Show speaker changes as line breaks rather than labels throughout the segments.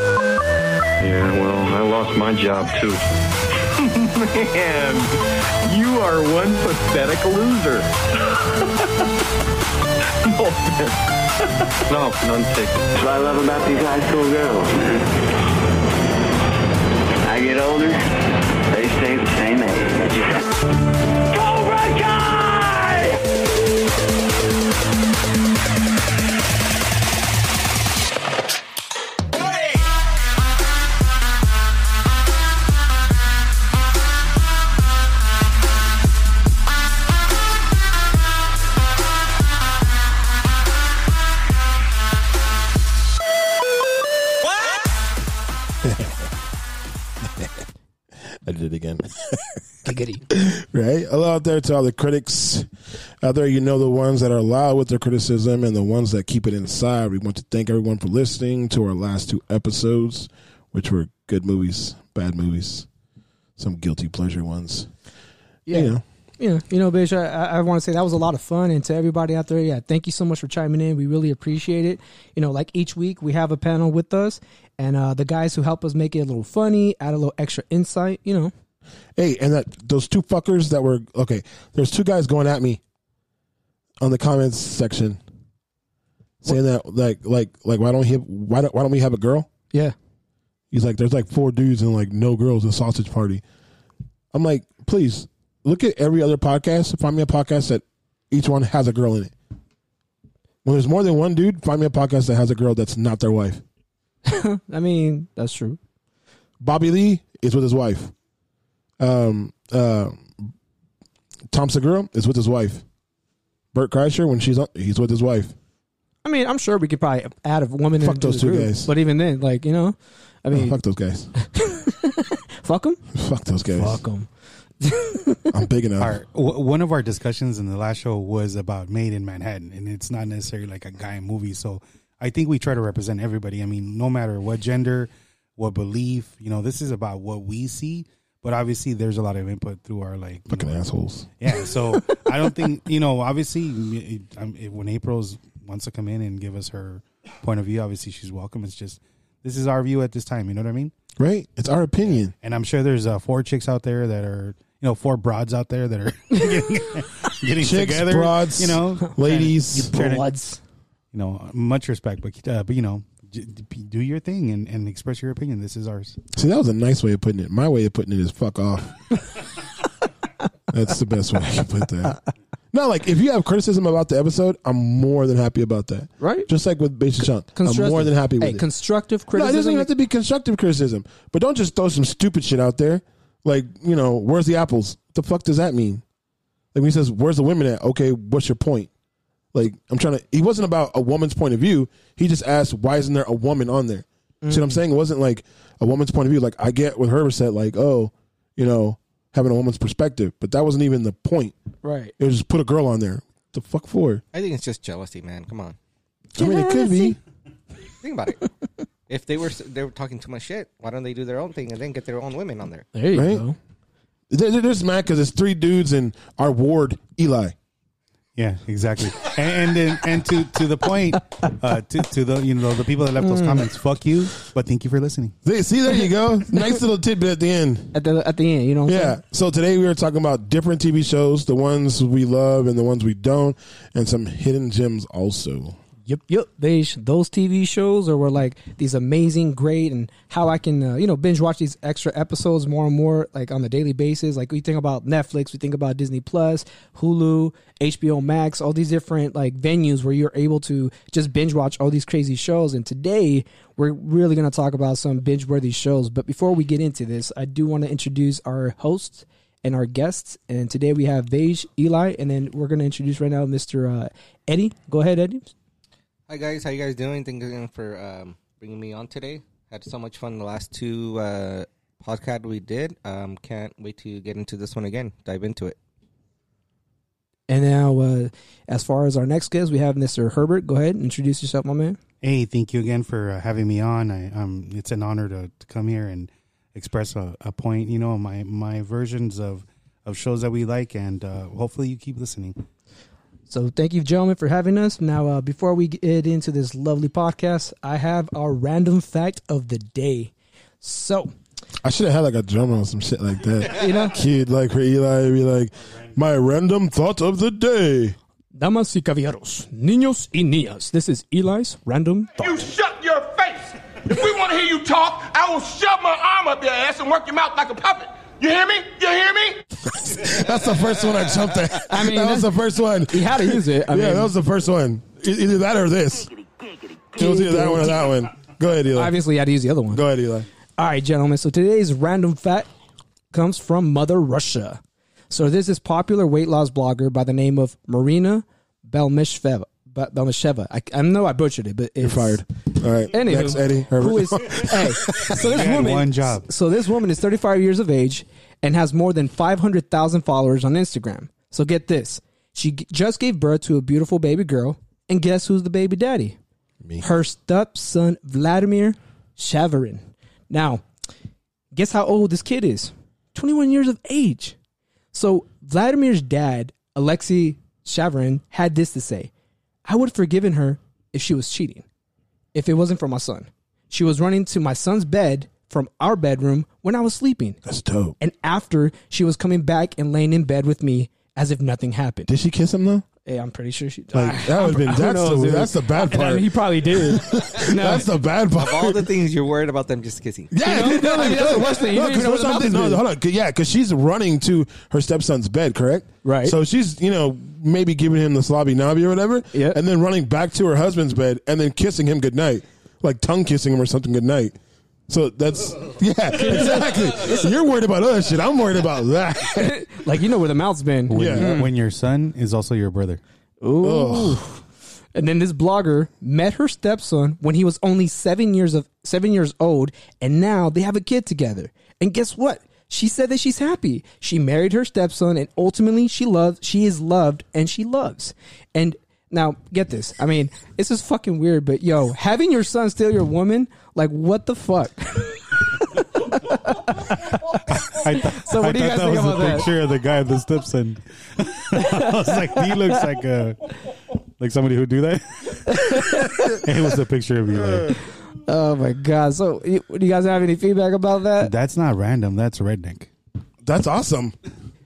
Yeah, well, I lost my job too.
Man, you are one pathetic loser. no offense.
No, none taken.
What I love about these high school girls. I get older, they stay the same age. Cobra Kai!
I did it again.
Giggity.
Right? Hello out there to all the critics out there. You know the ones that are loud with their criticism and the ones that keep it inside. We want to thank everyone for listening to our last two episodes, which were good movies, bad movies, some guilty pleasure ones.
Yeah.
You know,
Yeah, you know, bitch, I, I- I want to say that was a lot of fun. And to everybody out there, yeah, thank you so much for chiming in. We really appreciate it. You know, like each week, we have a panel with us, and uh, the guys who help us make it a little funny, add a little extra insight, you know.
Hey, and that those two fuckers that were okay. There's two guys going at me on the comments section, saying that like like like why don't he why don't why don't we have a girl?
Yeah.
He's like, there's like four dudes and like no girls in Sausage Party. I'm like, please look at every other podcast. Find me a podcast that each one has a girl in it. When there's more than one dude, find me a podcast that has a girl that's not their wife.
I mean, that's true.
Bobby Lee is with his wife. Um, uh, Tom Segura is with his wife. Bert Kreischer, when she's on, he's with his wife.
I mean, I'm sure we could probably add a woman
Fuck
into
those
the
two
group,
guys.
But even then, like, you know, I
Oh,
mean,
fuck those guys.
fuck them.
fuck those guys.
Fuck them.
I'm big enough.
our w- one of our discussions in the last show was about Made in Manhattan, and it's not necessarily like a guy movie. So I think we try to represent everybody. I mean, no matter what gender, what belief, you know, this is about what we see. But obviously, there's a lot of input through our like you
Fucking
know,
assholes.
yeah, so I don't think you know. Obviously, it- um, it- when April's wants to come in and give us her point of view, obviously she's welcome. It's just this is our view at this time. You know what I mean?
Right? It's our opinion.
And I'm sure there's uh, four chicks out there that are you know four broads out there that are getting, getting
Chicks,
together.
broads,
you know,
ladies.
trying to-
Bloods.
you know, much respect, but uh, but you know, j- do your thing and, and express your opinion. This is ours.
See, that was a nice way of putting it. My way of putting it is fuck off. That's the best way I can put that. No, like if you have criticism about the episode, I'm more than happy about that.
Right.
Just like with Basic Chunk, I'm more than happy with
hey,
it.
constructive
No, it
criticism.
doesn't even have to be constructive criticism, but don't just throw some stupid shit out there. Like, you know, where's the apples? The fuck does that mean? Like when he says, "Where's the women at?" Okay, what's your point? Like, I'm trying to. He wasn't about a woman's point of view. He just asked, "Why isn't there a woman on there?" See what I'm saying? It wasn't like a woman's point of view. Like I get what Herbert said, like, "Oh, you know, having a woman's perspective," but that wasn't even the point.
right.
It was just put a girl on there. The fuck for?
I think it's just jealousy, man. Come on,
I mean, it could be.
think about it. if they were they were talking too much shit, why don't they do their own thing and then get their own women on there?
There you
Right?
go.
They're, they're just mad because it's three dudes and our ward Eli.
Yeah, exactly. and and, then, and to to the point, uh, to to the you know the people that left those comments. Fuck you, but thank you for listening.
See, see, there you go. Nice little tidbit at the end.
At the at the end, you know. What I'm
Yeah. So today we were talking about different TV shows, the ones we love and the ones we don't, and some hidden gems also.
Yep, yep. They sh- those TV shows or were like these amazing, great, and how I can uh, you know binge watch these extra episodes more and more like on a daily basis. Like we think about Netflix, we think about Disney Plus, Hulu, HBO Max, all these different like venues where you're able to just binge watch all these crazy shows. And today we're really gonna talk about some binge worthy shows. But before we get into this, I do want to introduce our hosts and our guests. And today we have Vaj, Eli, and then we're gonna introduce right now Mr. Uh, Eddie. Go ahead, Eddie.
Hi guys, how you guys doing? Thank you again for um, bringing me on today. Had so much fun the last two uh, podcast we did. Um, can't wait to get into this one again. Dive into it.
And now, uh, as far as our next guest, we have Mr. Herbert. Go ahead, introduce yourself, my man.
Hey, thank you again for uh, having me on. I, um, it's an honor to, to come here and express a, a point. You know, my my versions of of shows that we like, and uh, hopefully you keep listening.
So thank you, gentlemen, for having us. Now, uh, before we get into this lovely podcast, I have our random fact of the day. So,
I should have had like a drummer or some shit like that.
you know,
Kid, like for Eli, be like, my random thought of the day.
damas y caballeros, niños y niñas, this is Eli's random
You shut your face. If we want to hear you talk, I will shove my arm up your ass and work your mouth like a puppet. You hear me? You hear me?
That's the first one I jumped at.
I mean,
that was the first one.
He had to use it. I
yeah,
mean-
that was the first one. E- Either that or this. It was either that one or that one. Go ahead, Eli.
Obviously, I had to use the other one.
Go ahead, Eli.
All right, gentlemen. So today's random fact comes from Mother Russia. So there's this popular weight loss blogger by the name of Marina Belmishveva. Be- Belmisheva. I, I know I butchered it, but it's
Fired. All right.
Anywho,
Next, Eddie. Herbert.
who is hey? So this
had
woman,
one job.
So this woman is 35 years of age and has more than 500,000 followers on Instagram. So get this: she g- just gave birth to a beautiful baby girl, and guess who's the baby daddy? Me. Her stepson Vladimir Shavarin. Now, guess how old this kid is? 21 years of age. So Vladimir's dad, Alexei Shavarin, had this to say: "I would have forgiven her if she was cheating." if it wasn't for my son. She was running to my son's bed from our bedroom when I was sleeping.
That's dope.
And after she was coming back and laying in bed with me as if nothing happened.
Did she kiss him though?
Hey, I'm pretty sure she
Like that would have been
Who
that's
knows,
the
dude?
that's the bad
I
part.
mean, he probably did. No.
That's the bad part.
All the things you're worried about them just kissing.
Yeah,
You know? No, I mean, that's the worst thing. You
No,
don't even
'cause
know
what's
what
something-
the mouth is
no,
doing.
hold on. 'Cause- Yeah, because she's running to her stepson's bed, correct?
Right.
So she's, you know, maybe giving him the slobby knobby or whatever,
Yeah.
and then running back to her husband's bed and then kissing him goodnight, like tongue kissing him or something goodnight. So that's, yeah, exactly. You're worried about other shit. I'm worried about that.
like, you know where the mouth's been.
Yeah.
When your son is also your brother.
Ooh. And then this blogger met her stepson when he was only seven years of seven years old, and now they have a kid together. And guess what? She said that she's happy. She married her stepson, and ultimately, she loves. She is loved, and she loves. And now, get this. I mean, this is fucking weird, but yo, having your son steal your woman, like, what the fuck?
I th-
So what
I
do you
thought
guys think
was
about that?
a picture of the guy with the stepson. I was like, he looks like a like somebody who do that. it was a picture of you. Like,
Oh my god! So, y- do you guys have any feedback about that?
that's not random. That's redneck.
that's awesome.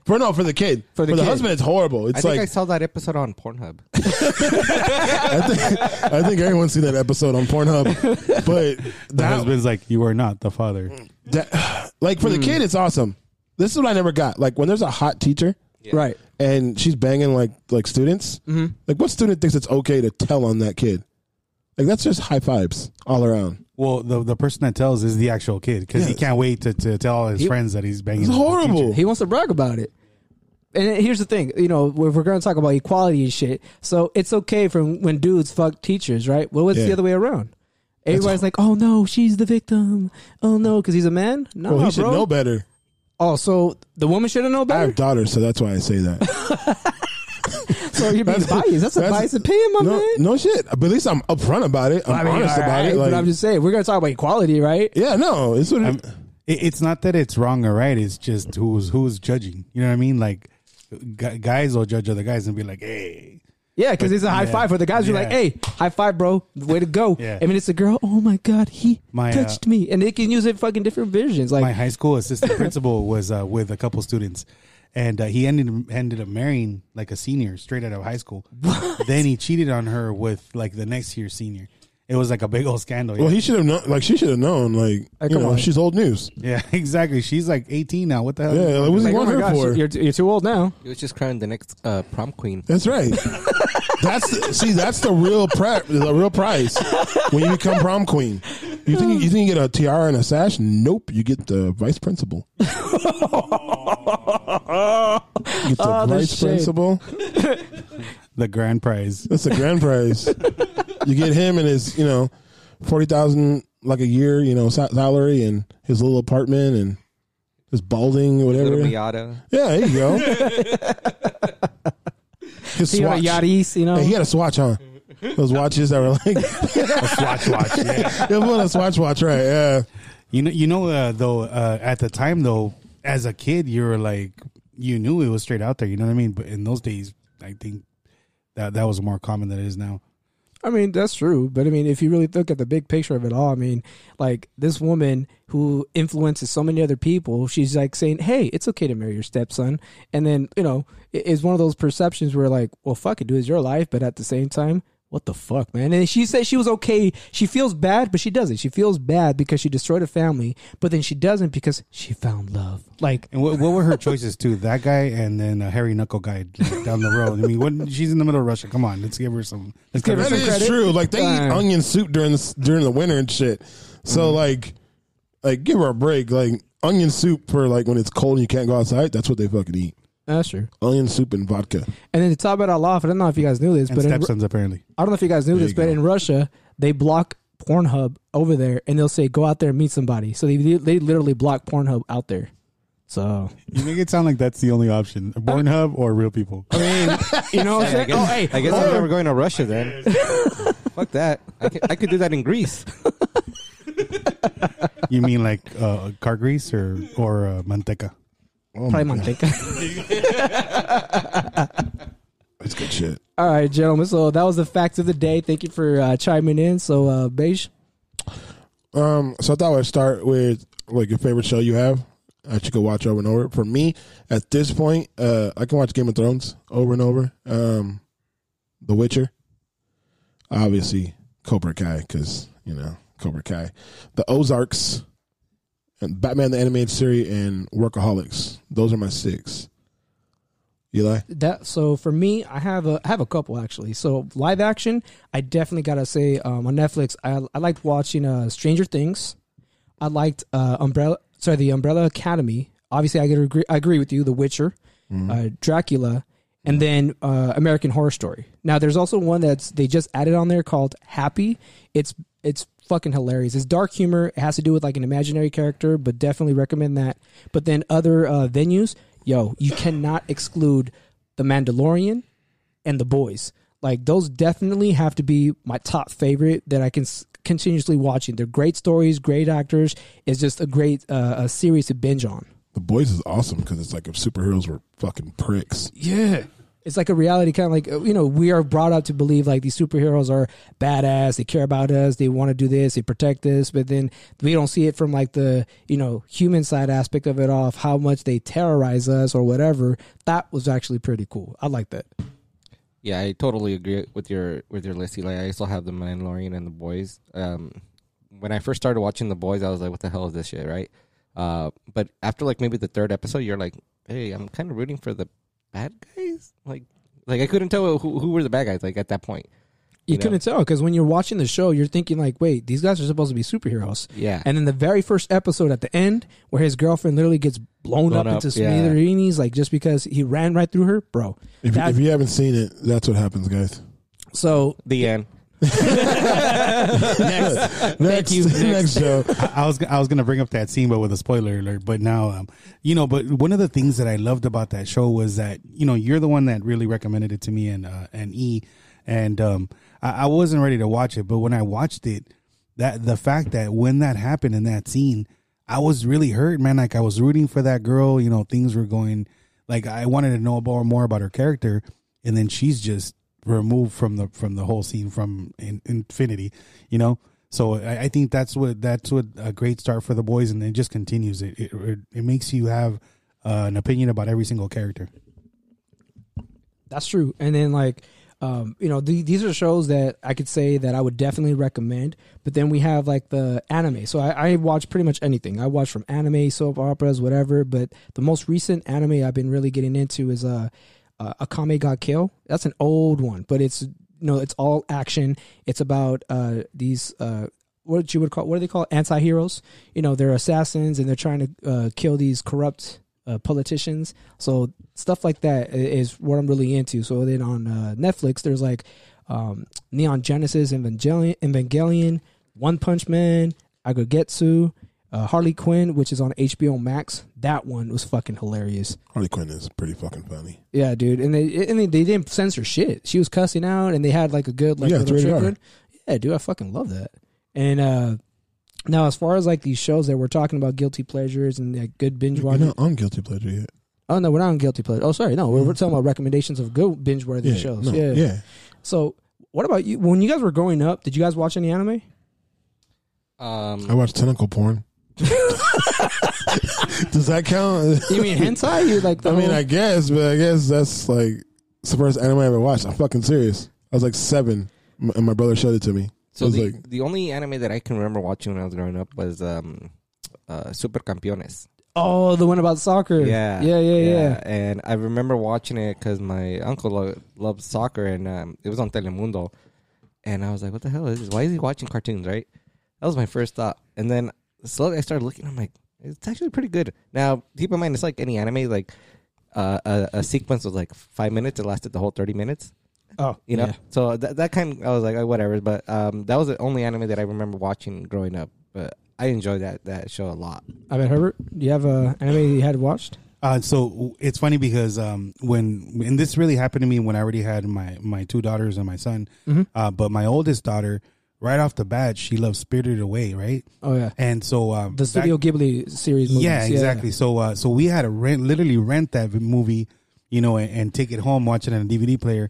For no, for the kid.
For the
for the
kid.
husband, it's horrible.
I
It's
think
like,
I saw that episode on Pornhub.
I think, I think everyone's seen that episode on Pornhub. But
The
that,
husband's like, you are not the father.
Mm.
that like
Hmm.
for the kid it's awesome this is what i never got like when there's a hot teacher
Right. Mm-hmm.
and she's banging like like students like what student thinks it's okay to tell on that kid like that's just high fives all around
Well, the the person that tells is the actual kid because he
Yeah.
can't wait to, to tell all his friends that he's banging.
it's
the teacher.
horrible
He wants to brag about it. And here's the thing, you know, we're, we're going to talk about equality and shit. So it's okay from when dudes fuck teachers, right? Well, it's the
Yeah.
other way around. Everybody's like, "Oh no, she's the victim. Oh no, because he's a man." No,
well he should
bro.
know better
Oh, so the woman should have known
i
better.
have daughters so that's why i say that
so you're being biased. That's a
That's-
biased opinion, my
no,
man.
no shit but at least i'm upfront about it i'm
I mean,
honest
all
about
right,
it like,
but I'm just saying we're going to talk about equality, right?
yeah no it's what
I'm- it, it's not that it's wrong or right. It's just who's who's judging. You know what I mean? Like gu- guys will judge other guys and be like, "Hey,
Yeah, because it's a high
Yeah.
five for the guys. You're like,
Yeah.
"Hey, high five, bro! Way to go!"
Yeah.
I mean, it's a girl. Oh my god, he
My, uh,
touched me, and they can use it in fucking different visions. Like,
my high school assistant principal was uh, with a couple students, and uh, he ended ended up marrying like a senior straight out of high school. Then he cheated on her with like the next year senior. It was like a big old scandal.
well
yeah.
he should have known like she should have known like you
come
know
on.
she's old news
yeah, exactly. She's like eighteen now. What the hell?
yeah like, what's he
like, oh
want
my
her
gosh,
for
you're, you're too old now.
He was just crowned the next uh, prom queen.
That's right. that's the, see, that's the real pri- the real prize when you become prom queen. You think you think you get a tiara and a sash? Nope, you get the vice principal. You get the
Oh, the
vice
shade.
principal.
The grand prize.
That's the grand prize. you get him and his you know forty thousand like a year you know sa- salary and his little apartment and his balding
Oh,
whatever.
Little Miata.
Yeah, there you go. his
See,
swatch.
like, Yaris, you know.
Hey, he had a swatch, huh? Those watches that were like
A swatch watch. Yeah.
it was a swatch watch, right? Yeah.
You know, you know, uh, though, uh, at the time, though, as a kid, you were like, you knew it was straight out there. You know what I mean? But in those days, I think that that was more common than it is now.
I mean, that's true. But I mean, if you really look at the big picture of it all, I mean, like this woman who influences so many other people, she's like saying, hey, it's okay to marry your stepson. And then, you know, it- it's one of those perceptions where, like, well, fuck it, dude, it's your life. But at the same time, what the fuck, man? And she said she was okay. She feels bad, but she doesn't. She feels bad because she destroyed a family, but then she doesn't because she found love. Like,
And what, what were her choices too? That guy and then a hairy knuckle guy like, down the road. I mean, what, she's in the middle of Russia. Come on, let's give her some. Let's give her
That
some.
is true. Like they eat
Damn.
onion soup during the during the winter and shit. So like, like give her a break. Like onion soup for like when it's cold and you can't go outside. That's what they fucking eat.
that's true.
Onion soup and vodka.
And then to top it all off, I don't know if you guys knew this,
And
but in,
stepsons apparently.
I don't know if you guys knew this, but in Russia, they block Pornhub over there, and they'll say, "Go out there and meet somebody." So they they literally block Pornhub out there. So
You make it sound like that's the only option: Pornhub or real people.
I mean, you know, what I'm
I
saying?
guess,
oh hey,
I guess I'm never going to Russia then. Fuck that. I, can, I could do that in Greece.
You mean like uh, car grease or or uh, manteca?
probably Monteca.
That's good shit.
all right, gentlemen. So that was the fact of the day. Thank you for uh, chiming in. So uh, beige.
Um, so I thought I'd start with like your favorite show you have that you could watch over and over. For me, at this point, uh, I can watch Game of Thrones over and over. Um, The Witcher, obviously Cobra Kai because you know Cobra Kai, The Ozarks, and Batman the Animated Series, and Workaholics. Those are my six. Eli,
that so for me i have a I have a couple actually so live action i definitely gotta say um, on netflix i, I liked watching uh, stranger things i liked uh, umbrella sorry the umbrella academy obviously i could agree, I agree with you the witcher uh, dracula and then uh, american horror story now there's also one that's they just added on there called happy it's it's fucking hilarious it's dark humor it has to do with like an imaginary character but definitely recommend that but then other uh, venues yo you cannot exclude the Mandalorian, and The Boys. Like those definitely have to be my top favorite that I can s- continuously watching. They're great stories, great actors. It's just a great uh, a series to binge on.
The Boys is awesome because it's like if superheroes were fucking pricks.
Yeah. It's like a reality kind of like uh, you know we are brought up to believe like these superheroes are badass they care about us they want to do this they protect us but then we don't see it from like the you know human side aspect of it all of how much they terrorize us or whatever that was actually pretty cool I like that
Yeah, I totally agree with your with your list, Eli. I still have the Mandalorian and the boys. Um, when I first started watching the boys, I was like, "What the hell is this shit?" Right? Uh, but after like maybe the third episode, you're like, "Hey, I'm kind of rooting for the bad guys." Like, like I couldn't tell who who were the bad guys. Like at that point,
You,
you know?
couldn't tell because when you're watching the show, you're thinking like, "Wait, these guys are supposed to be superheroes."
Yeah.
And then the very first episode at the end, where his girlfriend literally gets blown, up,
Blown up,
into
yeah.
smithereens, like just because he ran right through her, bro.
If,
That-
if you haven't seen it, that's what happens, guys.
so
the end.
next, next, next show.
I was I was gonna bring up that scene, but with a spoiler alert. But now, um, you know, but one of the things that I loved about that show was that you know you're the one that really recommended it to me and uh, and E, and um, I, I wasn't ready to watch it, but when I watched it, that the fact that when that happened in that scene, I was really hurt, man. Like I was rooting for that girl. You know, things were going like I wanted to know about more about her character, and then she's just removed from the from the whole scene from in, infinity. You know. So I, I think that's what that's what a great start for the boys, and it just continues. It it, it- it makes you have uh, an opinion about every single character.
That's true. And then like, um, you know, the, these are shows that I could say that I would definitely recommend. But then we have like the anime. So I, I watch pretty much anything. I watch from anime, soap operas, whatever. But the most recent anime I've been really getting into is uh, uh Akame Ga Kill. That's an old one, but it's no, it's all action. It's about uh these uh what you would call what do they call anti heroes? You know, they're assassins and they're trying to uh, kill these corrupt uh, politicians. So stuff like that i- is what I'm really into. So then on uh, Netflix, there's like um, Neon Genesis, Evangelion, Evangelion, One Punch Man, Agogetsu, uh, Harley Quinn, which is on HBO Max. That one was fucking hilarious.
Harley Quinn is pretty fucking funny.
Yeah, dude, and they and they, they didn't censor shit. She was cussing out, and they had like a good like
Yeah,
little
it's rated
trigger. Yeah, dude, I fucking love that. And uh now, as far as like these shows that we're talking about, guilty pleasures and like good binge
You
watching.
know, I'm guilty pleasure yet.
Oh no, we're not on guilty pleasure. Oh, sorry, no, we're, we're talking about recommendations of good binge worthy
Yeah,
shows.
no,
yeah,
yeah.
So, what about you? When you guys were growing up, did you guys watch any anime?
I
Um,
watch tentacle porn. Does that count?
You mean hentai? You like? The
I mean,
whole-
I guess, but I guess that's like it's the first anime I ever watched. I'm fucking serious. I was like seven, m- and my brother showed it to me. So I
so
was
the,
like,
the only anime that I can remember watching when I was growing up was um, uh, Super Campeones.
oh, the one about soccer.
Yeah,
yeah, yeah, yeah.
And I remember watching it because my uncle lo- loved soccer, and um, it was on Telemundo. And I was like, "What the hell is this? Why is he watching cartoons?" Right? That was my first thought. And then slowly I started looking. I'm like, "It's actually pretty good." Now, keep in mind, it's like any anime. Like uh, a, a sequence was like five minutes. It lasted the whole thirty minutes.
Oh,
You know,
yeah.
so that that kind I was like, oh, whatever. But um, that was the only anime that I remember watching growing up. But I enjoyed that that show a lot.
I bet Herbert, do you have a anime you had watched?
Uh, so w- it's funny because um, when and this really happened to me when I already had my my two daughters and my son,
Mm-hmm.
uh, but my oldest daughter, right off the bat, she loved Spirited Away, right?
Oh yeah,
And so um,
the Studio
back-
Ghibli series. Movies.
yeah, exactly. So uh, so we had to rent, literally rent that movie, you know, and, and take it home, watch it on a DVD player,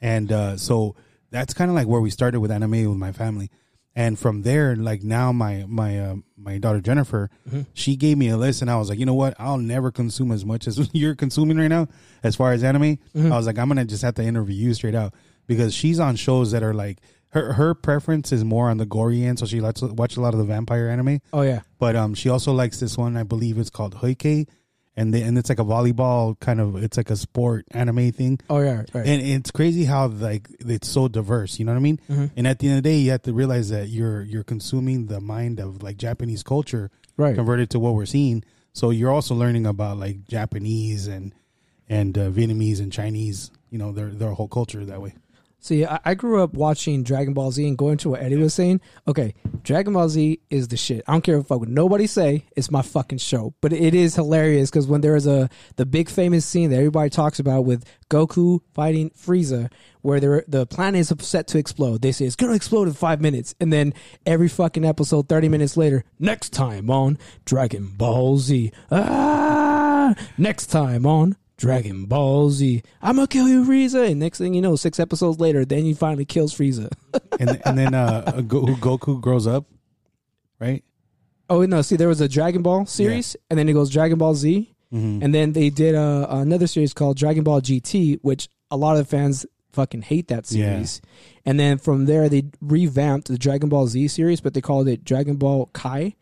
and uh, so that's kind of like where we started with anime with my family, and from there, like now my my uh, my daughter Jennifer, she gave me a list, and I was like, you know what, I'll never consume as much as you're consuming right now as far as anime. I was like, I'm gonna just have to interview you straight out because she's on shows that are like. Her, her preference is more on the gory end, so she likes to watch a lot of the vampire anime.
Oh yeah.
But um, she also likes this one. I believe it's called Hoike, and the, and it's like a volleyball kind of. It's like a sport anime thing.
Oh yeah. Right.
And it's crazy how like it's so diverse. You know what I mean? And at the end of the day, you have to realize that you're you're consuming the mind of like Japanese culture,
Right.
Converted to what we're seeing. So you're also learning about like Japanese and and uh, Vietnamese and Chinese. You know their their whole culture that way.
See, I, I grew up watching Dragon Ball Z and going to what Eddie was saying. Okay, Dragon Ball Z is the shit. I don't care if I would nobody say it's my fucking show, but it is hilarious because when there is a the big famous scene that everybody talks about with Goku fighting Frieza, where there, the planet is set to explode, they say it's gonna explode in five minutes, and then every fucking episode, thirty minutes later, next time on Dragon Ball Z, ah, next time on Dragon Ball Z. I'm gonna kill you, Frieza. And next thing you know, six episodes later, then he finally kills Frieza.
And and then uh, Go- Goku grows up, right?
oh no, see, there was a Dragon Ball series, and then it goes Dragon Ball Z, and then they did uh, another series called Dragon Ball GT, which a lot of fans fucking hate that
Yeah.
series. And then from there, they revamped the Dragon Ball Z series, but they called it Dragon Ball Kai.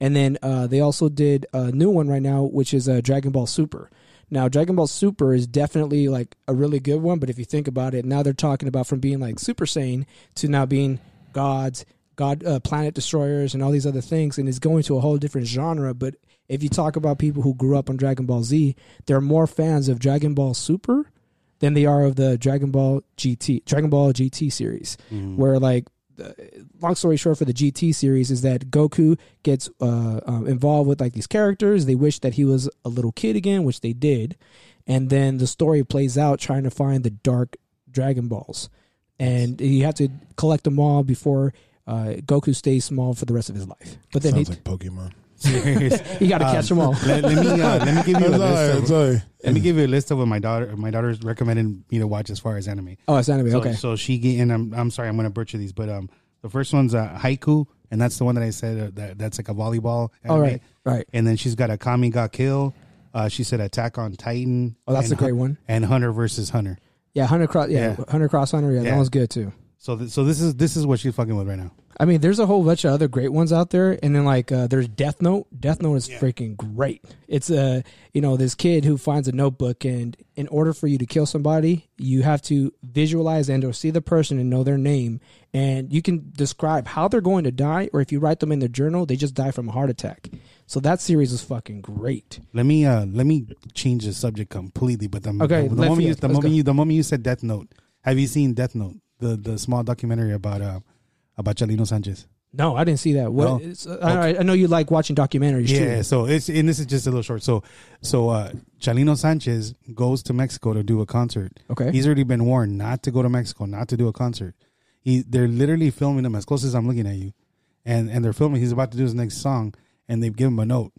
And then uh, they also did a new one right now, which is uh, Dragon Ball Super. Now, Dragon Ball Super is definitely like a really good one, but if you think about it, now they're talking about from being like Super Saiyan to now being gods, God, uh, planet destroyers, and all these other things, and it's going to a whole different genre. But if you talk about people who grew up on Dragon Ball Z, they're more fans of Dragon Ball Super than they are of the Dragon Ball GT, Dragon Ball GT series, where like long story short for the GT series is that Goku gets uh, um, involved with like these characters. They wish that he was a little kid again, which they did, and then the story plays out trying to find the Dark Dragon Balls, and you have to collect them all before uh, Goku stays small for the rest of his life. But then he,
sounds like Pokemon.
you got to catch them all.
let, let me uh, let me give you a
That's all
list.
right,
Of,
that's all right.
Let
Mm.
me give you a list of what my daughter my daughter's recommended me to watch as far as anime.
Oh, it's anime.
So,
okay.
So she ge- and I'm I'm sorry I'm gonna butcher these, but um the first one's uh, haiku, and that's the one that I said uh, that that's like a volleyball. Anime.
All right, right.
And then she's got a Kami Ga Kill. Uh, she said Attack on Titan.
Oh, that's
and
a great
Hun-
one.
And Hunter versus Hunter.
Yeah, Hunter Cross. Yeah,
Yeah.
Hunter Cross Hunter. Yeah, that
Yeah.
one's good too.
So th- so this is this is what she's fucking with right now.
I mean, there's a whole bunch of other great ones out there, and then like uh, there's Death Note. Death Note is freaking great. It's uh, you know this kid who finds a notebook, and in order for you to kill somebody, you have to visualize and or see the person and know their name, and you can describe how they're going to die, or if you write them in their journal, they just die from a heart attack. So that series is fucking great.
Let me uh let me change the subject completely. But the,
Okay,
the, the
left
moment you
field.
the
Let's
moment
go.
you the moment you said Death Note, have you seen Death Note? The the small documentary about uh about Chalino Sanchez.
No, I didn't see that. What?
No?
it's- I, I know you like watching documentaries
Yeah,
too.
so it's and this is just a little short. So so uh Chalino Sanchez goes to Mexico to do a concert.
Okay.
He's already been warned not to go to Mexico, not to do a concert. He they're literally filming him as close as I'm looking at you. And and they're filming he's about to do his next song and they've given him a note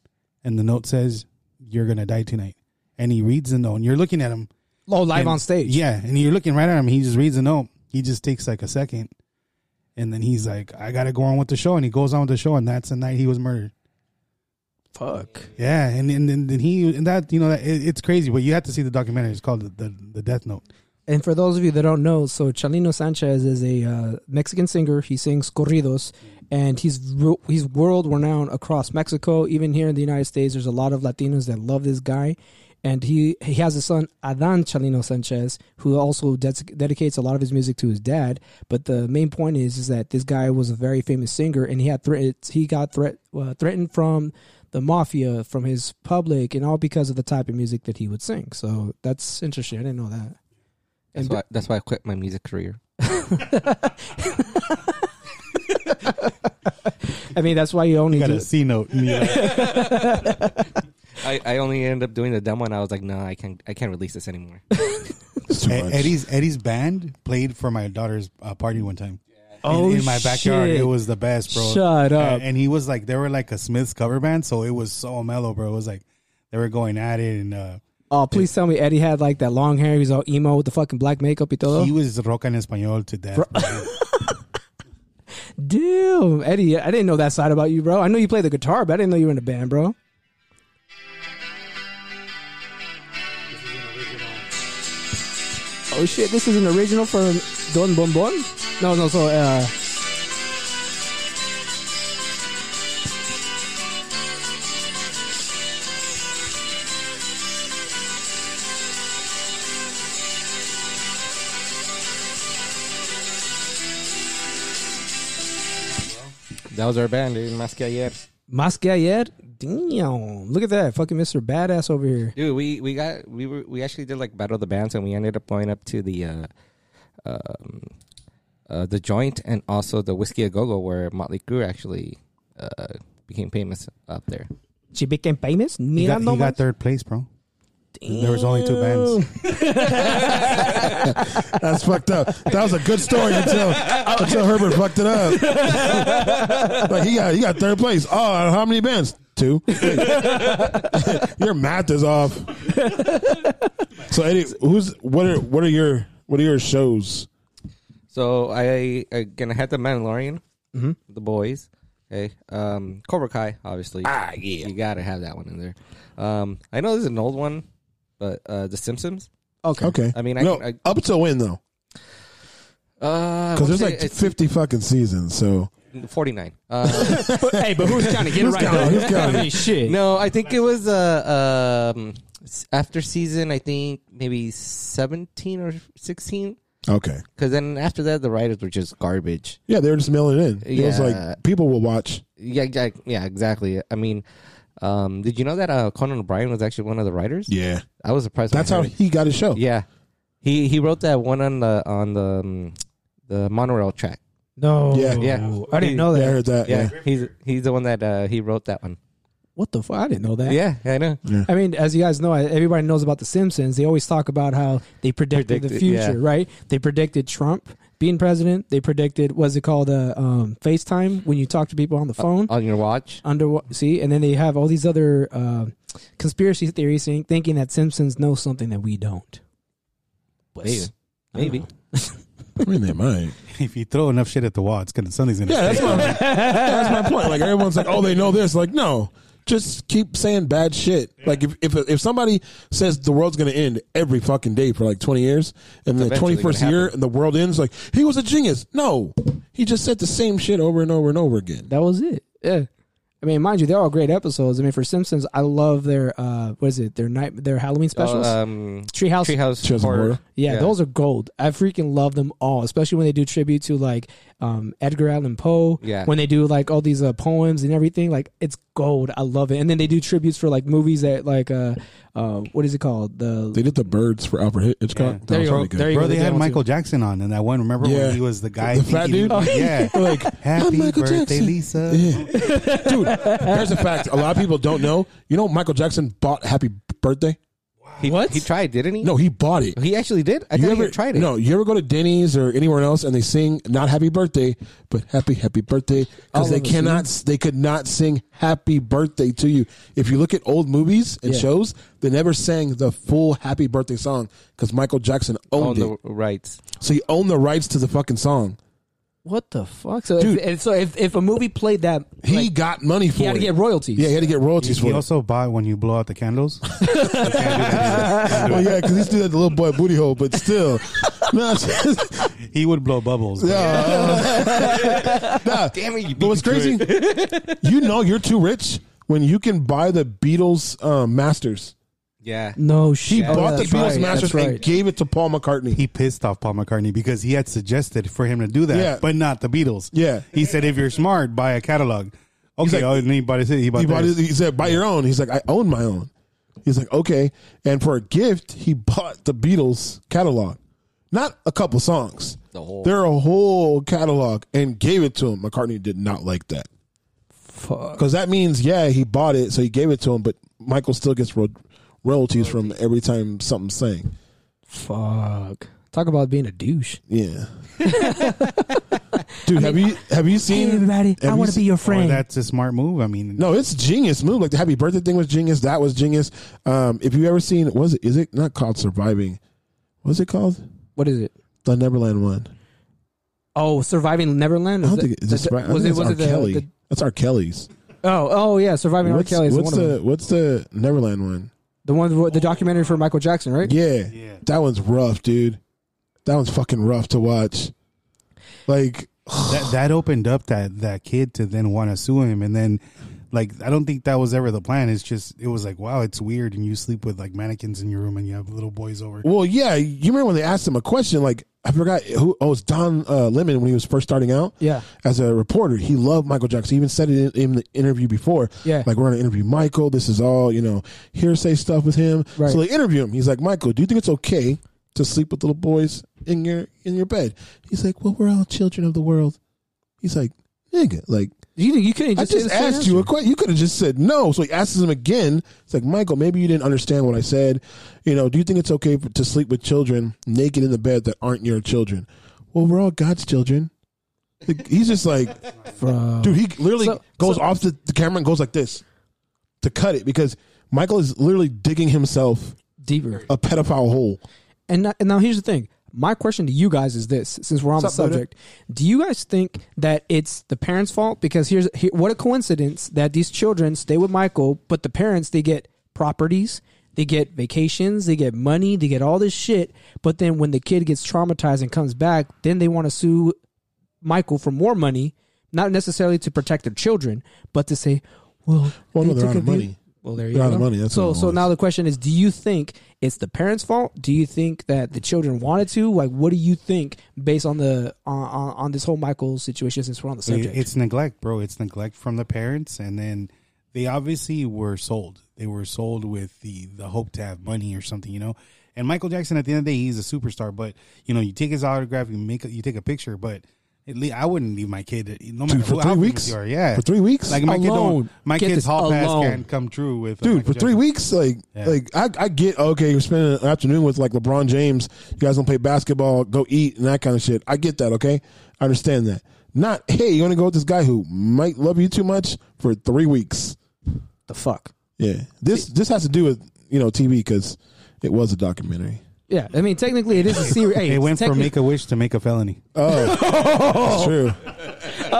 and the note says you're going to die tonight. and he reads the note, and you're looking at him.
Oh, live
and-
on stage.
Yeah, and you're looking right at him. He just reads the note. He just takes like a second, and then he's like, "I gotta go on with the show," and he goes on with the show, and that's the night he was murdered.
Fuck.
Yeah, and and then then he and that you know that it, it's crazy, but you have to see the documentary. It's called the the, the Death Note.
And for those of you that don't know, so Chalino Sanchez is a uh, Mexican singer. He sings corridos, and he's ru- he's world renowned across Mexico. Even here in the United States, there's a lot of Latinos that love this guy. And he he has a son, Adan Chalino Sanchez, who also ded- dedicates a lot of his music to his dad. But the main point is is that this guy was a very famous singer, and he had threats. He got threat uh, threatened from the mafia, from his public, and all because of the type of music that he would sing. So that's interesting. I didn't know that.
That's why, that's why I quit my music career.
I mean, that's why you only
You got
do
a C note. and you're like,
I, I only ended up doing the demo, and I was like, nah, I can't I can't release this anymore.
It's too
Ed-
much.
Eddie's Eddie's band played for my daughter's uh, party one time.
Oh,
in, in my backyard,
shit.
it was the best, bro.
Shut
A-
up.
And, he was like, they were like a Smiths cover band, so it was so mellow, bro. It was like they were going at it, and uh,
Oh, please tell me Eddie had like that long hair. He was all emo with the fucking black makeup. Y todo.
he was rock en español to death. bro.
Damn, Eddie, I didn't know that side about you, bro. I know you play the guitar, but I didn't know you were in a band, bro. Oh shit, this is an original from Don Bon Bon? No, no, so, uh.
That was our band, dude. Más que ayer.
Mas que ayer? Damn. Look at that. Fucking Mr. Badass over here.
Dude, we, we got we were we actually did like battle of the bands, and we ended up going up to the uh, um, uh, the joint and also the whiskey a go go where Motley Crue actually uh, became famous up there.
She became famous?
he, got,
Mirando
he got
más.
third place, bro. There was only two bands.
That's fucked up. That was a good story until until Herbert fucked it up. like he got he got third place. Oh, how many bands? Two. your math is off. so Eddie, who's what are what are your what are your shows?
So I again I had the Mandalorian, the boys, okay, um, Cobra Kai, obviously. Ah, yeah, you gotta have that one in there. Um, I know this is an old one, but uh, the Simpsons.
Okay.
Okay,
I mean, I
no,
can-
up to when though?
Uh,
Because there's like fifty fucking seasons. So
forty nine. Uh,
hey, but who's trying to get it right?
counting? Who's counting?
I mean, shit.
no, I think it was uh, um, s- after season. I think maybe seventeen or sixteen.
okay,
Because then after that, the writers were just garbage.
yeah, they were just mailing it in. It was
Yeah.
like people will watch.
Yeah, yeah, yeah, exactly. I mean, um, did you know that uh, Conan O'Brien was actually one of the writers?
Yeah,
I was surprised. when
that's
I
how
heard it.
he got his show.
Yeah, he he wrote that one on the on the um, the monorail track.
No.
Yeah.
Yeah.
Oh, I didn't
Yeah, Oh,
know
I
that.
heard that.
Yeah,
Yeah,
he's he's the one that uh, he wrote that one.
What the fuck? I didn't know that.
Yeah, I know.
I mean, as you guys know, I- everybody knows about The Simpsons. They always talk about how they predicted, the
Predicted, yeah.
future, right? They predicted Trump being president. They predicted, what's it called, uh, um, FaceTime when you talk to people on the phone.
On your watch.
under see, and then they have all these other uh, conspiracy theories think, thinking that Simpsons know something that we don't.
Maybe.
I don't
Maybe.
know.
I mean, they might.
if you throw enough shit at the wall, it's gonna something's gonna.
Yeah, that's
stick.
my, that's my point. Like everyone's like, oh, they know this. Like, no, just keep saying bad shit. Like if if if somebody says the world's gonna end every fucking day for like twenty years, and the
Eventually
twenty first
gonna
year
happen.
and the world ends, like he was a genius. No, he just said the same shit over and over and over again.
That was it. Yeah. I mean, mind you, they're all great episodes. I mean, for Simpsons, I love their uh, what is it? Their night, their Halloween specials,
Oh, um,
Treehouse.
Treehouse,
Treehouse
Horror.
Horror.
yeah,
yeah.
those are gold. I freaking love them all, especially when they do tribute to like um, Edgar Allan Poe.
Yeah.
when they do like all these uh, poems and everything, like it's gold. I love it. And then they do tributes for like movies that like uh, uh what is it called? The
They did the birds for Alfred Hit- Hitchcock. That
There
was
you go.
really good.
There you
Bro,
go.
they
They
had
want to-
Michael Jackson on, and that one. Remember
Yeah.
when he was the guy,
The fat
thinking-
dude?
Yeah,
Like,
happy
Michael
birthday,
Jackson.
Lisa.
Dude, here's a fact. A lot of people don't know. You know, Michael Jackson bought Happy Birthday.
He,
What?
He tried, didn't he?
No, he bought it.
He actually did? I
you
thought
ever
he tried it.
No, you ever go to Denny's or anywhere else and they sing not happy birthday, but happy happy birthday because they
of the
cannot, they could not sing happy birthday to you. If you look at old movies and
Yeah.
shows, they never sang the full happy birthday song because Michael Jackson
On
owned it,
the rights.
so he owned the rights to the fucking song.
What the fuck? So,
Dude.
if, and so if, if a movie played that,
He
like,
got money for
he had
it.
to get royalties.
yeah, he had to get royalties
He
for
also bought when you blow out the candles.
it. Well, yeah, because he's doing that little boy booty hole, but still, no, it's just-
He would blow bubbles.
no,
Damn it, you
Uh, But what's crazy, you know you're too rich when you can buy the Beatles um, masters.
Yeah.
No shit.
He
Oh,
bought the
that's
Beatles
right,
masters
that's right.
and gave it to Paul McCartney.
He pissed off Paul McCartney because he had suggested for him to do that,
Yeah.
but not the Beatles.
Yeah.
He said, if you're smart, buy a catalog. Okay.
like-
oh, and he bought it. He bought,
he, bought
theirs.
his, he said, "Buy your own." He's like, "I own my own." He's like, "Okay." And for a gift, he bought the Beatles catalog, not a couple songs.
The whole-
their whole catalog, and gave it to him. McCartney did not like that
Fuck.
because that means, yeah, he bought it, so he gave it to him. But Michael still gets ro- royalties from every time something's sang.
Fuck. Talk about being a douche.
Yeah. Dude, have you have you seen have you
wanna
seen-
your
Or that's a smart move. I mean,
No, it's genius move. Like the happy birthday thing was genius. That was genius. Um, if you ever seen, was it? Is it not called surviving? What's it called?
What is it?
The Neverland one.
Oh, surviving Neverland.
I
Is
don't
that-
think it's
that-
surviving. I think it's R. Kelly. That's R. Kelly's.
oh, oh yeah, surviving R.
What's,
Kelly is
what's
one of
the
them.
what's the Neverland one?
The one, with- the documentary for Michael Jackson, right?
Yeah,
Yeah.
that one's rough, dude. That one's fucking rough to watch. Like,
that, that opened up that that kid to then want to sue him and then like i don't think that was ever the plan it's just it was like wow it's weird and you sleep with like mannequins in your room and you have little boys over
well, yeah, you remember when they asked him a question? Like, I forgot who. Oh, it's Don uh, Lemon when he was first starting out.
Yeah.
as a reporter, he loved Michael Jackson. He even said it in, in the interview before.
Yeah.
Like, we're going to interview Michael. This is all, you know, hearsay stuff with him.
Right.
So they interview him. He's like, Michael, do you think it's okay to sleep with little boys in your in your bed? He's like, well, we're all children of the world. He's like, nigga, like,
You you couldn't just,
I
say
just
the same
asked
answer.
you a question. You could have just said no. So he asks him again. It's like, Michael, maybe you didn't understand what I said. You know, do you think it's okay for, to sleep with children naked in the bed that aren't your children? Well, we're all God's children. Like, he's just like,
Bro.
dude, he literally
So-
goes
so-
off the, the camera and goes like this to cut it because Michael is literally digging himself
deeper.
a pedophile hole.
And not, and now here's the thing. My question to you guys is this: since we're on
What's
the
up, Buddha?
subject, do you guys think that it's the parents' fault? Because here's here, what a coincidence that these children stay with Michael, but the parents they get properties, they get vacations, they get money, they get all this shit. But then when the kid gets traumatized and comes back, then they want to sue Michael for more money, not necessarily to protect their children, but to say, well,
Well, no,
they
they're
took
out of
advan-
money.
Well, there you
They're out
go.
of money, that's
so,
what it
so
was.
now the question is: Do you think it's the parents' fault? Do you think that the children wanted to? Like, what do you think based on the on, on, on this whole Michael situation? Since we're on the
It-
subject,
it's neglect bro it's neglect from the parents and then they obviously were sold they were sold with the the hope to have money or something you know and michael jackson at the end of the day he's a superstar but you know you take his autograph you make a, you take a picture but at least I wouldn't leave my kid no matter
Dude, for
who
three
how famous
weeks?
you are, yeah,
For three weeks?
Like my kid,
Alone.
don't, my
Get
kid's
this
hall pass
alone.
can't come true with uh,
Dude,
Michael
for three
Jackson.
weeks, like,
Yeah.
like I, I get okay. You're spending an afternoon with like LeBron James. You guys don't play basketball, go eat and that kind of shit. I get that, okay. I understand that. Not hey, you want to go with this guy who might love you too much for three weeks.
the fuck.
Yeah, this this has to do with you know TV because it was a documentary.
Yeah, I mean, technically, it is a serious. hey,
They
it's
went from
techni-
make a wish to make a felony.
Oh.
That's true.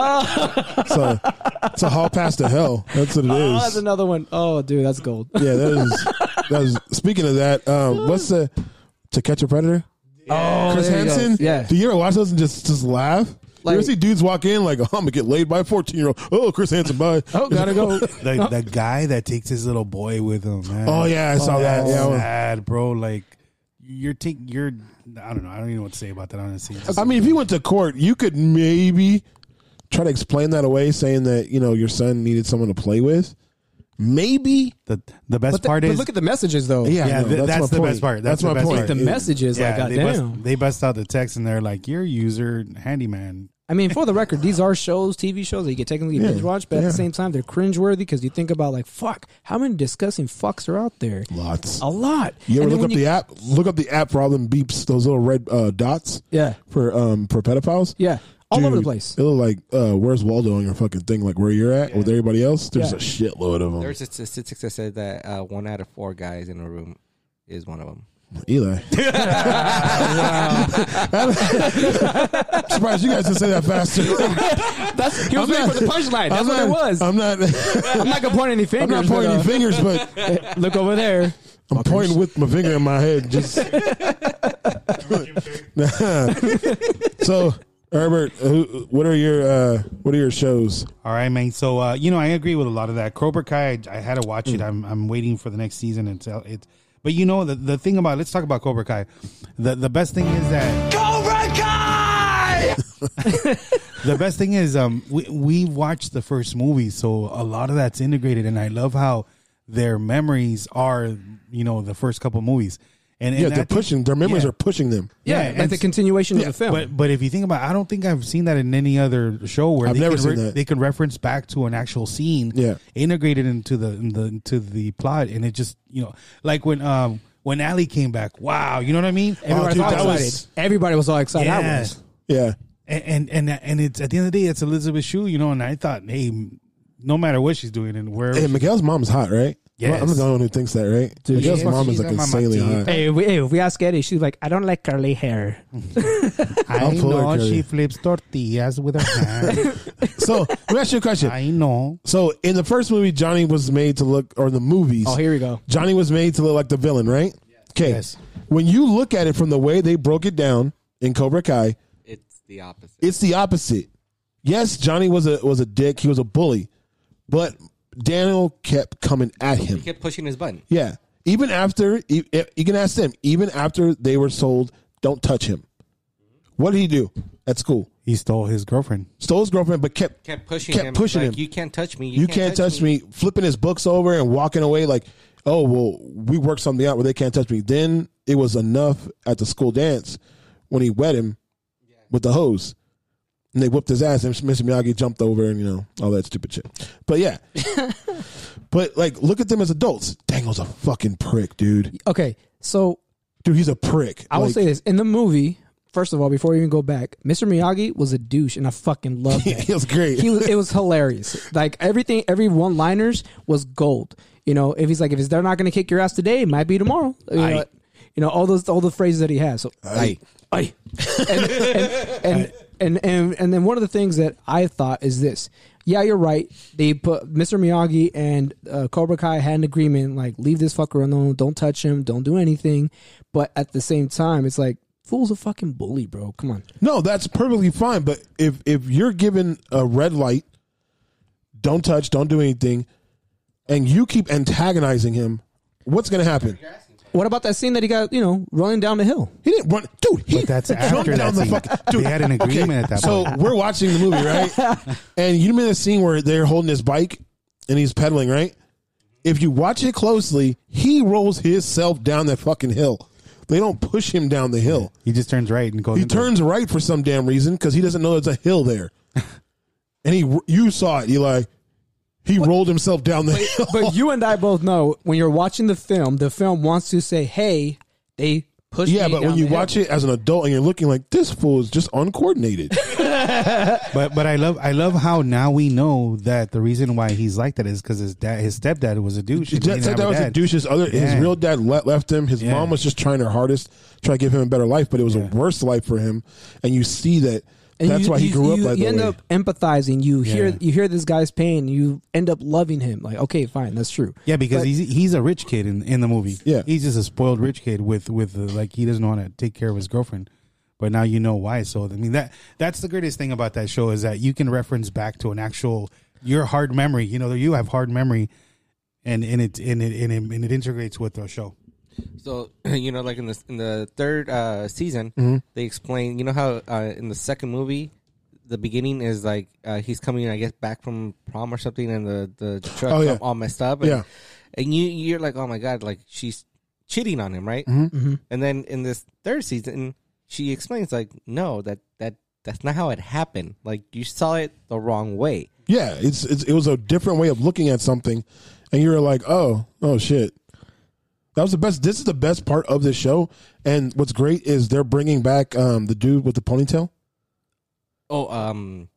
so it's a hall pass to hell. That's what it
Oh,
is.
that's another one. Oh, dude, that's gold.
yeah, that is. That is. Speaking of that, um, what's the to catch a predator?
Oh,
Chris
there you go.
Hansen.
Yeah,
Do you ever watch those and just just laugh? you
Like-
ever see dudes walk in like, oh, I'm gonna get laid by a 14 year old. Oh, Chris Hansen, bye.
Oh, gotta go.
The, the guy that takes his little boy with him. Man.
Uh, Oh yeah, I saw that.
That's
Yeah, I was-
sad, bro. Like you're taking, you're. I don't know. I don't even know what to say about that. Honestly, It's just-
I mean, if you went to court, you could maybe try to explain that away, saying that you know your son needed someone to play with. Maybe.
the the best
but, the-
part
but
is
look at the messages though.
Yeah,
Yeah,
I know.
th- that's
my
the
point.
best part.
That's,
That's the
my
best
point.
part.
the
Yeah.
messages.
yeah,
like,
they bust
goddamn.
they bust out the text and they're like, "You're a user handyman."
I mean, for the record, these are shows, TV shows that you can technically
Yeah,
binge watch, but at
yeah.
the same time, they're cringeworthy because you think about like, fuck, how many disgusting fucks are out there?
Lots.
A lot.
You ever
And then
look up
when you-
the app? Look up the app for all them beeps, those little red uh, dots.
Yeah.
For um for pedophiles.
Yeah. All over the
Dude,
place.
It look like uh, where's Waldo on your fucking thing? Like where you're at with everybody else? There's
Yeah.
a shitload of them.
There's a statistic that said that uh, one out of four guys in a room is one of them.
Eli. Surprised you guys didn't say that faster.
That's he was
I'm
waiting
not-
for the punchline. That's
I'm
what
not,
it was. I'm,
I'm not.
not gonna point any
I'm
fingers.
not pointing
but, uh,
fingers, but
Look over there.
I'm pointing with my finger in my head. Just so, Herbert, who, what are your uh, what are your shows?
All right, man. So uh, you know, I agree with a lot of that. Cobra Kai, I, I had to watch
Hmm.
it. I'm I'm waiting for the next season until it. But you know, the, the thing about let's talk about Cobra Kai. The the best thing is that
Cobra Kai!
the best thing is um we we watched the first movie, so a lot of that's integrated, and I love how their memories are. You know, the first couple movies, and, and
Yeah,
I
they're
think-
pushing. Their memories
yeah.
are pushing them.
Yeah,
Yeah,
like the
it's-
continuation of the film.
But but if you think about, it, I don't think I've seen that in any other show where
I've
they
never
can
seen that.
they can reference back to an actual scene,
Yeah.
integrated into the in the into the plot, and it just you know like when um when Ali came back, wow, you know what I mean?
Everybody
dude,
Oh, was
that
all excited.
was-
Everybody was all excited. I
yeah.
was.
Yeah,
And, and and and it's at the end of the day, it's Elizabeth Shue, you know. And I thought, hey, no matter what she's doing and where,
hey, Miguel's mom's hot, right?
Yes.
I'm the only one who thinks that, right? Miguel's
she's-
mom
she's
is like
like my
insanely
mama.
hot.
Hey, if we, hey, if we ask Eddie, she's like, I don't like curly hair.
I
I'll pull her,
know
Curry.
she flips tortillas with her hand.
So, let me ask you a question.
I know.
So, in the first movie, Johnny was made to look, or the movies,
Oh, here we go.
Johnny was made to look like the villain, right? Okay.
Yes.
When you look at it from the way they broke it down in Cobra Kai,
It's the opposite.
it's the opposite. Yes, Johnny was a was a dick. He was a bully, but Daniel kept coming at
He
him.
kept pushing his button.
Yeah, even after e- e- you can ask them. Even after they were sold, don't touch him. What did he do at school?
He stole his girlfriend.
Stole his girlfriend, but kept
Kept pushing
Kept
him.
pushing
like,
him.
You can't touch me.
you, can't, touch, me. Flipping his books over and walking away like, oh well, we worked something out where they can't touch me. Then it was enough at the school dance when he wet him with the hose, and they whipped his ass. And Mr. Miyagi jumped over and you know all that stupid shit. But yeah, but like, look at them as adults. Dangle's a fucking prick, dude.
Okay, so
Dude, he's a prick.
I will
Like,
say this in the movie. First of all, before we even go back, Mr. Miyagi was a douche, and I fucking love that.
He was great.
He was, it was hilarious. Like everything, every one liners was gold. You know, if he's like, if they're not going to kick your ass today, it might be tomorrow. You know, you know all those all the phrases that he has. So
Aye.
Aye. and, and, and, and, and, and then one of the things that I thought is this. Yeah, you're right. They put Mr. Miyagi and uh, Cobra Kai had an agreement like, leave this fucker alone. Don't touch him. Don't do anything. But at the same time, it's like, fool's a fucking bully, bro. Come on.
No, that's perfectly fine. But if if you're given a red light, don't touch, don't do anything, and you keep antagonizing him, what's gonna happen?
What about that scene that he got, you know, running down the hill?
He didn't run, dude. He
But that's
jumped
after that
down the
scene.
fucking. Dude,
They had an agreement at that
So
point.
we're watching the movie, right? and you remember the scene where they're holding his bike and he's pedaling, right? If you watch it closely, he rolls himself down that fucking hill. They don't push him down the hill.
He just turns right and goes.
He
into-
turns right for some damn reason because he doesn't know there's a hill there. and he, you saw it, Eli. He rolled himself down the hill.
But you and I both know when you're watching the film, the film wants to say, hey, they pushed
yeah,
me
but when
down
you
the hill.
watch it as an adult and you're looking like this fool is just uncoordinated.
But but I love I love how now we know that the reason why he's like that is because his dad his stepdad was a douche. and he
Jet
didn't
said
have
that
a
was a
dad.
douche. His other, his
Yeah.
real dad le- left him. His
Yeah.
mom was just trying her hardest, try to give him a better life, but it was a worse life for him. And you see that.
And
that's
you-
why he
you-
grew up
you
like
you
that.
end
way.
up empathizing. You
Yeah.
hear you hear this guy's pain. You end up loving him. Like, okay, fine, that's true.
Yeah, because he's he's a rich kid in, in the movie.
Yeah.
he's just a spoiled rich kid with with uh, like he doesn't know how to take care of his girlfriend. But now you know why. So I mean that that's the greatest thing about that show is that you can reference back to an actual your hard memory. You know you have hard memory, and and it and it and it, and it integrates with the show.
So you know, like in the in the third uh, season,
Mm-hmm.
they explain. You know how uh, in the second movie, the beginning is like uh, he's coming, I guess, back from prom or something, and the the truck
Oh, yeah.
all messed up. And,
Yeah.
and you you're like, oh my god, like she's cheating
Mm-hmm.
on him, right? And then in this third season, she explains like, no, that that that's not how it happened. Like you saw it the wrong way.
Yeah, it's, it's it was a different way of looking at something, and you were like, oh, oh shit. That was the best. This is the best part of this show, and what's great is they're bringing back um, the dude with the ponytail,
Oh, um,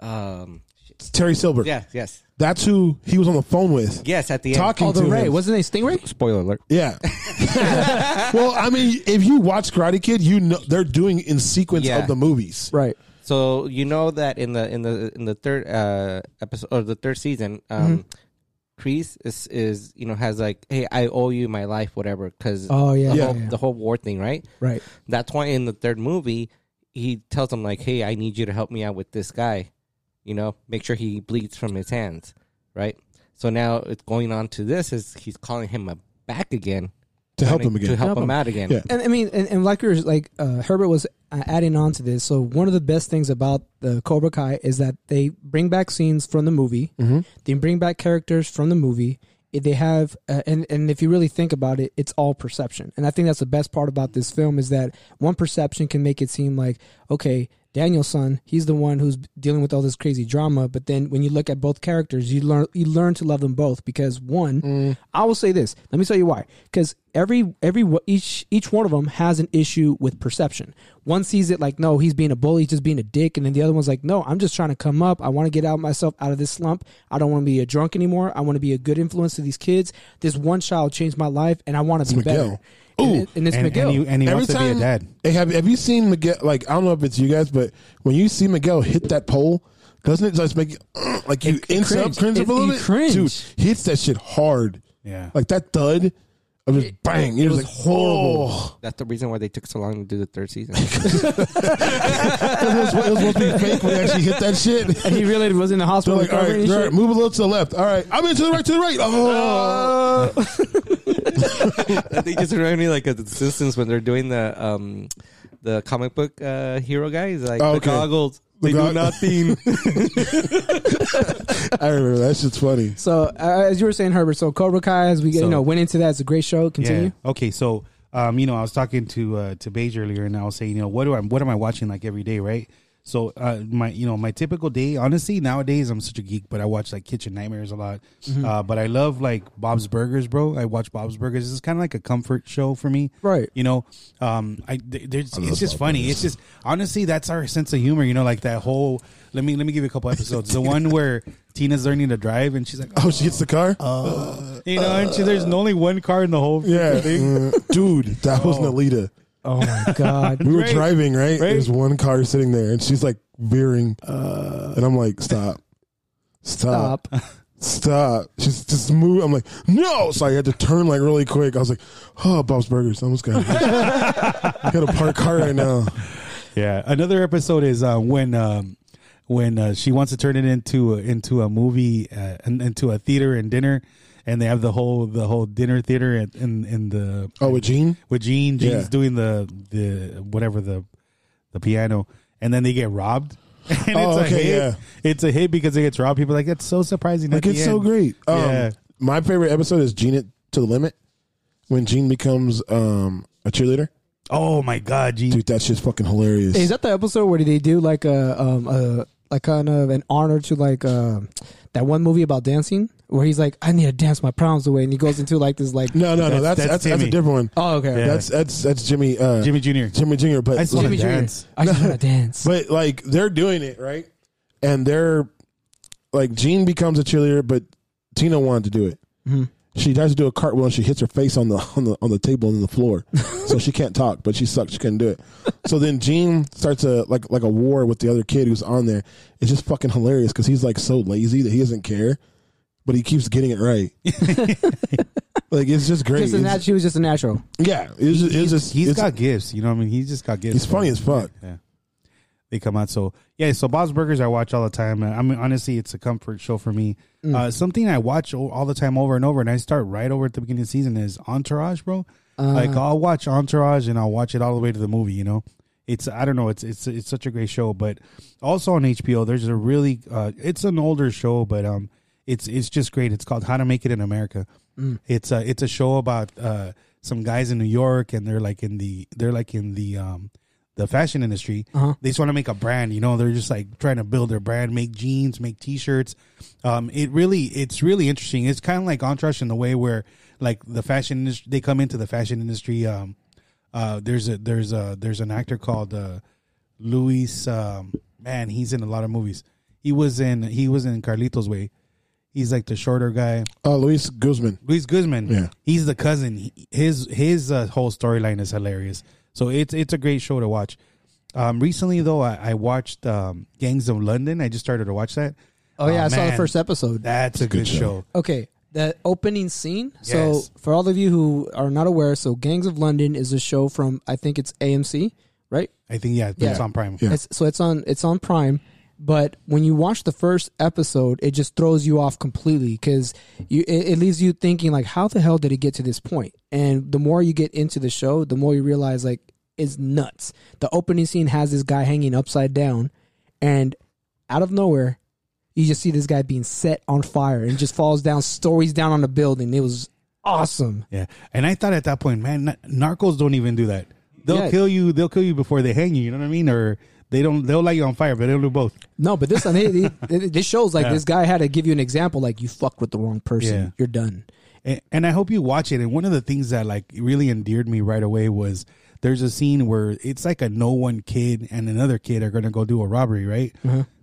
um,
It's Terry Silver.
yeah, yes,
that's who he was on the phone with,
yes. At the
talking
Oh, the
to him.
Ray. Wasn't it Stingray?
end, spoiler alert.
Yeah. well, I mean, if you watch Karate Kid, you know they're doing in sequence
Yeah.
of the movies.
Right.
So you know that in the in the in the third uh episode or the third season, um, Kreese is is you know has like, hey, I owe you my life, whatever, because
Oh, yeah,
the,
yeah,
whole,
yeah.
the whole war thing, right?
Right.
That's why in the third movie, he tells him like, hey, I need you to help me out with this guy, you know, make sure he bleeds from his hands, right? So now it's going on to this is he's calling him a back again
To help him again.
to help,
Help
him,
him.
out again.
Yeah.
And I mean, and, and like we were, like uh, Herbert was uh, adding on to this. So one of the best things about the Cobra Kai is that they bring back scenes from the movie. They bring back characters from the movie. It- They have, uh, and and if you really think about it, it's all perception. And I think that's the best part about this film is that one perception can make it seem like okay. Daniel's son, he's the one who's dealing with all this crazy drama. But then when you look at both characters, you learn you learn to love them both because one,
Mm.
I will say this. Let me tell you why. Because every every each each one of them has an issue with perception. One sees it like, no, he's being a bully, he's just being a dick, and then the other one's like, no, I'm just trying to come up. I want to get out myself out of this slump. I don't want to be a drunk anymore. I want to be a good influence to these kids. This one child changed my life, and I want to be
Miguel.
better. And, it- and it's
and, and
Miguel.
he, and he wants to be a dad.
Hey, have have you seen Miguel? Like I don't know if it's you guys, but when you see Miguel hit that pole, doesn't it just make you like you
It-
inch
it
up,
cringe.
cringe up
It-
a little
you
bit?
cringe.
Dude, he hits that shit hard.
Yeah.
like that thud of just bang. It, was, like horrible.
That's the reason why they took so long to do the third season.
it, was, it was supposed to be fake when they actually hit that shit.
And he really was in the
They're
hospital.
like, all
recovering
right,
and
all
shit.
right, move a little to the left. All right, I'm in to the right, to the right. Oh,
they just remind me like of the Simpsons when they're doing the um the comic book uh hero guys like
Oh,
the
okay.
goggles. They
gog-
do nothing.
I remember that shit's funny.
So uh, as you were saying, Herbert. So Cobra Kai, as we get, you
So-
know went into that, it's a great show. Continue.
Yeah. Okay, so um, you know, I was talking to uh, to Beige earlier, and I was saying, you know, what do I what am I watching like every day, right? So uh, my you know my typical day, honestly, nowadays I'm such a geek, but I watch like Kitchen Nightmares a lot.
Mm-hmm.
Uh, but I love like Bob's Burgers, bro. I watch Bob's Burgers. It's kind of like a comfort show for me,
Right.
You know, um, I th- there's
love
it's just
Bob's
funny.
Burgers.
It's just honestly that's our sense of humor, you know, like that whole. Let me let me give you a couple episodes. the one where Tina's learning to drive, and she's like,
Oh, she hits the car.
you know, and she, there's only one car in the whole
yeah,
thing.
Mm. dude, that was Nalita.
Oh my God.
We were
Right.
driving, right?
Right.
There's one car sitting there, and she's like veering, and I'm like, stop, stop,
Stop.
stop. She's just move. I'm like, no. So I had to turn like really quick. I was like, oh, Bob's Burgers. I'm just gonna got a parked car right now.
Yeah. Another episode is uh, when um, when uh, she wants to turn it into a, into a movie, uh, in- into a theater and dinner, and they have the whole the whole dinner theater and in, in the
Oh, with Gene.
with Gene. Gene's
Yeah.
doing the the whatever the the piano, and then they get robbed. And
Oh,
it's a
okay,
hit.
yeah.
It's a hit because it gets robbed. People are like that's so surprising.
Like
at the
it's so
end."
great. Um,
Yeah.
My favorite episode is Gene It to the limit when Gene becomes um, a cheerleader.
Oh my god, Gene.
Dude, that shit's fucking hilarious.
Is that the episode where they do like a um a like kind of an honor to like um that one movie about dancing where he's like I need to dance my problems away and he goes into like this like
no, no, no.
That's-
That's that's that's,
that's
a
Timmy.
different one.
oh okay
Yeah.
That's that's that's Jimmy uh,
Jimmy Jr..
Jimmy Jr. But
I saw
Jimmy
Wanna
Jr.
dance.
I just want to dance
but like they're doing it right, and they're like Gene becomes a cheerleader, but Tina wanted to do it.
Mm-hmm.
She tries to do a cartwheel and she hits her face on the on the on the table and on the floor, so she can't talk. But she sucks; she couldn't do it. So then Gene starts a like like a war with the other kid who's on there. It's just fucking hilarious because he's like so lazy that he doesn't care, but he keeps getting it right. like it's just great.
just a
It's-
nat- she was just a natural
yeah, it's just, it's just
He's
it's,
got gifts. You know what I mean? He's just got gifts.
it's funny
bro.
as fuck.
Yeah. They come out so yeah. So Bob's Burgers I watch all the time. I mean, honestly, it's a comfort show for me. Uh, something I watch o- all the time over and over, and I start right over at the beginning of the season is Entourage, bro. like I'll watch Entourage and I'll watch it all the way to the movie. You know, it's I don't know. It's it's it's such a great show, but also on HBO there's a really uh, it's an older show, but um it's it's just great. It's called How to Make It in America. It's a it's a show about uh some guys in New York and they're like in the they're like in the um the fashion industry. They just want to make a brand, you know. They're just like trying to build their brand, make jeans, make T-shirts. Um, it really, it's really interesting. It's kind of like Entourage in the way where like the fashion industry, they come into the fashion industry. Um, uh, there's a there's a there's an actor called uh, Luis. Um, man, he's in a lot of movies. He was in he was in Carlitos Way. He's like the shorter guy.
Uh, Luis Guzman.
Luis Guzman.
Yeah.
he's the cousin. He- His his uh, whole storyline is hilarious. So it's it's a great show to watch. Um, recently though, I, I watched um, Gangs of London. I just started to watch that.
Oh yeah, I saw the
man.
first episode.
That's a good,
show.
show.
Okay, the opening scene.
Yes.
So for all of you who are not aware, so Gangs of London is a show from I think it's AMC, right?
I think yeah, it's
Yeah.
on Prime.
Yeah.
It's, so it's on it's on Prime. But when you watch the first episode, it just throws you off completely because you it, it leaves you thinking like, how the hell did it get to this point? And the more you get into the show, the more you realize like it's nuts. The opening scene has this guy hanging upside down, and out of nowhere, you just see this guy being set on fire and just falls down stories down on the building. It was awesome.
Yeah, and I thought at that point, man, n- narcos don't even do that. They'll
Yeah.
kill you. They'll kill you before they hang you. You know what I mean? Or they don't. They'll light you on fire, but they'll do both.
No, but this I mean, it- this shows like this guy had to give you an example like you fucked with the wrong person,
Yeah.
you're done.
and, and I hope you watch it. And one of the things that like really endeared me right away was there's a scene where it's like a no one kid and another kid are gonna go do a robbery, right?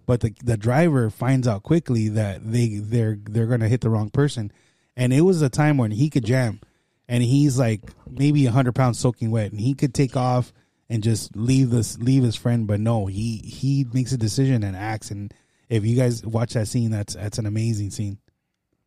But the the driver finds out quickly that they they're they're gonna hit the wrong person, and it was a time when he could jam, and he's like maybe hundred pounds soaking wet, and he could take off and just leave this leave his friend, but no, he he makes a decision and acts. And if you guys watch that scene, that's that's an amazing scene.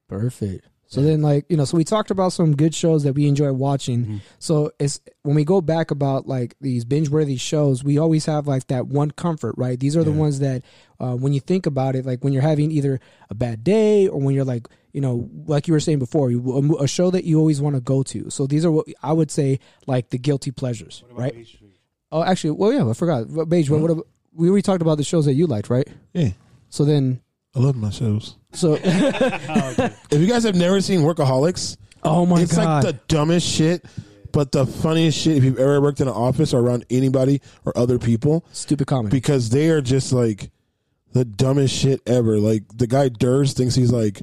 Perfect. So then, like you know, so we talked about some good shows that we enjoy watching. So it's when we go back about like these binge-worthy shows, we always have like that one comfort, right? These are the ones that, uh, when you think about it, like when you're having either a bad day or when you're like, you know, like you were saying before, you, a, mo- a show that you always want to go to. So these are what I would say like the guilty pleasures, right? Oh, actually, well, yeah, I forgot. But Beige, what, what ab- we already talked about the shows that you liked, right?
Yeah,
So then,
I love my shows.
so
If you guys have never seen Workaholics,
oh my
it's
god,
like the dumbest shit, but the funniest shit if you've ever worked in an office or around anybody or other people
stupid comedy.
because they are just like the dumbest shit ever. Like the guy Durs thinks he's like,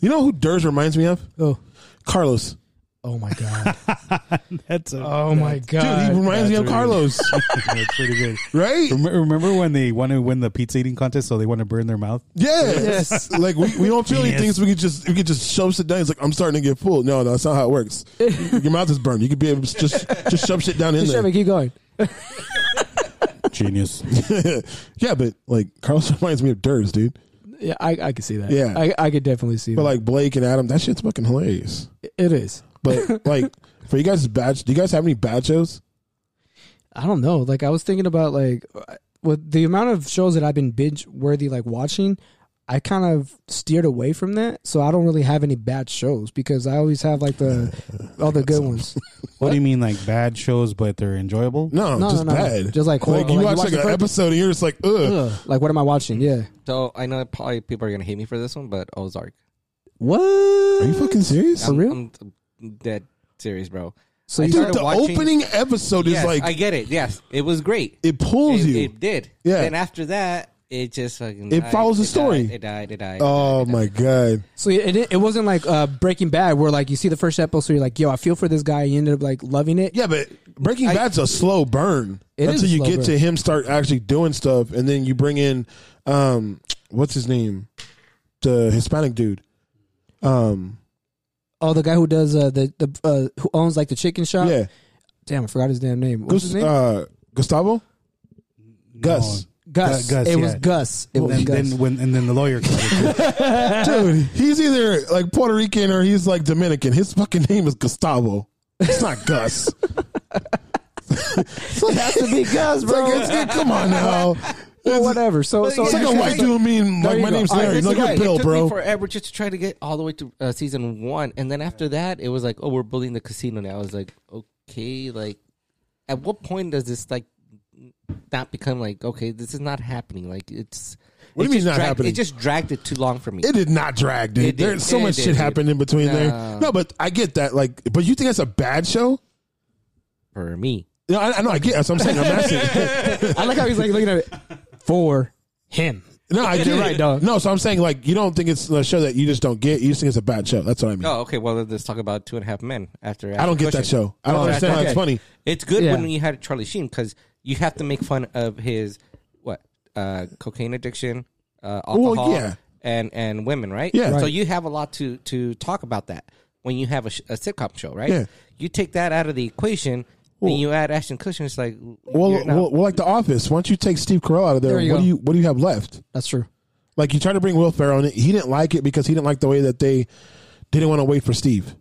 you know who Durs reminds me of?
oh.
Carlos.
Oh my god!
That's a,
Oh my
Dude, he
god!
reminds me of
really-
Carlos,
that's pretty good.
right?
Remember, remember when they want to win the pizza eating contest, so they want to burn their mouth?
Yes. Like we, we don't feel
Genius.
anything, so we could just we could just shove shit down. It's like I'm starting to get full. No, no, that's not how it works. Your mouth is burned. You could be able to just just shove shit down in
Just
there.
keep going.
Genius.
yeah, but like Carlos reminds me of Durs, dude.
Yeah, I, I could see that.
Yeah.
I, I could definitely see
But
that.
like Blake and Adam, that shit's fucking hilarious.
it is.
But like for you guys, badge. Do you guys have any bad shows?
I don't know. Like I was thinking about like with the amount of shows that I've been binge worthy like watching, I kind of steered away from that. So I don't really have any bad shows because I always have like the all the good ones.
What do you mean, like bad shows, but they're enjoyable?
No,
No,
just
no, no, no.
bad.
Just like
like
horrible.
you
Like, you
watch
watch
like
the
an
first-
episode and you're just like, ugh.
Ugh, like what am I watching? Yeah.
So I know probably people are gonna hate me for this one, but Ozark.
What?
Are you fucking serious?
I'm,
real?
I'm dead serious, bro.
So
I
you
started
Dude, the
watching-
opening episode
Yes,
is like
I get it. Yes, it was great.
it pulls
it,
you.
it did.
Yeah.
Then after that, it just fucking.
It
died,
follows the story.
Died, it died. It died.
oh my god.
So it, it, it wasn't like uh, Breaking Bad where like you see the first episode you're like yo I feel for this guy and you ended up like loving it.
Yeah, but Breaking Bad's a slow burn
It is
until
a
you
slow
get
burn.
to him start actually doing stuff, and then you bring in, um, what's his name, the Hispanic dude. Um,
Oh, the guy who does uh, the the uh, who owns like the chicken shop.
yeah,
Damn, I forgot his damn name. What was his
Gus,
name?
uh, Gustavo, Gus,
Gus.
Gus,
It was
yeah.
Gus. It was
Then,
Gus.
then when and then the lawyer. comes.
dude. He's either like Puerto Rican or he's like Dominican. His fucking name is Gustavo. It's not Gus.
it has to be Gus,
It's
bro.
like, it's good. Come on now.
Well, whatever. So, so
It's like a white dude mean
There
like
you
my
go.
name's
All right,
Larry.
here's
Like
the guy.
you're
It
Bill,
It took me
bro.
forever just to try to get all the way to uh, season one, and then after that, it was like, oh, we're building the casino now. I was like, okay, like, at what point does this like not become like, okay, this is not happening? Like, it's
What
it
do you mean
just
not
dragged-
happening?
It just dragged it too long for me.
It did not drag, dude.
It did.
There's so
It
much
did,
shit
dude.
happened in between there.
Nah.
No, but I get that. Like, but you think that's a bad show?
for me.
No, I, I know. I get. That's what I'm saying. I'm not saying.
I like how he's like looking at it for him.
No, I
You're
get it.
right, dog.
No, so I'm saying like you don't think it's a show that you just don't get. You just think it's a bad show. That's what I mean.
Oh, okay. Well, let's talk about Two and a Half Men. After,
I don't get that
Cushion.
show. I don't
Oh,
understand how
okay.
it's funny.
It's good
Yeah.
when you had Charlie Sheen because you have to make fun of his what uh, cocaine addiction, uh,
Well,
alcohol,
yeah.
and and women, right?
Yeah.
So
Right.
you have a lot to to talk about that when you have a, sh- a sitcom show, right?
Yeah.
You take that out of the equation
Well-
and you add Ashton Kutcher. It's like
Well,
you're not-
well, well, like The Office. Once you take Steve Carell out of there,
There you
what
go.
do you what do you have left?
That's true.
Like you try to bring Will Ferrell in. He didn't like it because he didn't like the way that they didn't want to wait for Steve.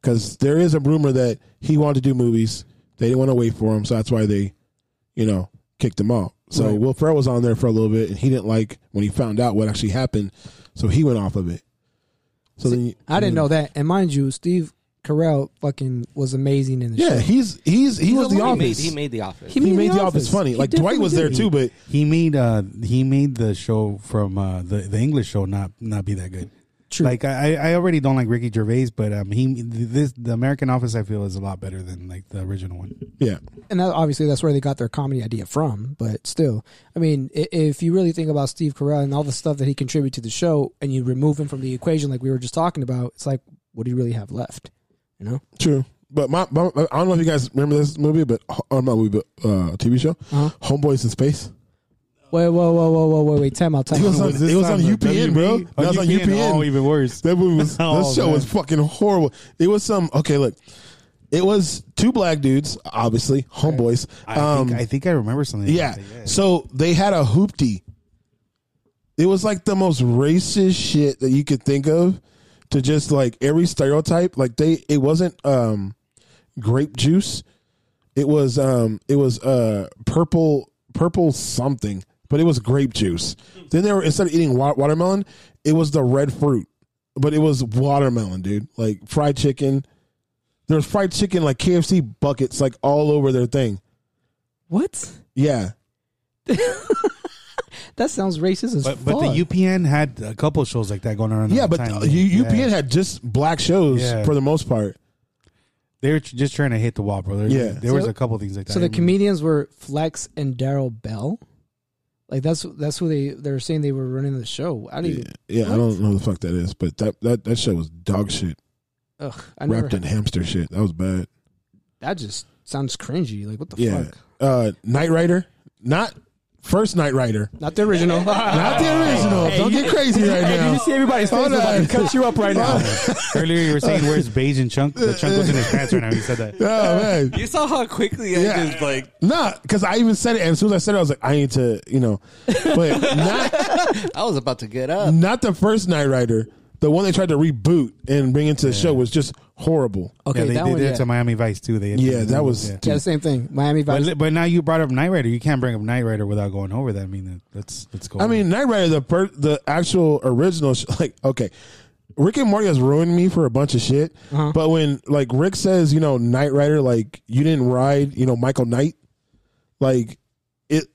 Because there is a rumor that he wanted to do movies. They didn't want to wait for him, so that's why they, you know, kicked him off. So Will Ferrell was on there for a little bit, and he didn't like when he found out what actually happened, so he went off of it. So then you-
I didn't know that. And mind you, Steve Carell fucking was amazing in the
Yeah,
show.
he's he's he
He's
was
a-
the
he
office.
Made, he made the office.
he made the office funny.
He
Like Dwight
definitely
was there
did.
too, but
He made uh he made the show from uh the, the English show not not be that good.
True.
Like I I already don't like Ricky Gervais, but um he this the American Office I feel is a lot better than like the original one.
yeah,
and that, obviously that's where they got their comedy idea from. But still, I mean, i- if you really think about Steve Carell and all the stuff that he contributed to the show, and you remove him from the equation, like we were just talking about, it's like, what do you really have left? You know?
true. But my, my I don't know if you guys remember this movie, but uh, not movie, but uh, TV show,
Uh-huh.
Homeboys in Space.
Wait, whoa, whoa, whoa, whoa, wait, wait, time out, time
He
out.
was on,
Was this
it was
on
on
the
UPN, bro.
WB?
That was on
On UPN?
UPN.
Oh, even worse.
That movie was.
Oh,
this show was
man.
fucking horrible. It was some okay. Look, it was two black dudes, obviously homeboys.
I, think, I think I remember something. like
Yeah.
that,
So they had a hoopty. It was like the most racist shit that you could think of to just like every stereotype. Like they it wasn't um grape juice. It was um it was uh purple purple something, but it was grape juice. Then they were instead of eating wa- watermelon, it was the red fruit. But it was watermelon, dude. Like fried chicken. There was fried chicken like KFC buckets like all over their thing.
What?
Yeah.
That sounds racist as
But
fuck.
but the UPN had a couple shows like that going around.
Yeah,
at the
but
time.
uh, U-
Yeah.
UPN had just black shows
Yeah.
for the most part.
they were tr- just trying to hit the wall, bro. There,
Yeah.
there was
So-
a couple things like that. I
so the
remember.
comedians were Flex and Daryl Bell. Like that's that's who they they were saying they were running the show. I didn't.
Yeah,
even
yeah I
What?
don't know who the fuck that is, but that that, that show was dog shit,
Ugh, I never.
wrapped in hamster shit. That was bad.
That just sounds cringy. Like what the
Yeah,
fuck?
uh, Night Rider, not first Night Rider,
Not the original.
not the original. don't get crazy right
Hey,
now.
did you see everybody's face?
Hold
I'm about
on.
to cut you up right now.
earlier you were saying where's beige and chunk. The chunk was in his pants right now. He said that.
Oh man,
you saw how quickly
Yeah.
I just like
nah, because I even said it, and as soon as I said it, I was like, I need to, you know, but not
I was about to get up.
not the first Night Rider. The one they tried to reboot and bring into the show was just horrible.
Okay,
yeah, they
that
did
one.
that
yeah.
to Miami Vice too. They
Yeah, that was.
Yeah.
Yeah, the same thing. Miami
But,
Vice.
li- but now you brought up Night Rider. You can't bring up Night Rider without going over that. I mean, that- let's let's go.
I mean, Knight Rider, the per- the actual original, sh- like, okay, Rick and Morty has ruined me for a bunch of shit. But when like Rick says, you know, Knight Rider, like you didn't ride, you know, Michael Knight, like it,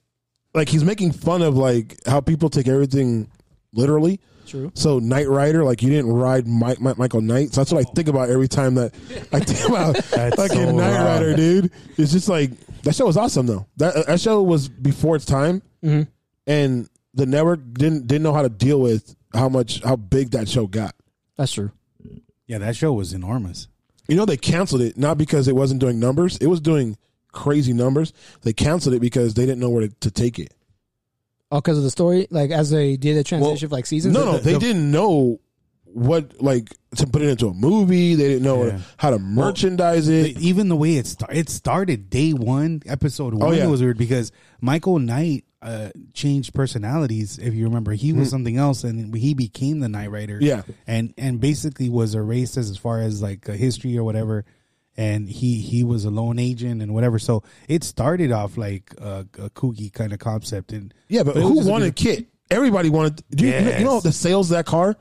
like he's making fun of like how people take everything literally.
True.
So Knight Rider, like you didn't ride Mike, Mike, Michael Knight. So that's what I think about every time that I think about fucking
so
Knight
wild.
Rider, dude. It's just like that show was awesome though. That uh, that show was before its time, and the network didn't didn't know how to deal with how much how big that show got.
That's true.
yeah, that show was enormous.
You know, they canceled it not because it wasn't doing numbers; it was doing crazy numbers. They canceled it because they didn't know where to, to take it.
Oh, because of the story, like as they did the transition of like seasons.
No, no,
Like,
they didn't know what like to put it into a movie. They didn't know
Yeah.
how to merchandise it.
The- even the way it started, it started day one, episode one.
Oh, yeah.
It was weird because Michael Knight uh, changed personalities. If you remember, he was something else, and he became the Knight Rider.
Hmm. Yeah.
and and basically was erased as, as far as like a history or whatever. And he he was a lone agent and whatever. So it started off like a, a kooky kind of concept. And
Yeah, but
it was
who
just a
wanted
beautiful-
Kit? Everybody wanted. Do you, you know- you know
Yes.
the sales of that car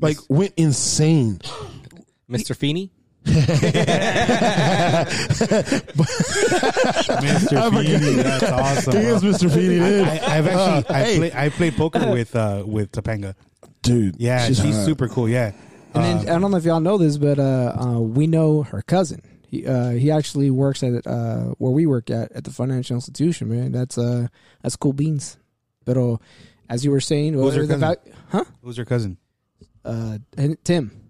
like went insane.
Mr. Feeney?
Mr. Feeny, that's awesome.
It is
bro.
Mr. Feeny, dude.
I, I've actually I,
hey.
play, I played poker with uh, with Topanga.
dude.
Yeah, she's,
hot.
super cool. Yeah,
and then, I don't uh, know if y'all know this, but uh, uh, we know her cousin. He uh, he actually works at uh, where we work at at the financial institution, man. That's uh that's cool beans. Pero as you were saying,
Who's your
whatever the
cousin?
vac- huh?
Who's your cousin?
Uh, and Tim.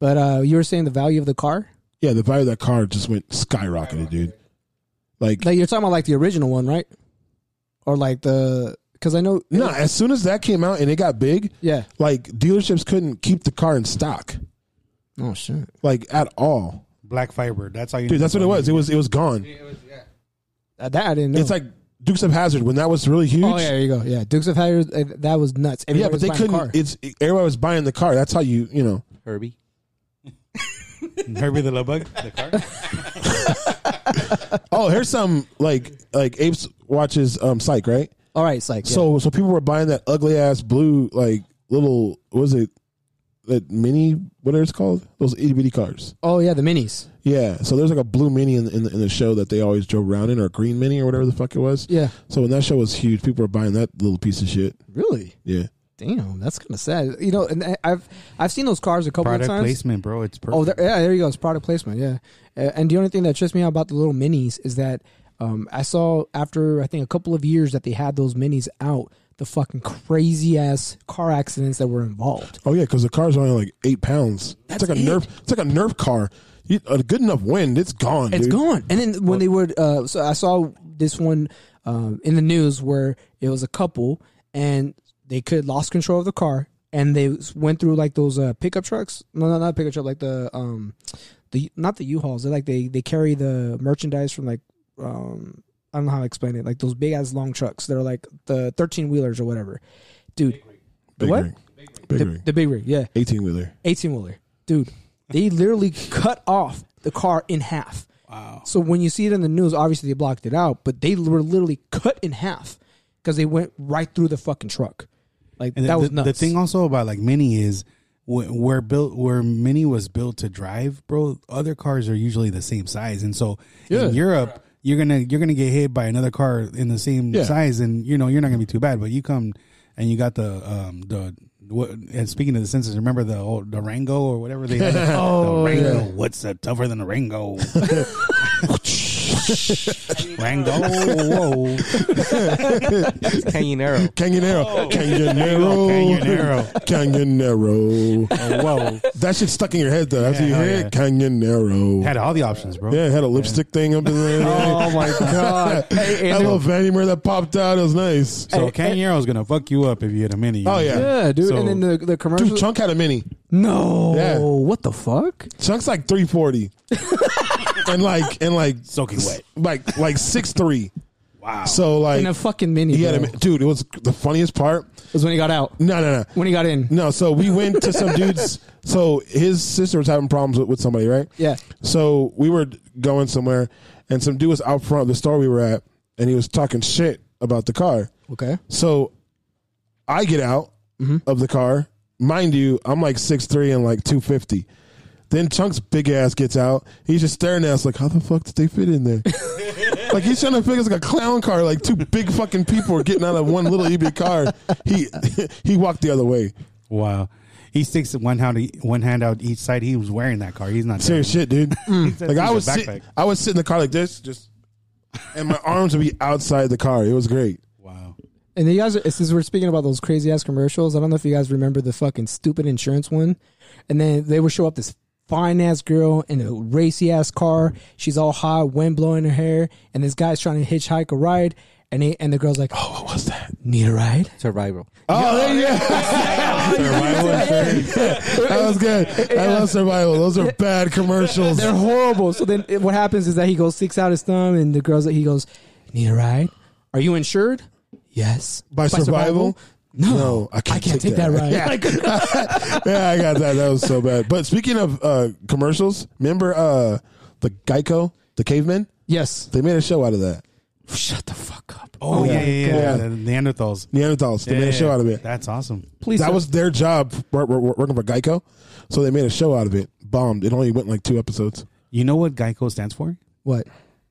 But uh, you were saying the value of the car.
Yeah, the value of that car just went skyrocketed, dude. Like,
Like you're talking about like the original one, right? Or like the because I know
no, as soon as that came out and it got big,
yeah.
like dealerships couldn't keep the car in stock,
Oh shit.
like at all,
Black fiber. That's how you.
dude.
know
That's what it was. It was it was gone.
Uh, that I didn't know.
It's like Dukes of Hazard when that was really huge.
oh yeah, there you go. Yeah, Dukes of Hazzard. uh, That was nuts.
Yeah,
Everybody
but
was
they
buying a
couldn't.
car.
It's everybody was buying the car. That's how you you know.
Herbie.
Herbie the Love Bug. The car.
Oh, here's some like like apes watches um psych right.
All right, it's like yeah.
So so people were buying that ugly ass blue like little what was it that mini whatever it's called those itty bitty cars.
Oh yeah, the minis.
Yeah. So there's like a blue mini in, in, the- in the show that they always drove around in, or a green mini, or whatever the fuck it was.
Yeah.
So when that show was huge, people were buying that little piece of shit.
Really?
Yeah.
Damn, that's kind of sad. You know, and I- I've I've seen those cars a couple
Product
of times.
placement, bro. It's perfect.
Oh, there, yeah, there you go. It's product placement. Yeah, Uh, and the only thing that trips me out about the little minis is that um, I saw after I think a couple of years that they had those minis out, the fucking crazy ass car accidents that were involved.
Oh yeah, because the car's only like eight pounds. it's like a
it.
nerf. It's like a nerf car. You, a good enough wind, it's gone.
It's
dude.
gone. And then when they would, uh, so I saw this one um, in the news where it was a couple and they could lost control of the car and they went through like those uh, pickup trucks. No, no, not pickup truck. Like the um, the not the U-Hauls. They're like they they carry the merchandise from like um, I don't know how to explain it. Like those big ass long trucks. They're like the thirteen wheelers or whatever. Dude,
Big
what?
ring. Big ring.
the big rig. Yeah,
Eighteen wheeler.
eighteen wheeler, dude. They literally cut off the car in half. Wow. So when you see it in the news, obviously they blocked it out, but they were literally cut in half because they went right through the fucking truck. Like
And
that
the,
was
the-
nuts.
The thing also about like Mini is wh- where built where Mini was built to drive, bro. Other cars are usually the same size, and so
Yeah.
in Europe, you're gonna you're gonna get hit by another car in the same
Yeah.
size, and you know you're not gonna be too bad. But you come and you got the um the. What, and speaking of the senses, remember the old the Rango or whatever they had? oh, the Rango. What's uh, tougher than a Rango? Rango. Whoa.
It's Canyonero.
Canyanero.
Oh.
Canyanero.
Canyonero.
Canyanero.
Whoa.
That shit stuck in your head though. After
Yeah,
you
oh,
hell
hear
yeah.
it, Canyanero.
Had all the options, bro.
yeah, it had a lipstick thing up in there.
oh my god! Hey,
That
and
little
then-
Vanny Mirror that popped out. It was nice.
So Canyonero's gonna fuck you up if you hit a mini.
Oh, yeah.
yeah, dude.
So-
and then the the commercial.
Dude, Chunk had a mini.
no,
Yeah.
what the fuck?
Chunk's like three forty, and like and like
Soaking wet.
like like six three.
Wow.
So like
In a fucking mini.
he had a
bro.
mi- dude. It was the funniest part.
was when he got out.
No, no, no.
When he got in.
No, so we went to some dudes. So his sister was having problems with, with somebody, right?
Yeah.
So we were going somewhere, and some dude was out front of the store we were at, and he was talking shit about the car.
Okay.
So I get out of the car. Mind you, I'm like 6'3 and like 250. Then Chunk's big ass gets out. He's just staring at us like, how the fuck did they fit in there? like he's trying to figure it's like a clown car. Like two big fucking people are getting out of one little EB car. He he walked the other way.
Wow. He sticks one hand one hand out each side. He was wearing that car. He's not
Serious shit, dude.
That's
like I
a
was
backpack.
sit, I would sit in the car like this, just and my arms would be outside the car. It was great.
Wow.
And you guys, are, since we're speaking about those crazy ass commercials, I don't know if you guys remember the fucking stupid insurance one. And then they would show up this fine ass girl in a racy ass car. She's all hot, wind blowing her hair, and this guy's trying to hitchhike a ride. And he, and the girl's like, "Oh, what was that? Need a ride?"
Survival.
Oh, there you go. that
Uh,
was good. I love survival. Those are bad commercials.
They're horrible. So then it- what happens is that he goes sticks out his thumb, and the girl's like, he goes, "Need a ride? Are you insured? Yes.
By survival?
No,
No,
I can't, take, that, ride. Like,
yeah, I got that. That was so bad. But speaking of uh, commercials, remember uh, the Geico, the cavemen?
yes.
They made a show out of that.
Shut the fuck up.
Oh, yeah, yeah, yeah.
Yeah.
The Neanderthals.
Neanderthals. They made a show out of it.
That's awesome.
Please.
that
sir.
was their job wor- wor- wor- working for Geico. So they made a show out of it. Bombed. It only went like two episodes.
You know what Geico stands for?
what?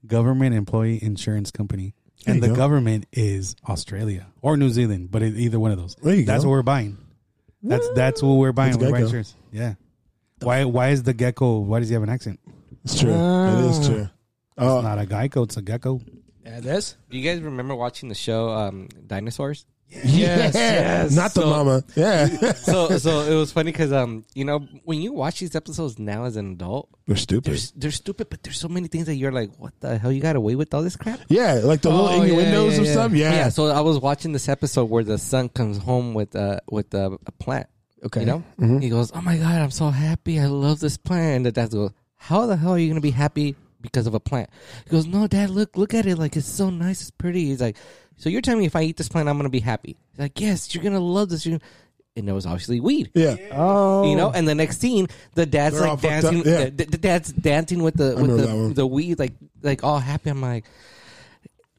Government Employee Insurance Company. And
There
the
you go.
government is Australia or New Zealand, but it, either one of those.
There you
that's
go.
what we're buying. That's that's what we're buying.
It's
We're buying
Geico.
insurance. Yeah. Why why is the gecko? Why does he have an accent?
It's true. It
Ah.
is true. Uh,
It's not a geico, it's a gecko.
Yeah, this?
Do you guys remember watching the show um, Dinosaurs?
Yes,
yes.
Not the mama. Yeah.
So so it was funny because um you know when you watch these episodes now as an adult
They're
they're
stupid.
s- they're stupid but there's so many things that you're like what the hell you got away with all this crap.
Yeah, like the
Oh,
little
yeah,
innuendos
yeah,
of
yeah.
some. Yeah.
Yeah, so I was watching this episode where the son comes home with uh with uh, a plant.
Okay. Mm-hmm.
You know? He goes, Oh my god, I'm so happy, I love this plant and the dad goes, How the hell are you gonna be happy because of a plant? He goes, No dad, look look at it, like it's so nice, it's pretty. He's like, So you're telling me if I eat this plant I'm gonna be happy. He's like, Yes, you're gonna love this. You're gonna... And it was obviously weed.
yeah.
Oh.
You know, and the next scene, the dad's
They're all
like
fucked
dancing.
up, yeah.
The, the- the dad's dancing with the
remember
with
that
the,
one.
the weed, like like all happy. I'm like,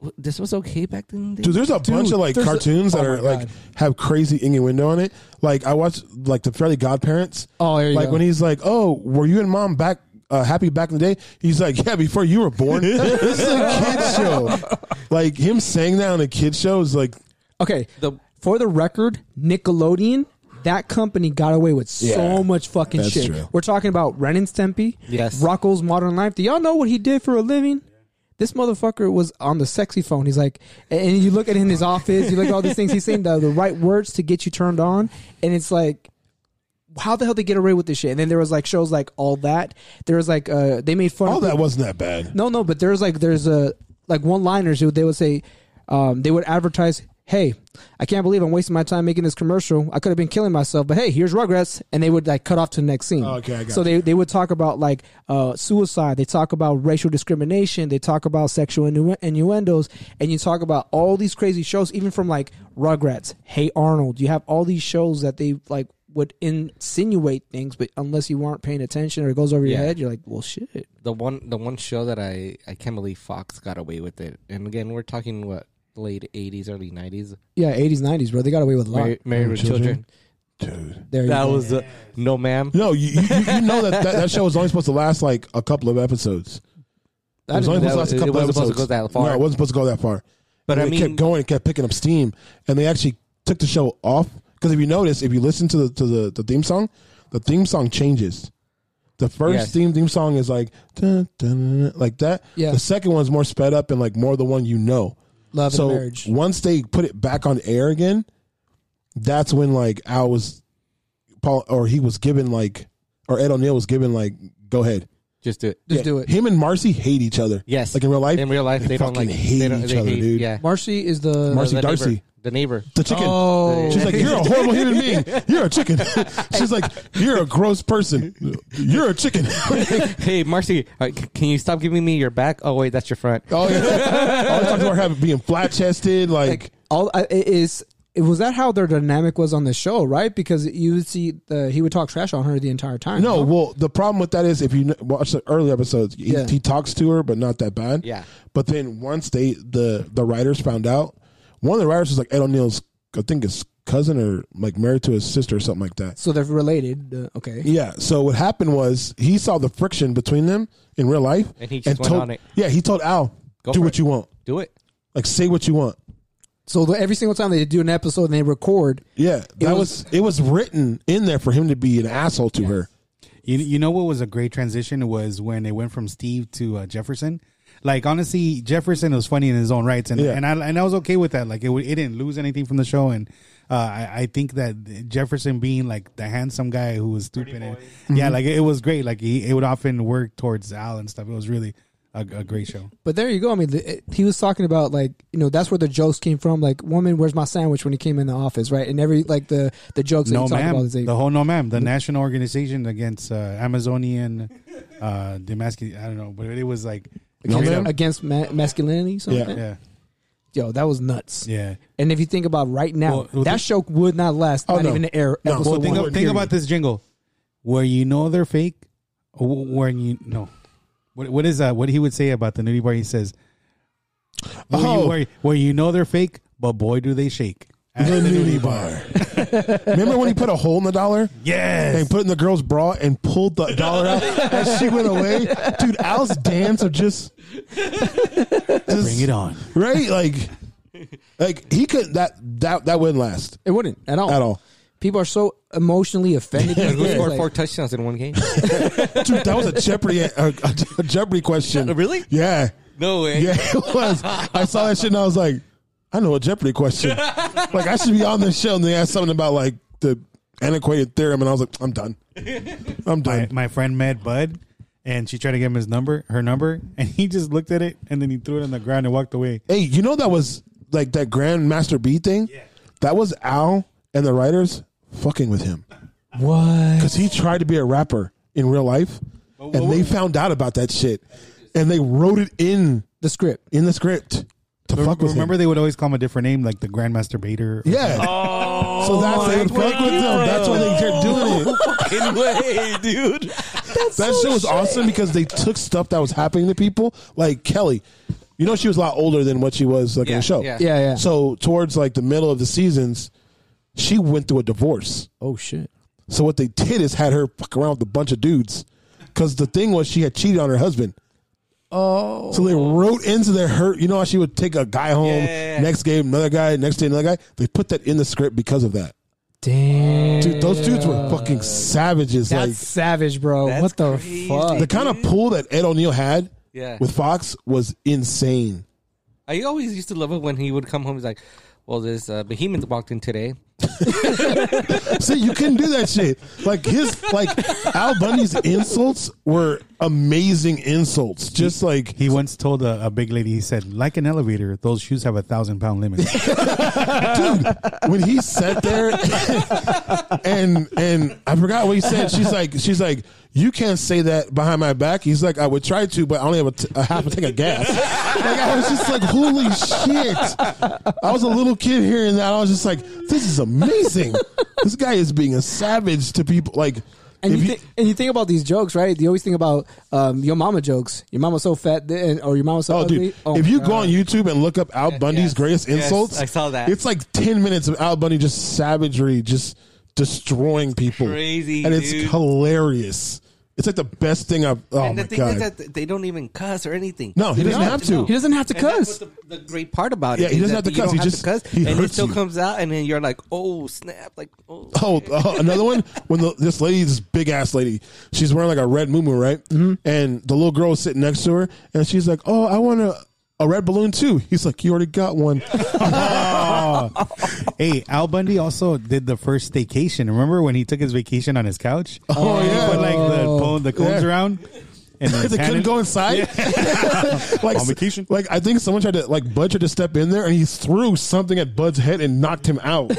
"W- this was okay back then.
Dude, there's a bunch of like
there's a-
cartoons that
oh
are
my
like
God.
have crazy innuendo on it. Like I watched like the Fairly Godparents.
Oh, there you
like
go.
when he's like, "Oh, were you and mom back uh, happy back in the day?" He's like, "Yeah, before you were born." this is a kids show. Like him saying that on a kids show is like,
Okay.
The-
for the record, Nickelodeon, that company got away with
Yeah,
so much fucking
that's
shit.
true.
We're talking about Ren and Stimpy.
Yes.
Rocco's Modern Life. Do y'all know what he did for a living? This motherfucker was on the sexy phone. He's like, and you look at him in his office, you look at all these things. He's saying the, the right words to get you turned on. And it's like, how the hell they get away with this shit? And then there was like shows like All That. There was like, uh, they made fun
"All
of
that wasn't that bad."
no, no, but there's like there's a like one liners who they would say um, they would advertise, "Hey, I can't believe I'm wasting my time making this commercial. I could have been killing myself, but hey, here's Rugrats," and they would like cut off to the next scene.
Oh, Okay, I got
so
you.
they they would talk about like uh, suicide. They talk about racial discrimination. They talk about sexual innu- innuendos, and you talk about all these crazy shows, even from like Rugrats, Hey Arnold. You have all these shows that they like would insinuate things, but unless you weren't paying attention or it goes over your
Yeah.
head, you're like, well, shit.
the one the one show that I I can't believe Fox got away with it. And again, we're talking what late '80s, early '90s.
Yeah, eighties, nineties, bro. They got away with a lot.
Married, married with children.
Dude.
There you
That
go.
was the no, ma'am.
No, you, you, you you know that, that that show was only supposed to last like a couple of episodes. It was only supposed to
know that
last a
was- it
couple
wasn't
episodes.
supposed to go that far.
No, it wasn't supposed to go that far.
But
And
I
it
mean-
kept going, it kept picking up steam, and they actually took the show off because if you notice, if you listen to the to the, the theme song, the theme song changes. The first
Yes.
theme theme song is like dun, dun, dun, like that.
Yeah.
The second one's more sped up and like more the one you know.
Love and
so
Marriage.
once they put it back on air again, that's when like I was Paul or he was given like or Ed O'Neill was given like go ahead.
Just do it.
Just do it.
Him and Marcy hate each other.
Yes,
Like in real life.
In real life, they, don't
fucking
like
hate
they don't,
each
they
other,
hate-
dude.
Yeah,
Marcy is the
Marcy
the
Darcy.
neighbor, the neighbor.
The chicken.
Oh,
She's like, you're a horrible human being. You're a chicken. She's like, you're a gross person. You're a chicken.
hey, Marcy, uh, c- can you stop giving me your back? Oh wait, that's your front.
oh yeah. All talking about her being flat chested. Like,
like all I- it is. It was that how their dynamic was on the show, right? Because you would see the, he would talk trash on her the entire time.
no. Well, the problem with that is if you kn- watch the early episodes, he,
Yeah.
he talks to her, but not that bad.
Yeah.
But then once they the the writers found out, one of the writers was like Ed O'Neill's, I think his cousin or like married to his sister or something like that.
so they're related. Uh, okay,
Yeah. So what happened was he saw the friction between them in real life,
And he just went
told,
on it.
Yeah, he told Al,
Go
do
for
what
it."
you want,
Do it.
like say what you want.
so the, every single time they do an episode and they record,
Yeah, that
was-
was, it was written in there for him to be an asshole to her.
You, you know what was a great transition was when they went from Steve to uh, Jefferson. Like honestly, Jefferson was funny in his own rights, and
Yeah.
and I and I was okay with that. Like it, wa- it didn't lose anything from the show, and uh, I, I think that Jefferson being like the handsome guy who was stupid, and,
Mm-hmm.
yeah, like it, was great. Like he it would often work towards Al and stuff. It was really a, a great show.
But there you go. I mean, the, it- he was talking about like you know that's where the jokes came from. Like, woman, where's my sandwich? When he came in the office, right? And every like the the jokes that
No
he talked about
ma'am,
is like,
the whole no ma'am, the national organization against uh, Amazonian uh, Damascus. I don't know, but it was like
against,
straight up-
against ma- masculinity. Something.
yeah,
Yo, that was nuts.
yeah.
And if you think about right now,
Well, well,
that
thi-
show would not last.
Oh,
not
no.
even an air.
No.
Episode
Well,
Think,
one.
of- think about this jingle, where you know they're fake, or when you no. What what is that? What he would say about the nudie bar? He says, where,
Oh.
you, where, where you know they're fake, but boy do they shake." At
The nudie bar. Remember when he put a hole in the dollar?
Yes.
And put it in the girl's bra and pulled the dollar out as she went away? Dude, Al's dance of just, just
Bring it on.
Right? Like like he could that that that wouldn't last
It wouldn't at all.
at all.
People are so emotionally offended. these
Who
days,
scored
like-
four touchdowns in one game?
Dude, that was a Jeopardy, a, a, a Jeopardy question.
Really?
Yeah.
No way.
Yeah, it was. I saw that shit and I was like, I know a Jeopardy question. like, I should be on this show. And they asked something about like the antiquated theorem, and I was like, I'm done.
my,
I'm done.
my friend met Bud, and she tried to give him his number, her number, and he just looked at it and then he threw it on the ground and walked away.
hey, you know that was like that Grandmaster B thing?
Yeah.
That was Al and the writers fucking with him
What?
because he tried to be a rapper in real life, and they found out about that shit, and they wrote it in
The script.
in the script to fuck with
Remember,
him.
they would always call him a different name, like the Grandmaster Bader.
yeah.
Oh,
so that's they would fuck with him. That's why they kept doing it.
Fucking way, dude.
That shit was awesome because they took stuff that was happening to people, like Kelly. You know, she was a lot older than what she was like in
Yeah,
the show.
yeah.
Yeah, yeah.
So towards like the middle of the seasons, she went through a divorce.
oh shit.
So what they did is had her fuck around with a bunch of dudes, because the thing was she had cheated on her husband. Oh. So they wrote into their hurt. You know how she would take a guy home next game, another guy, next day, another guy. They put that in the script because of that.
Damn.
Dude, those dudes were fucking savages.
That's
like
savage, bro. What the fuck?
the kind of pull that Ed O'Neill had
Yeah.
with Fox was insane.
I always used to love it when he would come home. He's like, "Well, this uh, behemoth walked in today."
See, you couldn't do that shit. Like his, like Al Bundy's insults were amazing insults. Just like
He once told a, a big lady, he said, like an elevator, those shoes have a thousand pound limit.
when he sat there and and I forgot what he said. She's like, she's like, you can't say that behind my back. He's like, I would try to, but I only have a, t- a half a tank of gas. Like I was just like, holy shit! I was a little kid hearing that. I was just like, this is amazing. This guy is being a savage to people. Like,
And
if
you,
you-
thi- and you think about these jokes, right? You always think about um, your mama jokes. Your mama's so fat, th- and- or your mama's so
Oh,
ugly.
dude!
Oh
if
my
you
God.
go on YouTube and look up Al Bundy's
yes.
greatest
Yes,
insults,
I saw that.
It's like ten minutes of Al Bundy just savagery, just destroying people.
crazy,
and it's
dude.
hilarious. It's like the best thing I've. Oh
and the
my
thing
god!
is that they don't even cuss or anything.
no, he
They
doesn't
don't
have to.
no.
he doesn't have to
And that's
cuss.
what The, the great part about it,
Yeah, he
is
doesn't have
that
to
you
cuss.
don't
He
have
just-
to cuss,
he
and it
hurts
still
you.
comes out, and then you're like, "Oh snap!" Like, oh,
Oh, oh, another one. When the, this lady, this big ass lady, she's wearing like a red muumuu, right?
Mm-hmm.
And the little girl is sitting next to her, and she's like, "Oh, I want a, a red balloon too." He's like, "You already got one."
hey, Al Bundy also did the first staycation. Remember when he took his vacation on his couch?
Oh,
He
yeah.
put like the, cone, the cones
Yeah.
around. And
they couldn't go inside. like
On vacation?
Like I think someone tried to like Bud tried to step in there and he threw something at Bud's head and knocked him out.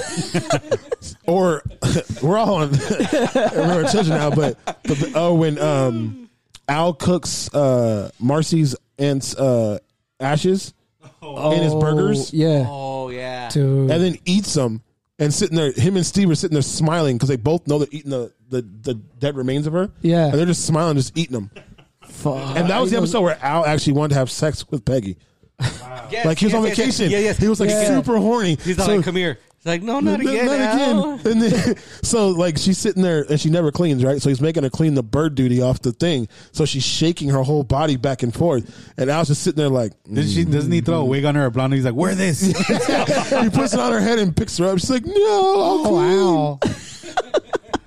or we're all on we're children now, but, but oh when um Al cooks uh Marcy's aunt's uh ashes in his burgers
Yeah.
oh yeah,
Dude.
and then eats them and sitting there him and Steve are sitting there smiling because they both know they're eating the, the the dead remains of her.
Yeah.
And they're just smiling, just eating them.
Fuck.
And that was the
You know,
episode where Al actually wanted to have sex with Peggy.
Yes,
Like he was
yes,
on
yes,
vacation.
Yes, yes, yes.
He was like
Yeah.
super horny.
He's not
So-
like, "Come here." It's like, "No, not
N-
again." Al."
And then, so like she's sitting there and she never cleans, right? So he's making her clean the bird duty off the thing. So she's shaking her whole body back and forth. And Al's just sitting there like
Doesn't, she, doesn't he throw a wig on her or blonde? He's like, wear this.
he puts it on her head and picks her up. She's like, No,
Oh,
I'll clean.
Wow.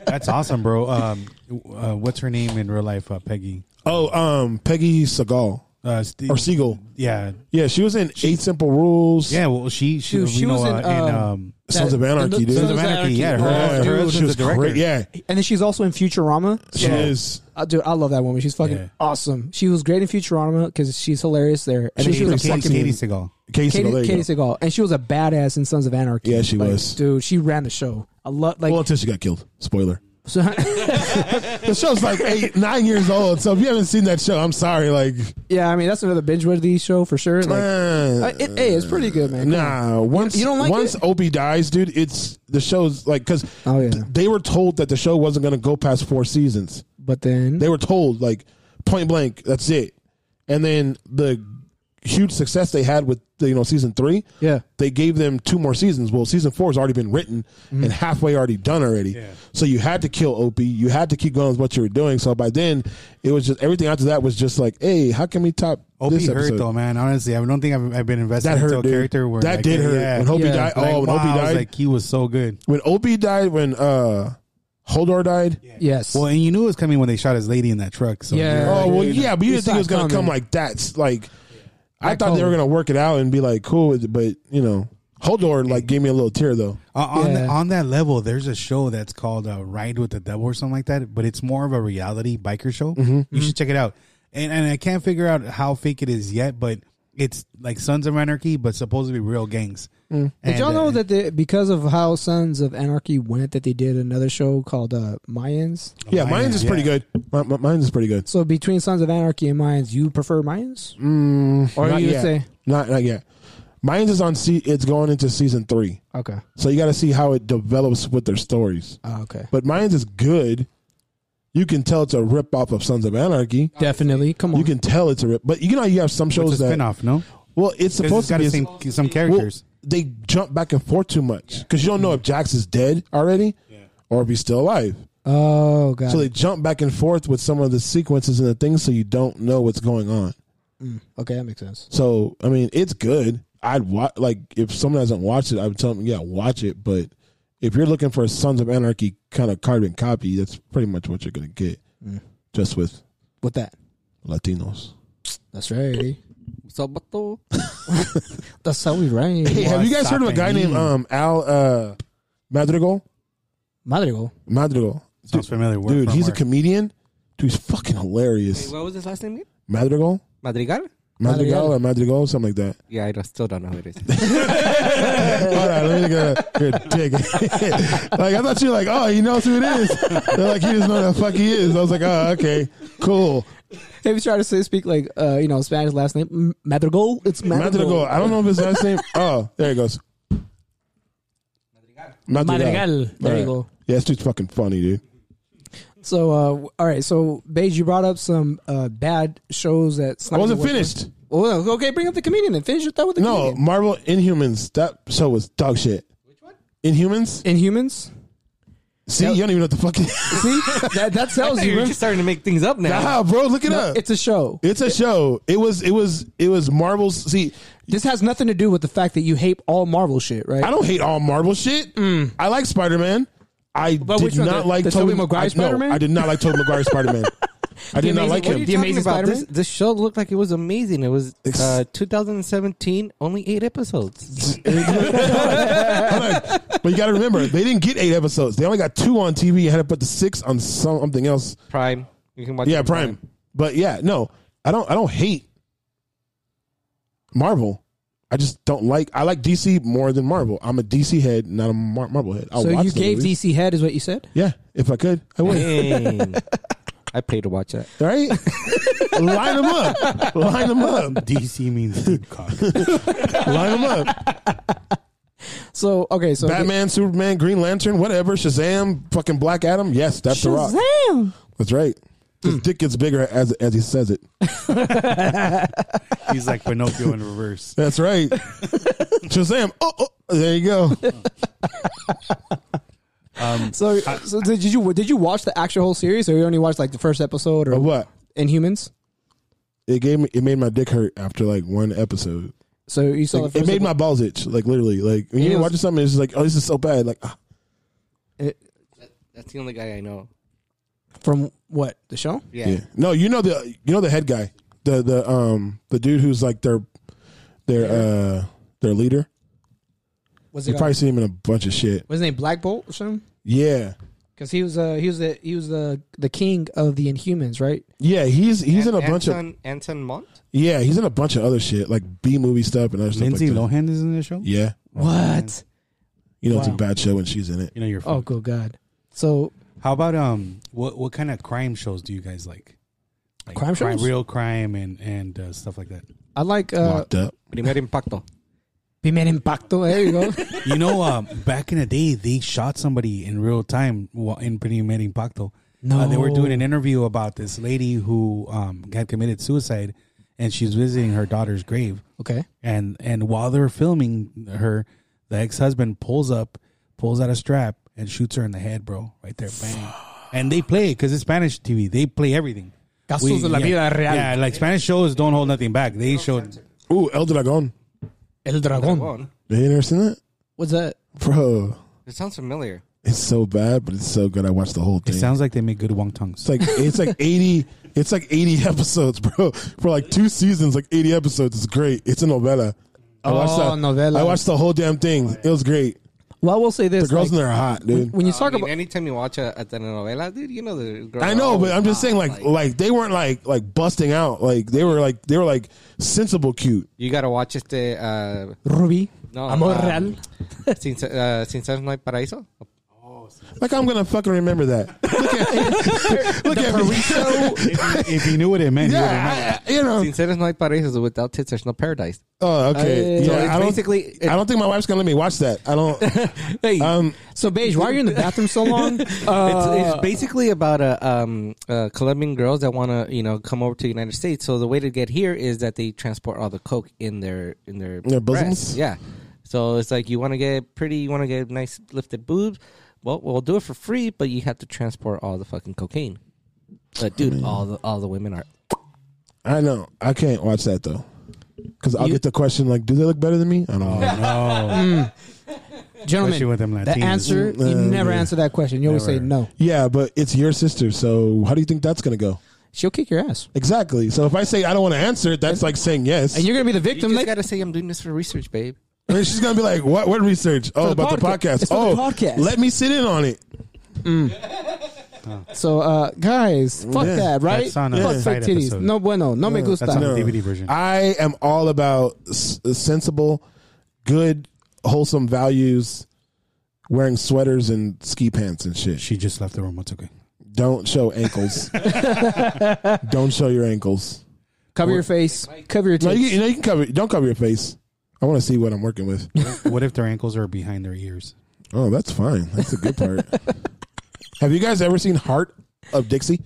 That's awesome, bro. Um, uh, what's her name in real life? Uh, Peggy.
Oh, um, Peggy Segal.
Uh, Steve,
Or Siegel.
Yeah.
Yeah, she was in Eight Simple Rules.
Yeah. Well, she, she,
Dude,
you
she
know,
was in,
uh, in,
uh,
um,
Sons of
That-
Anarchy, dude.
Sons
Sons of Anarchy. Yeah. Her,
Yeah,
her husband's
Oh, she was
a director.
great. Yeah,
and then she's also in Futurama.
she
Yeah.
is.
Uh, dude, I love that woman. She's fucking
Yeah.
awesome. She was great in Futurama because she's hilarious there. And then
She
she was a
Katie,
fucking
Katie Seagal.
Katie,
Katie,
Segal, there you
Katie
go.
Seagal, and she was a badass in Sons of Anarchy.
Yeah, she
Like,
was.
Dude, she ran the show. I love like
well, until she got killed. Spoiler.
so-
The show's like eight, nine years old. So if you haven't seen that show, I'm sorry. Like,
Yeah, I mean that's another binge worthy show for sure. Like,
uh,
I- it- hey, it's pretty good, man. Come on.
nah. Once
you don't like
once
it?
Obi dies, dude, it's the show's like because
Oh, yeah.
they were told that the show wasn't going to go past four seasons.
but then
They were told like point blank, that's it. And then the huge success they had with the, you know season three.
Yeah.
they gave them two more seasons. Well, season four has already been written
Mm-hmm.
and halfway already done already. So you had to kill Opie. You had to keep going with what you were doing. So by then, it was just everything after that was just like, hey, how can we top
Opie
this
hurt
episode?
though, man. Honestly, I don't think I've, I've been invested
That
into
hurt,
a
dude.
character where
That
like,
did hurt. When Opie
Yeah.
died, oh,
Like,
when
wow,
Opie
I was
died,
like he was so good.
when Opie died, when uh, Hodor died.
Yes.
Well, and you knew it was coming when they shot his lady in that truck. So
Yeah.
Oh well,
dude.
yeah, but you
You
didn't think
saw
it was
it
gonna come
coming.
like that's like. I thought they were
cold.
gonna work it out and be like cool, but you know, Hodor like gave me a little tear though.
Uh, on
Yeah.
on that level, there's a show that's called uh, Ride with the Devil or something like that, but it's more of a reality biker show. You
Mm-hmm.
Mm-hmm.
should check it out. And and I can't figure out how fake it is yet, but it's like Sons of Anarchy, but supposed to be real gangs.
Did
Mm.
And,
y'all
uh,
know that they, because of how Sons of Anarchy went, that they did another show called uh, Mayans?
Yeah, mine's is pretty
yeah.
good. Mi- mi- mine's is pretty good.
So between Sons of Anarchy and Mayans, you prefer Mayans? or
Mm, Not
you would
yet.
say
not not yet. Mine's is on. Se- it's going into season three,
okay,
so you got to see how it develops with their stories.
oh, okay,
But mine's is good. You can tell it's a rip off of Sons of Anarchy.
definitely. Come on,
You can tell it's a rip, but you know you have some shows
It's a
that
spinoff, no?
well,
Because
it's supposed
it's got
to
the
be a-
same, some
well,
characters.
they jump back and forth too much because you don't know if Jax is dead already or if he's still alive.
oh god,
So they jump back and forth with some of the sequences and the things, so you don't know what's going on.
okay, that makes sense.
So I mean, it's good. I'd watch like if someone hasn't watched it, I would tell them, yeah, watch it. But if you're looking for a Sons of Anarchy kind of carbon copy, that's pretty much what you're gonna get, just with
With that,
Latinos.
that's right.
Sabato.
That's how we right.
Hey, have you guys heard of a guy named um, Al uh, Madrigal?
Madrigal.
Madrigal,
Sounds familiar. Where
dude,
from,
he's a
where?
comedian. Dude, he's fucking hilarious.
What was his last name? again?
Madrigal,
Madrigal.
Madrigal, or Madrigal, something like that.
Yeah, I don't- still don't know who it is.
Hold on, let me look at your dick. like I thought you were like, oh, he knows who it is. They're like, he doesn't know who the fuck he is. I was like, oh, okay, cool.
Have you tried to say speak like uh, you know Spanish last name M- Madrigal? It's
Madrigal.
Madrigal.
I don't know if his last name. Oh, there he goes. Madrigal.
Madrigal. There you
Alright.
go.
Yeah, this dude's fucking funny, dude.
So uh, w- all right, so Beige, you brought up some uh, bad shows that
I wasn't
Slightly-
finished.
Well, okay, bring up the comedian and finish your thought with the
No,
comedian.
Marvel Inhumans. That show was dog shit. Which one? Inhumans.
Inhumans.
See, you don't even know what the fuck. it is.
See, that, that tells you.
You're just starting to make things up now.
nah, bro, look it up.
It's a show.
It's a show. It was. It was. It was Marvel's. See,
This has nothing to do with the fact that you hate all Marvel shit, right?
I don't hate all Marvel shit. I like Spider Man. I did
Mm. which one?
not
The-
like
the
Tobey
Tobey Maguire
I- no,
Spider-Man?
I did not like Tobey Maguire Spider Man. I did not
Amazing-
like
what are
him.
you-
the
Talking
amazing
about
about this,
Spider-Man?
this show looked like it was amazing. It was
Ex-
uh, 2017, only eight episodes.
but you got to remember, they didn't get eight episodes. They only got two on TV. You had to put the six on some- something else.
Prime, you can watch. it
Yeah,
on
Prime. But yeah, no, I don't. I don't hate Marvel. I just don't like. I like DC more than Marvel. I'm a DC head, not a Mar- Marvel head. I'll
so
watch
you
the
gave
movies.
DC head, is what you said?
Yeah, if I could, I would.
Dang. I pay to watch that.
Right? Line them up. Line them up.
DC means dude cock.
Line them up.
So okay, so
Batman, Superman, Green Lantern, whatever. Shazam, fucking Black Adam. Yes, that's the rock.
Shazam!
That's right.
Hmm.
His dick gets bigger as as he says it.
He's like Pinocchio in reverse.
That's right. Shazam. Oh, oh, there you go.
So, so did you did you watch the actual whole series, or you only watched like the first episode, or
But what?
Inhumans?
It gave me. It made my dick hurt after like one episode.
So you saw
Like,
the
it
first
made my balls itch. Like literally. Like when
It
you're
was-
watching something, it's just like, oh, this is so bad. Like, ah.
That's the only guy I know.
episode from what the show?
Yeah.
yeah. No, you know the you know the head guy, the the um the dude who's like their their uh their leader.
Was
You
it uh,
probably seen him in a bunch of shit.
was his name Black Bolt or something?
Yeah,
Because he was uh he was the he was the the king of the Inhumans, right?
yeah. He's he's in a bunch of
Anton, Anton Mont.
yeah. He's in a bunch of other shit like B movie stuff and other stuff.
Lindsay
like that.
Lohan is in the show.
Yeah,
What?
you know it's a
Wow.
bad show when she's in it.
You know you're.
Oh, good God! So
How about um, what what kind of crime shows do you guys like? Like
Crime shows?
real crime, and and uh, stuff like that.
I like uh,
Locked up.
Primer impacto.
Primer Impacto. There you go.
You know, um, back in the day, they shot somebody in real time wa- in Primer Impacto. Uh, they were doing an interview about this lady who um, had committed suicide, and she's visiting her daughter's grave.
Okay.
And and while they're filming her, the ex husband pulls up, pulls out a strap, and shoots her in the head, bro. Right there, bang. And they play it because it's Spanish TV. They play everything.
Casos de la
yeah,
vida real.
Yeah, like Spanish shows don't hold nothing back. They showed.
Ooh, El Dragon.
El Dragon.
One.
You ain't never seen that,
What's that?
bro?
It sounds familiar.
It's so bad, but it's so good. I watched the whole
It
thing.
sounds like they make good wontongs.
it's like it's like eighty. It's like eighty episodes, bro. For like two seasons, like eighty episodes. It's great. It's a novella. I watched
Oh,
that.
novella.
I watched the whole damn thing. It was great.
Well, I will say this.
The girls in
like,
there are hot, dude.
when you
I
talk
mean,
about
anytime you watch a, a telenovela, dude, you know the girl.
I know, but I'm just saying, like, like they weren't like like busting out. Like they were like they were like sensible cute.
you gotta watch este. Uh,
Ruby,
no,
Amor
um,
Real,
Sin, uh, Sin Sense No Hay Paraíso.
Oh. Like I'm gonna fucking remember that. Look at, look at me.
if, you- if you knew what it meant, you would have known.
yeah, I, I- you know.
Sin Sense No Hay Paraíso is without tits, there's no paradise.
Oh, okay.
Uh,
yeah,
So it's
I don't,
basically. it-
I don't think my wife's gonna let me watch that. I don't.
Hey,
Um,
so beige, why are you in the bathroom so long?
Uh, it's,
Uh,
it's basically about a um, uh, Colombian girls that want to you know come over to the United States. So the way to get here is that they transport all the coke in their in their,
Their
breasts.
bosoms?
Yeah, so it's like you want to get pretty, you want to get nice lifted boobs. Well, we'll do it for free, but you have to transport all the fucking cocaine. But dude, all the all the women are.
I know. I can't watch that though, because I'll
You-
get the question like, "Do they look better than me?" I don't know.
Oh, No,
gentlemen,
especially with them
the
Latinas.
answer you
Mm,
never
yeah.
answer that question. You always say
Never.
no.
Yeah, but it's your sister, so how do you think that's gonna go?
She'll kick your ass,
Exactly. So if I say I don't want to answer it, that's like saying yes.
and you're gonna be the
You
victim.
just
like-
gotta say I'm doing this for research, babe.
I mean, she's gonna be like, "What? What research? Oh,
the
about the
podca-
podcast.
it's for
oh,
the podcast."
let me sit in on it.
so, uh, guys, fuck
Yeah.
that, right?
That's on a
fuck
side
fake titties.
episode.
No bueno. No me gusta.
that's on
No. Ah.
the DVD version.
I am all about s- uh, sensible, good, wholesome values. Wearing sweaters and ski pants and shit.
She just left the room. It's okay.
Don't show ankles. don't show your ankles.
cover your face. Cover your
No, you,
titties.
you know you can cover. Don't cover your face. I want to see what I'm working with.
What if their ankles are behind their ears?
Oh, that's fine. That's the good part. Have you guys ever seen Heart of Dixie?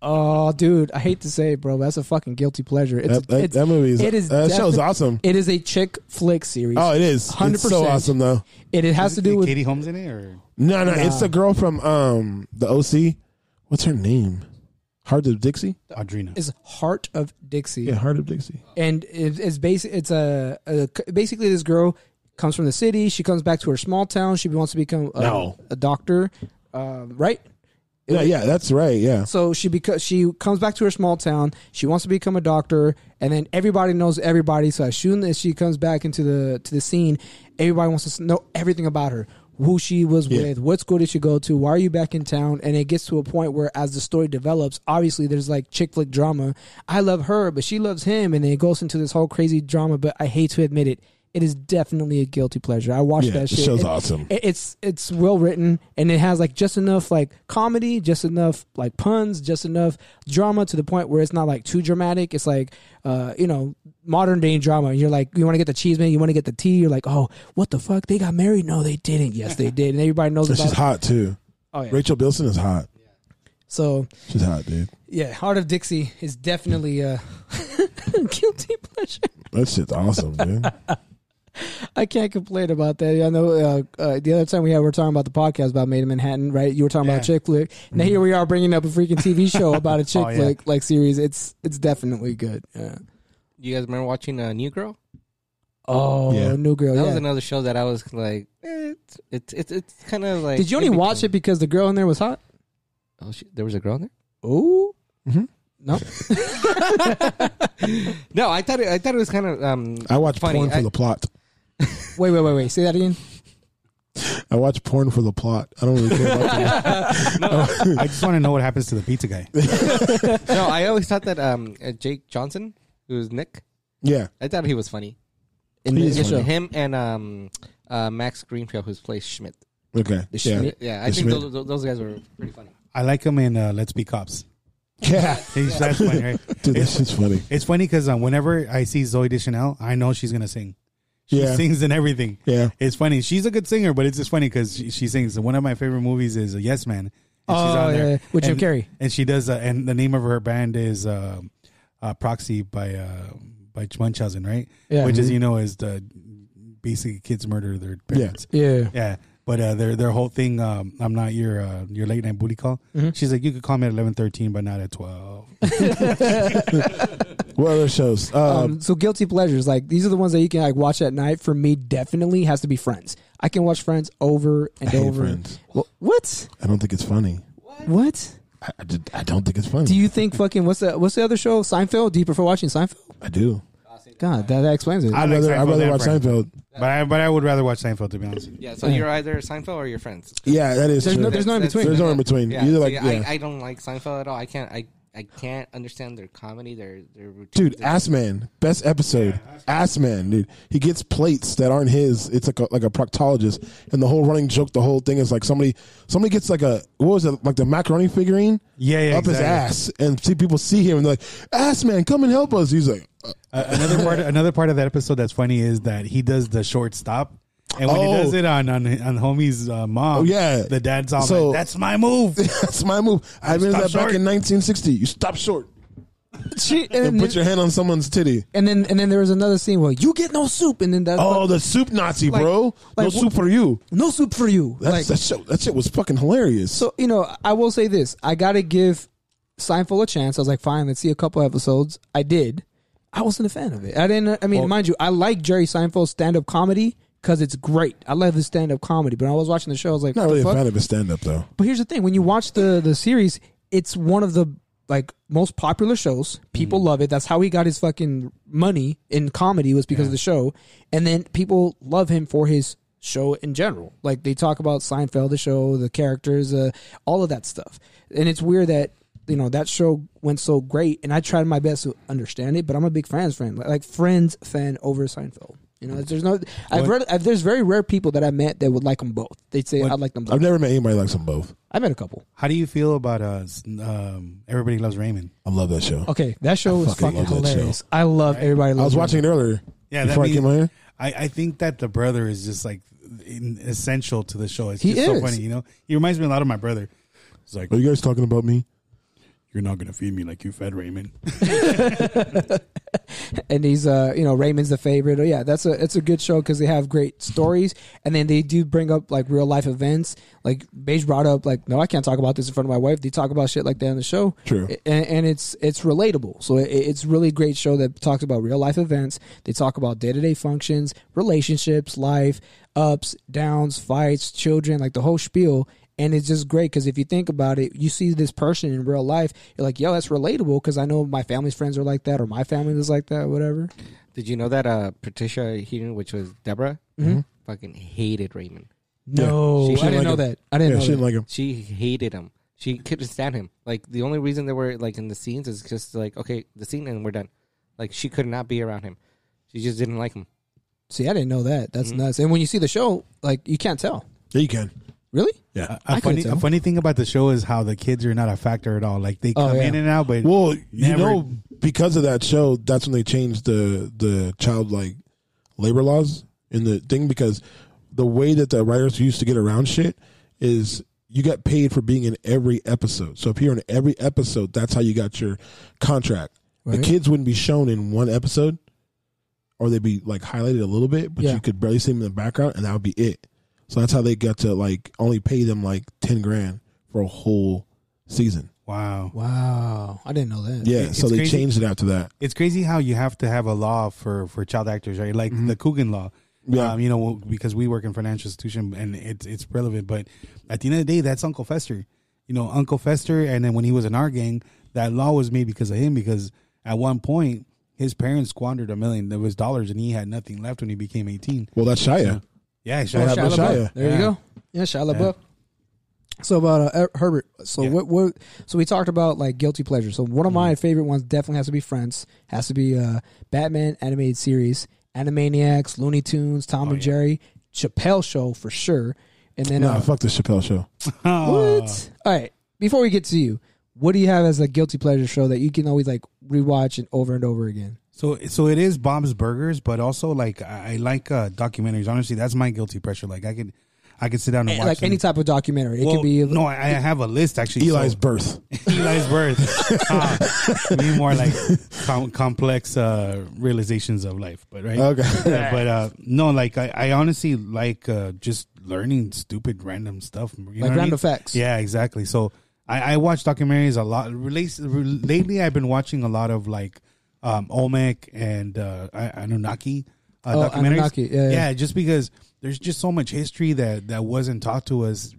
Oh, dude, I hate to say it, bro. But that's a fucking guilty pleasure. It's,
That, that-
it's
that movie is.
it is
that show's
defi-
awesome.
It is a chick flick series.
Oh, it is. It's
100%.
so awesome though.
it, it has to do with
Katie Holmes in it, or
No, no, it's the girl from um the OC. What's her name? Heart of Dixie.
Audrina.
is Heart of Dixie.
Yeah, Heart of Dixie.
and it, it's basic. It's a, a basically this girl comes from the city. She comes back to her small town. She wants to become a,
No.
a doctor, um, right?
Yeah, yeah, that's right. Yeah,
So she because she comes back to her small town. She wants to become a doctor, and then everybody knows everybody. So as soon as she comes back into the to the scene, everybody wants to s- know everything about her. Who she was
Yeah.
with, what school did she go to, why are you back in town? And it gets to a point where, as the story develops, obviously there's like chick flick drama. I love her, but she loves him, and then it goes into this whole crazy drama. But I hate to admit it, it is definitely a guilty pleasure. I watched
Yeah,
that
the
shit.
show's
It-
awesome.
it- it's it's well written and it has like just enough like comedy just enough like puns just enough drama to the point where it's not like too dramatic it's like uh you know modern day drama and you're like you want to get the cheese man you want to get the tea you're like oh what the fuck they got married no they didn't yes they did and everybody knows
she's
about
hot too.
oh yeah
Rachel Bilson is hot.
so
She's hot, dude.
yeah heart of dixie is definitely uh guilty pleasure
That shit's awesome, dude.
I can't complain about that. I know uh, uh, the other time we had we were talking about the podcast about Made in Manhattan, right? You were talking about
Yeah.
chick flick. Now here we are bringing up a freaking TV show about a chick
Oh, yeah.
flick like series. It's it's definitely good. Yeah.
You guys remember watching uh, New Girl?
Oh,
Yeah.
new girl.
That
yeah.
was another show that I was like, eh, it's it's it's, it's kind of like.
Did you only
in
watch
between.
it because the girl in there was hot?
Oh, shit, there was a girl in there.
Oh, no.
No, I thought it, I thought it was kind of um.
I watch
Funny,
porn for
I-
the plot.
Wait, wait, wait, wait. Say that again.
I watch porn for the plot. I don't really care about
I just want to know what happens to the pizza guy.
no, I always thought that um uh, Jake Johnson, who's Nick,
the Yeah.
I thought he was funny.
In
Please,
the show.
Him and um uh Max Greenfield, who's plays Schmidt.
Okay. Yeah.
Schmidt.
Yeah, I
The
think
Schmidt.
those, those, those guys were pretty funny.
I like him in uh, Let's Be Cops.
Yeah.
He's, that's funny, right?
Dude, that
It's,
shit's funny.
it's funny because um, whenever I see Zoe Deschanel, I know she's gonna sing. She
Yeah.
sings and everything.
Yeah.
it's funny. She's a good singer, but it's just funny because she, she sings. One of my favorite movies is uh, Yes Man. And
Oh, yeah, yeah. With Jim
And-
Carrey.
and she does. Uh, and the name of her band is um uh, Proxy by uh, by Munchausen, right?
Yeah.
Which, as you know, is the basically kids murder their parents.
Yeah.
Yeah. But uh, their their whole thing, um, I'm not your uh, your late night booty call. She's like, you could call me at eleven thirteen, but not at twelve.
What other shows? Uh,
Um, so guilty pleasures, like these are the ones that you can like watch at night. For me, definitely has to be Friends. I can watch Friends over and
I hate
over.
Friends.
Wha- What?
I don't think it's funny.
What?
I, I, just- I don't think it's funny.
Do you think fucking what's the what's the other show? Seinfeld. Do you prefer watching Seinfeld?
I do.
God, that, that explains it.
I
I'd
like
rather, I'd
Seinfeld
rather
and
watch
Friends.
Seinfeld.
But I but I would rather watch Seinfeld to be honest. With you.
Yeah, so you're either Seinfeld or your friends.
Yeah, that is
There's
true.
no- there's no in
That's-
between.
There's no in between.
Yeah,
Either
so
like-
yeah,
yeah.
I, I don't like Seinfeld at all. I can't. I I can't understand their comedy. Their their routine.
Dude, Ass Man, best episode. Ass Man, dude. He gets plates that aren't his. It's like a, like a proctologist, and the whole running joke, the whole thing is like somebody somebody gets like a what was it like the macaroni figurine?
Yeah, yeah,
up his
exactly.
ass, and see people see him and they're like, Ass Man, come and help us. He's like, uh,
Uh, another part another part of that episode that's funny is that he does the short stop. And when he
Oh.
does it on on, on homie's uh, mom,
Oh, yeah.
the dad's all
So-
like, "That's my move."
that's my move. I invented
Stop
that
short.
back in 1960. You stop short
She-
and
and,
put your
then,
hand on someone's titty.
and then and then there was another scene where you get no soup, and then that's
Oh, the soup Nazi,
Like-
bro. no
like,
soup for you.
no soup for you.
That's,
Like-
that, show, that shit was fucking hilarious.
So you know, I will say this: I gotta give Seinfeld a chance. I was like, fine, let's see a couple episodes. I did. I wasn't a fan of it. I didn't. I mean, mind you, I like Jerry Seinfeld's stand-up comedy because it's great. I love his stand-up comedy. But when I was watching the show, I was like,
Not
what
really
the
a
fuck?
fan of his stand up, though.
But here's the thing: when you watch the the series, it's one of the like most popular shows. People love it. That's how he got his fucking money in comedy was because of the show, and then people love him for his show in general. Like they talk about Seinfeld, the show, the characters, uh, all of that stuff. And it's weird that you know that show went so great, and I tried my best to understand it. But I'm a big Friends fan, like, like Friends fan over Seinfeld. You know, there's no. I've read. I've, there's very rare people that I met that would like them both. They'd say I like them both.
I've never met anybody like some both.
I met a couple.
How do you feel about uh, s- um, everybody loves Raymond?
I love that show.
Okay, that show was
fucking
fucking,
love that
hilarious. I love everybody.
I was
Loves
watching it earlier.
Yeah,
before I
means-
came out here.
I, I think that the brother is just like in, essential to the show. It's
He
just so
is.
funny, you know. He reminds me a lot of my brother. He's like,
Are Oh, you guys talking about me?
"You're not gonna feed me like you fed Raymond."
and he's uh, you know, Raymond's the favorite. Oh yeah, that's a it's a good show because they have great stories, and then they do bring up like real life events. Like Beige brought up, like no, I can't talk about this in front of my wife. They talk about shit like that on the show.
True.
A- and, and it's it's relatable. So it, it's really great show that talks about real life events. They talk about day to day functions, relationships, life, ups, downs, fights, children, like the whole spiel. And it's just great because if you think about it, you see this person in real life, you're like, yo, that's relatable because I know my family's friends are like that or my family was like that, whatever.
Did you know that uh, Patricia Heaton, which was Deborah,
Mm-hmm.
fucking hated Raymond.
No,
She-
I
she
didn't
like
know
him.
that. I
Yeah,
didn't
she
know
didn't
that.
like him.
She hated him. She couldn't stand him. Like the only reason they were like in the scenes is just like okay, the scene and we're done. Like she could not be around him. She just didn't like him.
See, I didn't know that. That's
Mm-hmm.
nuts. And when you see the show, like you can't tell.
Yeah, you can.
Really?
Yeah.
I
A
could
funny,
tell.
a funny thing about the show is how the kids are not a factor at all. Like they
Oh,
come
yeah.
in and out, but
Well, you
Never-
know, because of that show, that's when they changed the the child like labor laws in the thing because the way that the writers used to get around shit is you got paid for being in every episode. So if you're in every episode, that's how you got your contract.
Right.
The kids wouldn't be shown in one episode, or they'd be like highlighted a little bit, but
Yeah.
you could barely see them in the background, and that would be it. So that's how they got to like only pay them like ten grand for a whole season.
wow,
Wow, I didn't know that.
Yeah,
It-
so
it's
they
crazy.
changed it after that.
it's crazy how you have to have a law for for child actors, right? Like the Coogan law.
Yeah.
Um, you know, because we work in financial institution and it's it's relevant, but at the end of the day, that's Uncle Fester. You know, Uncle Fester, and then when he was in our gang, that law was made because of him. Because at one point, his parents squandered a million of his dollars, and he had nothing left when he became eighteen.
Well, that's Shia.
Yeah,
Oh,
Shia
Shia
LaBeouf.
LaBeouf.
Shia.
There you
Yeah.
go. Yeah, Shia LaBeouf. So about uh, Er- Herbert. So
Yeah.
what? What? So we talked about like guilty pleasure. So one of my favorite ones definitely has to be Friends. Has to be uh, Batman animated series, Animaniacs, Looney Tunes, Tom and Jerry, Chappelle Show for sure, and then
Nah,
uh,
fuck the Chappelle show.
what? All right. Before we get to you, what do you have as a guilty pleasure show that you can always like rewatch and over and over again?
So so it is Bob's Burgers, but also like I, I like uh, documentaries. Honestly, that's my guilty pleasure. Like I could, I could sit down and watch
Eh, like
them.
any type of documentary. It
Well,
can be
no, I, I have a list actually.
Eli's
so-
birth.
Eli's birth. Ah, me more like com- complex uh, realizations of life, but right.
Okay.
Yeah, but uh, no, like I, I honestly like uh, just learning stupid random stuff, you know what I
random
mean?
facts.
Yeah, exactly. So I, I watch documentaries a lot. Relates lately, I've been watching a lot of like um, Olmec and uh, A- Anunnaki uh,
Oh,
documentaries.
Anunnaki, yeah, yeah.
just because there's just so much history that that wasn't taught to us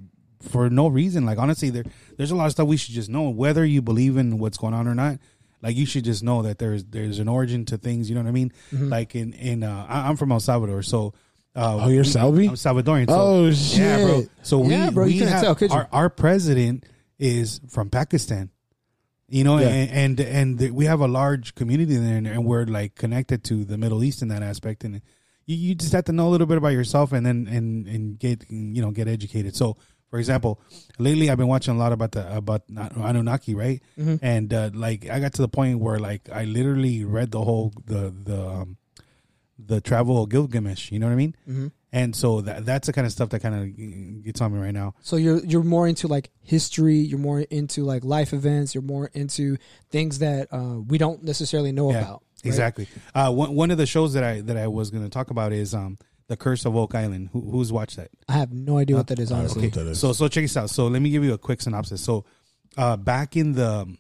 for no reason. Like honestly, there there's a lot of stuff we should just know, whether you believe in what's going on or not. Like you should just know that there's there's an origin to things. You know what I mean? Like in in uh, I, I'm from El Salvador, so. Uh,
Mm-hmm. Oh, you're
we-
Salvi?
I'm Salvadorian. so-
Oh,
Yeah, bro.
shit.
So we,
Yeah, bro, you
we
couldn't
have,
tell, could you?
Our, our president is from Pakistan. You know,
Yeah.
and, and and th- we have a large community there, and, and we're like connected to the Middle East in that aspect. And you, you just have to know a little bit about yourself, and then and and get you know get educated. So, for example, lately I've been watching a lot about the about Anunnaki, right?
Mm-hmm.
And uh, like I got to the point where like I literally read the whole the the um, the travel of Gilgamesh. You know what I mean? And so that that's the kind of stuff that kind of gets on me right now.
So you're you're more into like history, you're more into like life events, you're more into things that uh, we don't necessarily know about. right?
exactly. Uh, one one of the shows that I that I was going to talk about is um the Curse of Oak Island. Who, who's watched that?
I have no idea what
Uh,
that is honestly.
That is-
So so check this out. So let me give you a quick synopsis. So uh, back in the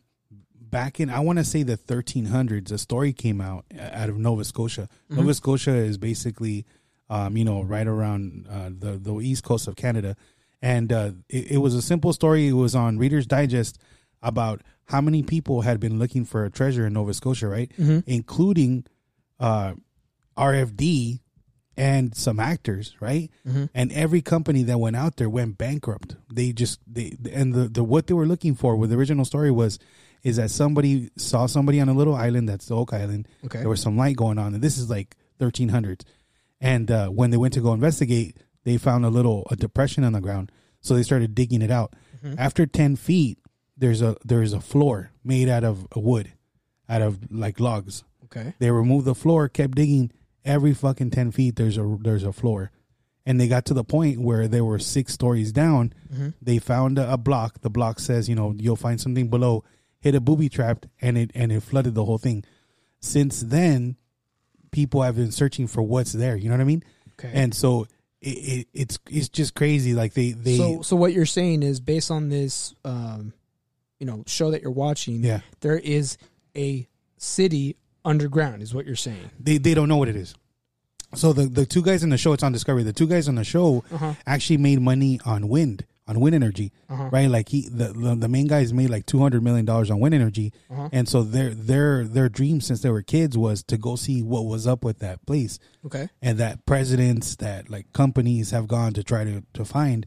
back in I want to say the 1300s, a story came out uh, out of Nova Scotia. Nova Scotia is basically um, you know right around uh, the the east coast of Canada, and uh, it, it was a simple story. It was on Reader's Digest about how many people had been looking for a treasure in Nova Scotia, right? Including uh, RFD and some actors, right? And every company that went out there went bankrupt. They just they and the, the what they were looking for with the original story was is that somebody saw somebody on a little island that's the Oak Island.
Okay.
There was some light going on, and this is like 1300s. And uh, when they went to go investigate, they found a little a depression on the ground, so they started digging it out. After 10 feet, there's a there's a floor made out of wood, out of like logs.
Okay.
They removed the floor, kept digging. Every fucking ten feet, there's a there's a floor, and they got to the point where they were six stories down.
Mm-hmm.
They found a, a block. The block says, you know, you'll find something below. Hit a booby trap, and it and it flooded the whole thing. Since then, people have been searching for what's there. You know what I mean?
Okay.
And so it, it it's it's just crazy. Like they they
So so what you're saying is based on this um, you know, show that you're watching,
Yeah.
there is a city underground is what you're saying.
they they don't know what it is. So the the two guys in the show, it's on Discovery. The two guys on the show actually made money on wind, on wind energy, right? Like he the, the the main guys made like two hundred million dollars on wind energy, and so their their their dream since they were kids was to go see what was up with that place
Okay.
and that presidents that like companies have gone to try to to find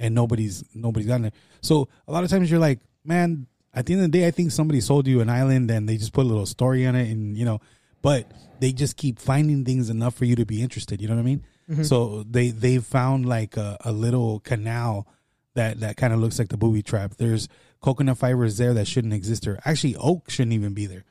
and nobody's nobody's gotten it so a lot of times you're like man at the end of the day i think somebody sold you an island and they just put a little story on it and you know but they just keep finding things enough for you to be interested you know what i mean so they they found like a, a little canal that that kind of looks like the booby trap there's coconut fibers there that shouldn't exist or actually oak shouldn't even be there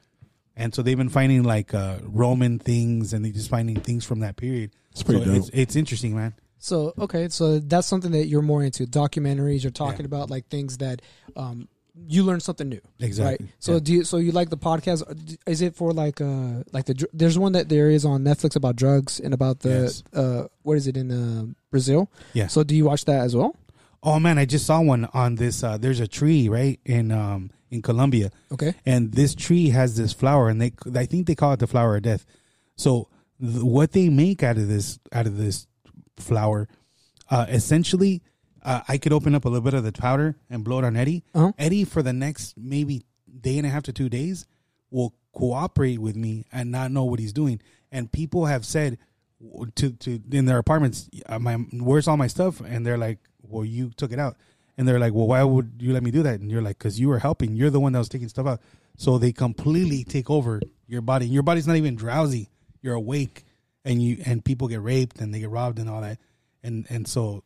and so they've been finding like uh, Roman things, and they just finding things from that period. It's
pretty
so
dope.
It's, it's interesting, man.
So okay, so that's something that you're more into documentaries. You're talking about like things that um, you learn something new.
Exactly,
So
yeah.
do you, so you like the podcast? Or d- Is it for like uh like the dr- there's one that there is on Netflix about drugs and about the
Yes.
uh what is it in uh, Brazil?
Yeah.
So do you watch that as well?
Oh man, I just saw one on this. Uh, there's a tree right in um, in Colombia.
Okay.
and this tree has this flower, and they I think they call it the flower of death. So th- what they make out of this out of this flower, uh, essentially, uh, I could open up a little bit of the powder and blow it on Eddie.
Uh-huh.
Eddie for the next maybe day and a half to two days will cooperate with me and not know what he's doing. And people have said w- to to in their apartments, uh, my where's all my stuff? And they're like, well, you took it out. And they're like, well, why would you let me do that? And you're like, because you were helping. You're the one that was taking stuff out. So they completely take over your body. Your body's not even drowsy. You're awake, and you and people get raped and they get robbed and all that. And and so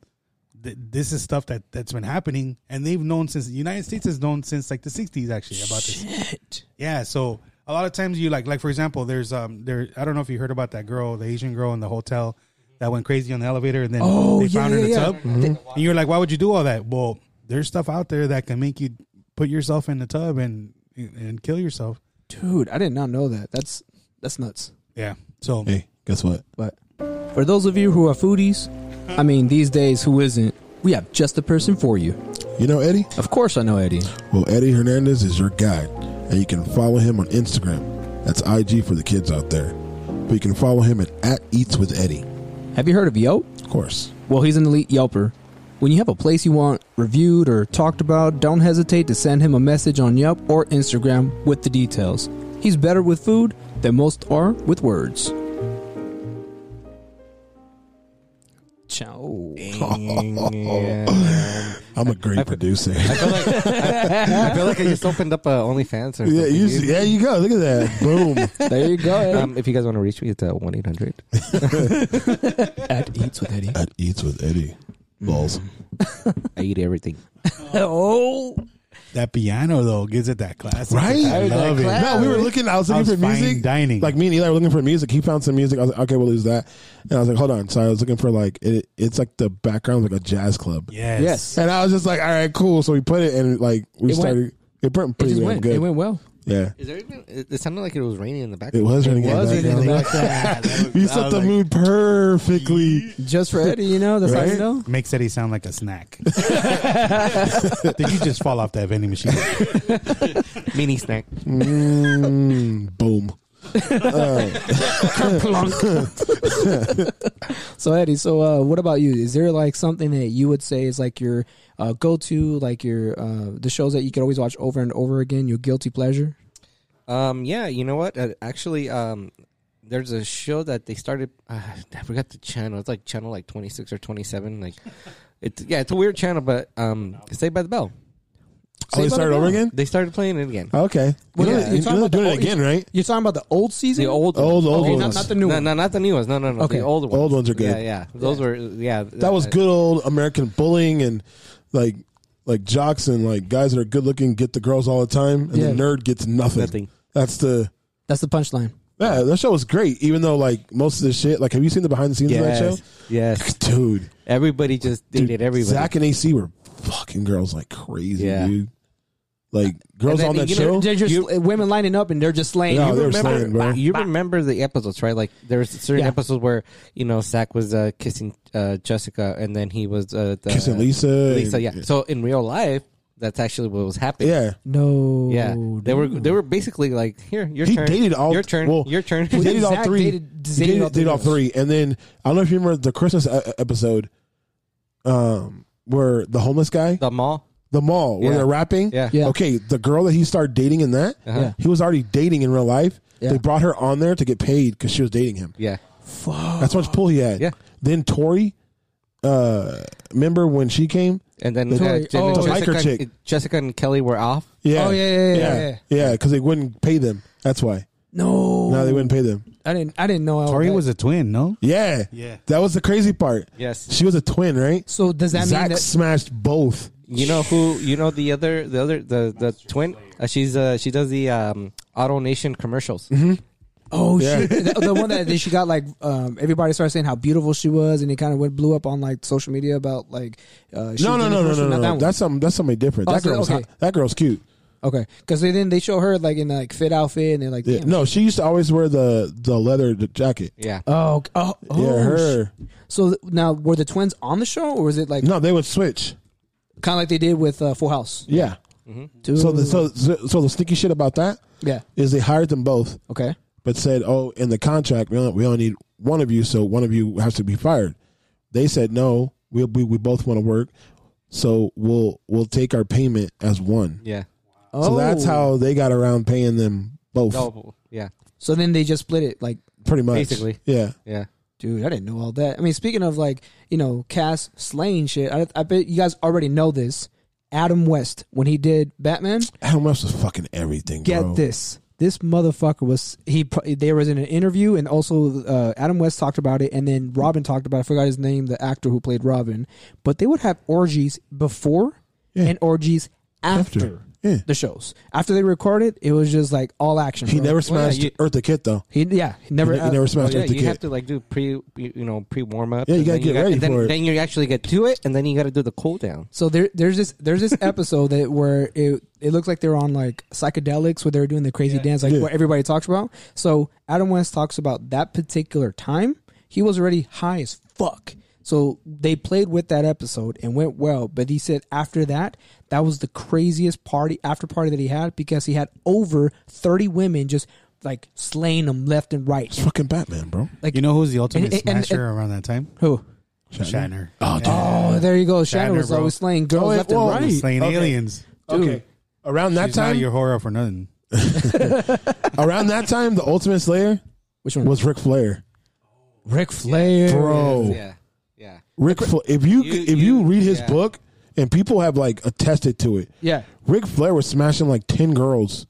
th- this is stuff that that's been happening, and they've known since the United States has known since like the '60s actually about this. Yeah, so a lot of times you like like for example, there's um there I don't know if you heard about that girl, the Asian girl in the hotel that that went crazy on the elevator and then
Oh,
they
yeah,
found her in the
yeah, yeah. Mm-hmm.
tub. Mm-hmm. And you're like, why would you do all that? Well, there's stuff out there that can make you put yourself in the tub and and kill yourself.
Dude, I did not know that. That's that's nuts.
Yeah. So
Hey, guess what?
But for those of you who are foodies, I mean, these days, who isn't? We have just the person for you.
You know Eddie?
Of course, I know Eddie.
Well, Eddie Hernandez is your guide, and you can follow him on Instagram. That's IG for the kids out there. But you can follow him at, at Eats with Eddie,
Have you heard of Yelp?
of course.
Well, he's an elite Yelper. When you have a place you want reviewed or talked about, don't hesitate to send him a message on Yelp or Instagram with the details. He's better with food than most are with words. Ciao.
I'm a great producer.
I feel like I just opened up a OnlyFans or
yeah,
something.
you, yeah, you go. Look at that. Boom.
There you go. Eddie.
um, if you guys want to reach me, it's at one eight hundred.
At Eats with Eddie.
at Eats with Eddie. Balls.
I eat everything.
Oh.
that piano though gives it that classic.
Right?
I love it.
No, we were looking. I was
I
looking
was
for
fine
music.
dining.
Like me and Eli were looking for music. He found some music. I was like, okay, we'll use that. And I was like, hold on. So I was looking for like it, it's like the background of like a jazz club.
Yes.
Yes.
And I was just like, all right, cool. So we put it and like we
It went-
started. it went
It
pretty
just
damn
went.
good.
It went well.
yeah,
Is there even? It, it sounded like it was raining in the
it
background.
was running.
was
in the
raining in the
background. You set the mood perfectly.
Just for Eddie, you know? That's how you
Right?
know.
Makes Eddie sound like a snack. Did you just fall off that vending machine?
Mini snack.
Mm, boom.
So Eddie, so uh, what about you? Is there like something that you would say is like your uh, go-to, like your uh, the shows that you could always watch over and over again, your guilty pleasure?
Um, yeah, you know what? Uh, actually, um, there's a show that they started. Uh, I forgot the channel. It's like channel like 26 or 27. Like, it's yeah, it's a weird channel, but um, Saved by the Bell.
Oh, they
Saved by
started
the
over
Bell.
again.
They started playing it again.
Okay.
Well,
You know
you're
they- you
talking
know they're
about the
doing it
old-
again, right?
You're talking about the old season,
The old,
Oh, Old, old
okay, not,
ones.
not the new
no,
one.
no, not the new ones. No, no, no.
Okay.
The old ones.
Old ones are good.
Yeah, yeah. Those were yeah.
that was good old American bullying and like like jocks and like guys that are good looking get the girls all the time and
Yeah.
the nerd gets nothing.
Nothing.
That's the
That's the punchline.
yeah. That show was great, even though like most of the shit. Like, have you seen the behind the scenes of
Yes,
that
yes.
show, dude?
Everybody just
dude
dated everybody.
Zach and AC were fucking girls like crazy,
Yeah.
dude. Like girls
then,
on that
you know,
show.
They're just
You-
women lining up and they're just slaying.
No,
You
they were
remember-
slaying, bro.
You remember the episodes, right? Like there's certain
Yeah.
episodes where you know Zach was uh, kissing uh, Jessica, and then he was uh, the,
Kissing Lisa
Lisa,
and-
yeah. So in real life, that's actually what was happening.
Yeah,
No.
yeah. They were
dude.
they were basically like, here, your
He
turn,
dated all-
your turn,
well,
your turn.
he dated all
Zach
three.
dated-
he
dated
dated,
all
dated all
three.
three, and then I don't know if you remember the Christmas uh, episode, um, where the homeless guy,
the mall.
the mall where
Yeah.
they're rapping.
Yeah.
Yeah.
Okay, the girl that he started dating in that,
Uh-huh.
Yeah.
he was already dating in real life.
Yeah.
They brought her on there to get paid because she was dating him.
Yeah,
That's how much pull he had.
Yeah.
Then Tori, uh, remember when she came?
and then
Tori-
uh, and then
oh,
biker
Jessica,
chick.
and, Jessica and Kelly were off.
Yeah.
Oh, yeah, yeah, yeah, yeah.
yeah, because they wouldn't pay them. That's why.
No.
No, they wouldn't pay them.
I didn't. I didn't know. all
Tori
that.
was a twin, no?
Yeah.
Yeah.
That was the crazy part.
Yes.
She was a twin, right?
So does that
Zach
mean that?
smashed both.
You know who? You know the other, the other, the the twin. Uh, she's uh, she does the um, Auto Nation commercials.
Mm-hmm.
Oh
Yeah.
shit! the, the one that that she got like um, everybody started saying how beautiful she was, and it kind of went blew up on like social media about like uh, she
No, no,
was doing
no,
the
no,
first
no,
one,
no,
not that
no.
one.
That's something. That's somebody different.
Oh,
that
so-
girl's
okay.
hot. That girl's cute.
okay because they then they show her like in like fit outfit, and they're like, hmm.
Yeah.
Damn.
No, she used to always wear the the leather jacket.
Yeah.
oh, okay. oh, oh,
yeah, her.
sh- So th- now were the twins on the show, or was it like
No, they would switch.
kind of like they did with uh, Full House?
Yeah.
Dude.
So the so so the sneaky shit about that
yeah,
is they hired them both,
okay,
but said, "Oh, in the contract, we only, we only need one of you, so one of you has to be fired." They said, "No, we we, we both want to work, so we'll we'll take our payment as one."
Yeah.
Oh.
So that's how they got around paying them both,
Oh, yeah.
So then they just split it like.
pretty much.
basically.
yeah.
Yeah.
Dude, I didn't know all that. I mean, speaking of like you know Cass slaying shit, I, I bet you guys already know this. Adam West when he did Batman,
Adam West was fucking everything.
get
bro.
this this motherfucker was he pr- there was in an interview and also uh, adam west talked about it and then robin talked about it. i forgot his name the actor who played robin but they would have orgies before
Yeah.
and orgies after,
After. Yeah.
the shows. After they recorded, it was just like all action.
He
bro.
never smashed
Oh, you-
Eartha Kitt though.
He yeah. He never.
He, ne- he never
uh,
Well,
smashed
oh, yeah,
Eartha
you have
Kitt.
to like do pre, you you know, pre warm up.
Yeah, you gotta get ready
and then,
for it.
Then you actually get to it, and then you got to do the cool down.
So there, there's this, there's this episode that where it, it looks like they're on like psychedelics where they're doing the crazy dance, like
Yeah.
what everybody talks about. So Adam West talks about that particular time. He was already high as fuck. So they played with that episode and went well, but he said after that, that was the craziest party after party that he had because he had over thirty women just like slaying them left and right.
Fucking Batman, bro.
Like
You know who's the ultimate
and- and-
smasher around that time?
who?
Shatner.
Oh, dude.
Oh, there you go. Shadow
Shatner,
was
bro.
always slaying girls
Oh, yeah,
left and
whoa.
right.
Slaying
Okay.
aliens.
Okay. Around that
She's not
time,
your horror for nothing.
around that time, the Ultimate Slayer
Which one?
was Ric Flair,
Ric Flair?
bro.
Yeah, yeah.
Rick, Fla- if you,
You-
if you
you-
read his
yeah.
book, and people have like attested to it,
Yeah.
Ric Flair was smashing like ten girls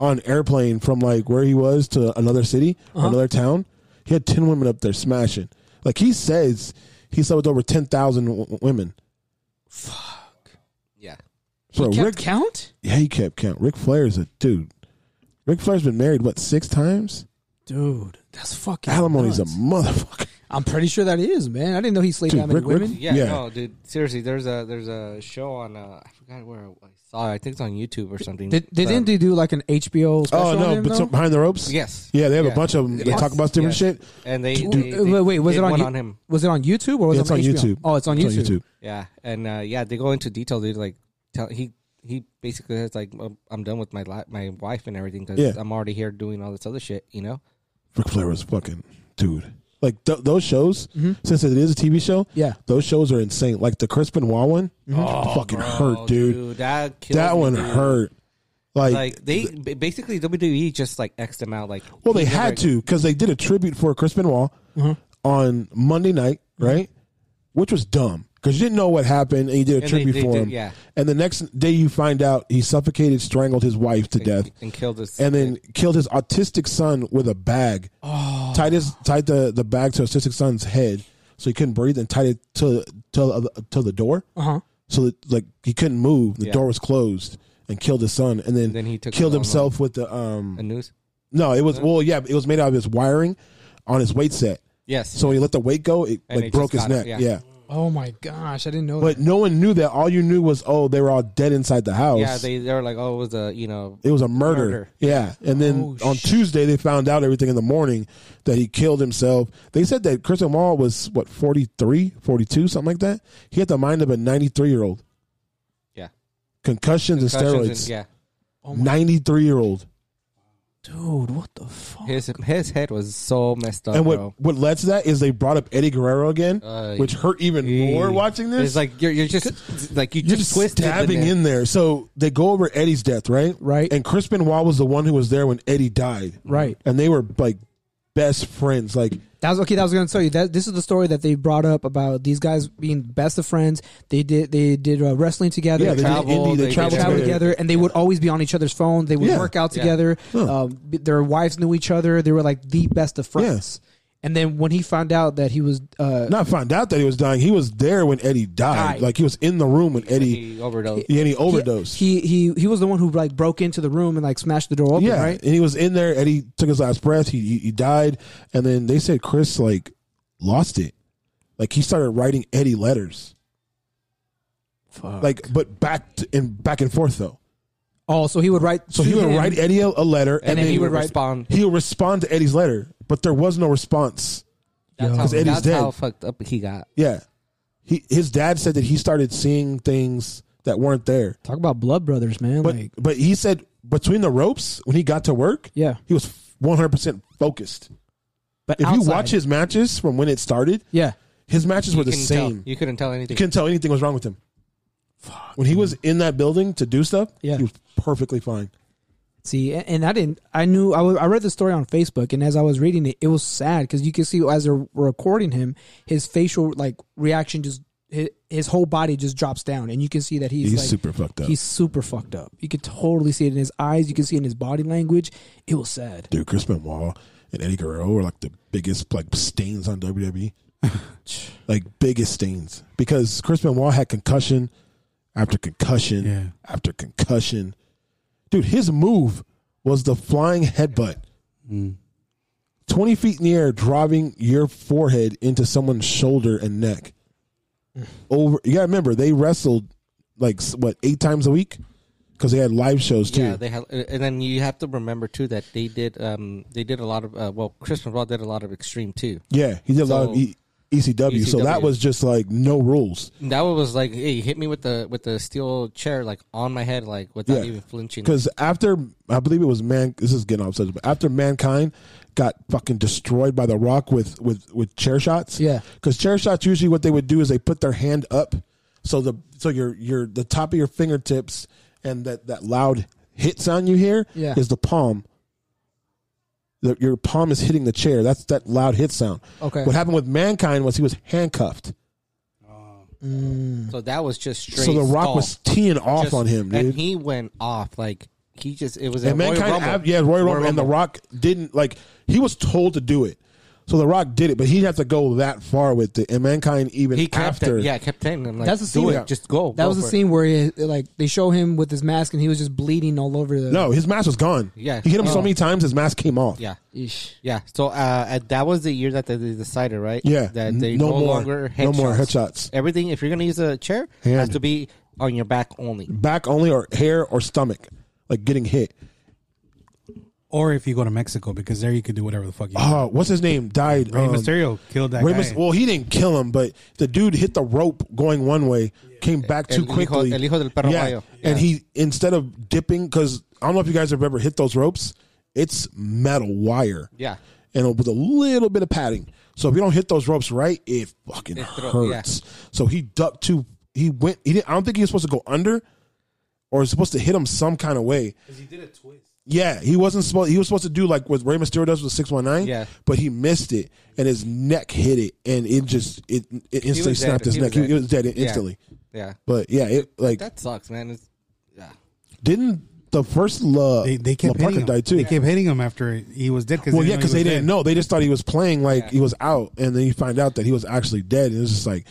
on airplane from like where he was to another city or another town. He had ten women up there smashing. Like he says, he slept with over ten thousand w- women.
Yeah.
So
Kept
Rick,
count?
yeah, he kept count. Rick Flair is a dude. Rick Flair's been married what six times?
Dude, that's fucking
Alimony's a
nuts.
motherfucker.
I'm pretty sure that is, man. I didn't know he slayed
Dude,
that many
Rick- Rick-
women.
Yeah,
Yeah.
no, dude. Seriously, there's a there's a show on uh, I forgot where I saw it. I think it's on YouTube or something.
Did, they didn't they do like an HBO special?
Oh
on
no,
him,
but
though?
some, behind the ropes.
Yes.
Yeah, they have a
Yeah.
bunch of them. They
Yes.
talk about different
Yes.
shit.
and they,
Dude,
they- they
wait, wait, was
did
it on,
one
you-
on him?
Was it on YouTube or was
it's
it
on
on, HBO?
YouTube.
Oh, it's on YouTube.
Yeah, and uh, yeah, they go into detail, dude. Like, tell he he basically is like, "Well, I'm done with my li- my wife and everything because
Yeah.
I'm already here doing all this other shit, you know.
Ric Flair was fucking dude. Like th- those shows, since it is a TV show,
Mm-hmm. Yeah. Mm-hmm.
those shows are insane. Like the Chris Benoit one, fucking hurt, Oh, dude.
Oh, that killed
that
me,
one
dude.
hurt. Like,
Like they ba- basically WWE just like x them out. Like,
well, they
he
had
never-
to because they did a tribute for Chris Benoit
Mm-hmm.
on Monday night, right? Which was dumb because you didn't know what happened, and you did a
And they-
tribute
they
for
did,
him.
yeah.
And the next day, you find out he suffocated, strangled his wife to death.
and killed us.
and then killed his autistic son with a bag.
Oh.
Tied his tied the, the bag to his autistic son's head so he couldn't breathe and tied it to to, to the door.
Uh-huh.
So that like he couldn't move. The
Yeah.
door was closed and killed his son and then,
Then he took
killed
his own
himself with the um
a news.
no, it was well yeah, it was made out of his wiring on his weight set.
Yes.
So when he let the weight go, it
And
like
it just
broke his
got him,
neck.
yeah.
yeah.
Oh my gosh, I didn't know
But
that.
no one knew that. All you knew was oh, they were all dead inside the house.
yeah, they they were like, oh, it was a you know.
It was a murder.
Murder. Oh,
Yeah. And then on Tuesday, they found out everything in the morning that he killed himself. They said that Chris Mall was, what, 43, 42, something like that? He had the mind of a 93 year old.
Yeah.
Concussions,
concussions
and steroids.
and- yeah, Oh
93 year old.
Dude, what the fuck?
his his head was so messed up,
And what,
bro.
what led to that is they brought up Eddie Guerrero again,
Uh,
which hurt even more watching this.
It's like you're you're just like you
you're
just
just
twisted the
stabbing
neck.
in there. So they go over Eddie's death, right?
Right.
And Chris Benoit was the one who was there when Eddie died.
Right.
And they were like best friends. Like,
That was okay. That was going to tell you that this is the story that they brought up about these guys being best of friends. They did they did uh, wrestling together.
Yeah, they did
traveled,
indie. They,
they-
traveled
they
travel
Yeah.
together.
together and they would always be on each other's phone they would
Yeah.
work out
Yeah.
together
Yeah.
um, b- their wives knew each other they were like the best of friends and then when he found out that he was uh,
Not find out that he was dying. He was there when Eddie died.
Died.
Like he was in the room when Eddie
He overdosed.
yeah, and he overdosed.
he, he he was the one who like broke into the room and like smashed the door open
yeah,
right
and he was in there. Eddie took his last breath. He, he he died, and then they said Chris like lost it. Like he started writing Eddie letters. Like, but back to, and back and forth though.
oh so he would write
So he
to
would
him.
write Eddie a, a letter, and,
then
then
he would
write-
respond.
He would respond to Eddie's letter, but there was no response.
That's, how,
'Cause Eddie's
that's
dead.
how fucked up he got.
Yeah, he his dad said that he started seeing things that weren't there.
talk about blood brothers man
But
like
but he said between the ropes when he got to work,
Yeah.
he was 100 percent focused.
but
If you
outside-
watch his matches from when it started,
yeah
his matches were the
You couldn't
same.
Tell, you couldn't tell anything.
You couldn't tell anything was wrong with him. When he was in that building to do stuff,
Yeah.
he was perfectly fine.
See, a- and I didn't. I knew. I, w- I read the story on Facebook, and as I was reading it, it was sad because you could see as they're recording him, his facial like reaction just his, his whole body just drops down, and you can see that he's,
He's
like,
super fucked up.
He's super fucked up. You could totally see it in his eyes. You can see it in his body language. It was sad.
Dude, Chris Benoit and Eddie Guerrero were like the biggest like stains on E. WWE, like biggest stains because Chris Benoit had concussion after concussion
Yeah.
after concussion. Dude, his move was the flying headbutt. 20 feet in the air, driving your forehead into someone's shoulder and neck. Over, you gotta remember, they wrestled like s- what, eight times a week? Because they had live shows too.
Yeah, they have, and then you have to remember too that they did um they did a lot of uh, well, Chris McGraw did a lot of extreme too.
Yeah, he did a lot of
So-
e- ECW, So
E
ECW.
that was just like no rules.
That one was like, hey, hit me with the with the steel chair like on my head like without
Yeah.
even flinching.
Because after I believe it was man, this is getting off subject, but after mankind got fucking destroyed by the Rock with with with chair shots,
Yeah.
Because chair shots usually what they would do is they put their hand up, so the so your your the top of your fingertips and that that loud hit sound you hear
Yeah.
is the palm. The, your palm is hitting the chair. That's that loud hit sound.
Okay.
What happened with mankind was he was handcuffed,
So that was just straight.
so the Rock
skull.
was teeing off
Just-
on him, dude.
and he went off like he just it was.
And
a Royal
mankind,
Rumble.
ab- yeah, Roy Rumble, and The Rock didn't like. He was told to do it, so The Rock did it, but he'd have to go that far with it. And mankind, even
He kept
after,
it. Yeah, kept telling him like,
That's the
do
scene-
it, just go.
That
Oh, go
was the
for it."
scene where he, like they show him with his mask and he was just bleeding all over the.
no, his mask was gone.
Yeah.
he hit him so
Oh.
many times, his mask came off.
Yeah.
Eesh.
Yeah, so uh, and that was the year that they they decided, right?
Yeah.
that they
No
no,
more-
longer headshots.
no more headshots.
Everything, if you're gonna use a chair,
Hand.
has to be on your back only.
back only, or hair or stomach, like getting hit.
Or if you go to Mexico, because there you could do whatever the fuck you want.
Oh, what's his name? Died.
Rey
um,
Oh. Mysterio killed that
Rey
guy.
Myster- well, he didn't kill him, but the dude hit the rope going one way, came back too
El hijo-
quickly.
el hijo del perro
yeah.
mayo.
and he instead of dipping, because I don't know if you guys have ever hit those ropes. It's metal wire.
Yeah.
and with a little bit of padding. So if you don't hit those ropes right, it fucking
throw- yeah.
hurts. So he ducked too. He went. He didn't. I don't think he was supposed to go under, or was supposed to hit him some kind of way.
he did a twist.
Yeah, he wasn't supposed. He was supposed to do like what Rey Mysterio does with six one nine.
Yeah.
but he missed it, and his neck hit it, and it just it it instantly
was dead.
snapped his
He
neck.
was
He,
dead.
he was dead
Yeah.
instantly.
Yeah,
But yeah, it like
that sucks, man. It's, yeah,
didn't the first La
They, they kept
La Parca
hitting him.
died too.
They kept hitting him after he was dead. Cause
well,
they didn't know he
yeah, because they
was dead.
didn't know. They just thought he was playing like he was out, and then you find out that he was actually dead, and it's just like,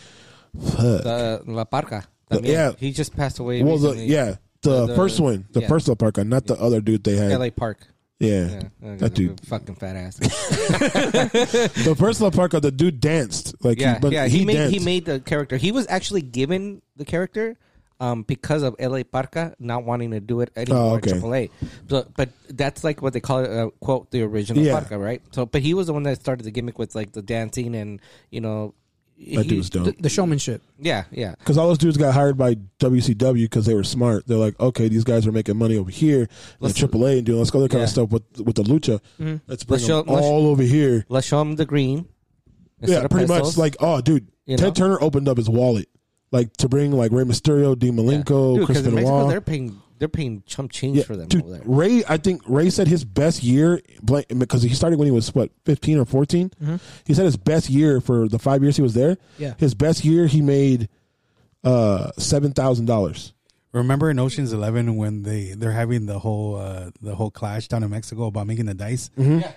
fuck.
the La Parca.
The-
también.
yeah.
he just passed away.
well, the,
recently.
yeah, the,
the-
first one, the
yeah.
first La Parca, not the other dude they had.
L.A. Park.
yeah,
Yeah,
that dude.
fucking fat ass.
The first La Parca, the dude danced like,
yeah,
he, but
yeah.
he,
He, made
danced.
he made the character. He was actually given the character um, because of L.A. Parca not wanting to do it anymore.
Oh, okay.
in AAA. But, but that's like what they call it. Uh, quote the original
Yeah.
Parca, right? So, but he was the one that started the gimmick with like the dancing and you know.
that
he-
dude's dope.
The showmanship.
Yeah, yeah.
Because all those dudes got hired by WCW because they were smart. They're like, okay, these guys are making money over here, like AAA and doing let's go that kind
Yeah. Mm-hmm.
of stuff with with the lucha. Let's bring
Let's show-
them
let's-
all over here.
Let's show him the green. instead
yeah,
of
pretty
pencils.
much. Like, oh, dude,
You
Ted
know?
Turner opened up his wallet, like to bring like Rey Mysterio, Dean Malenko,
Dude,
Chris
'cause in Mexico,
Benoit.
they're paying they're paying chump change
Yeah,
for them over
dude,
there.
Ray. I think Ray said his best year blank because he started when he was what fifteen or 14
Mm-hmm.
He said his best year for the five years he was there.
Yeah.
his best year he made uh seven thousand dollars.
Remember in Ocean's Eleven when they they're having the whole uh, the whole clash down in Mexico about making the dice.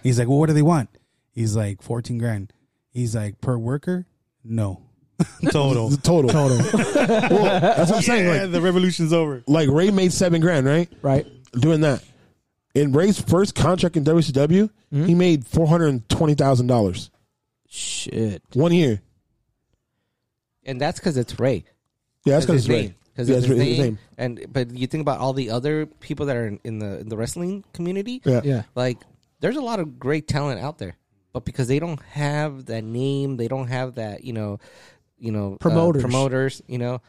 He's like, "Well, what do they want?" He's like, 14 grand." He's like, "Per worker, no, total."
Total, total. well, that's what I'm saying. Like,
yeah, the revolution's over.
like Ray made seven grand, right?
Right.
Doing that. In Ray's first contract in WCW,
Hmm?
he made four hundred and twenty thousand dollars
Shit.
one year.
And that's because it's Ray.
Yeah, that's because it's
his
Ray.
name. 'Cause
yeah,
of
it's Ray- his name.
And but you think about all the other people that are in, in the in the wrestling community.
Yeah.
Yeah.
Like there's a lot of great talent out there, but because they don't have that name, they don't have that you know, you know uh,
Promoters.
promoters. You know,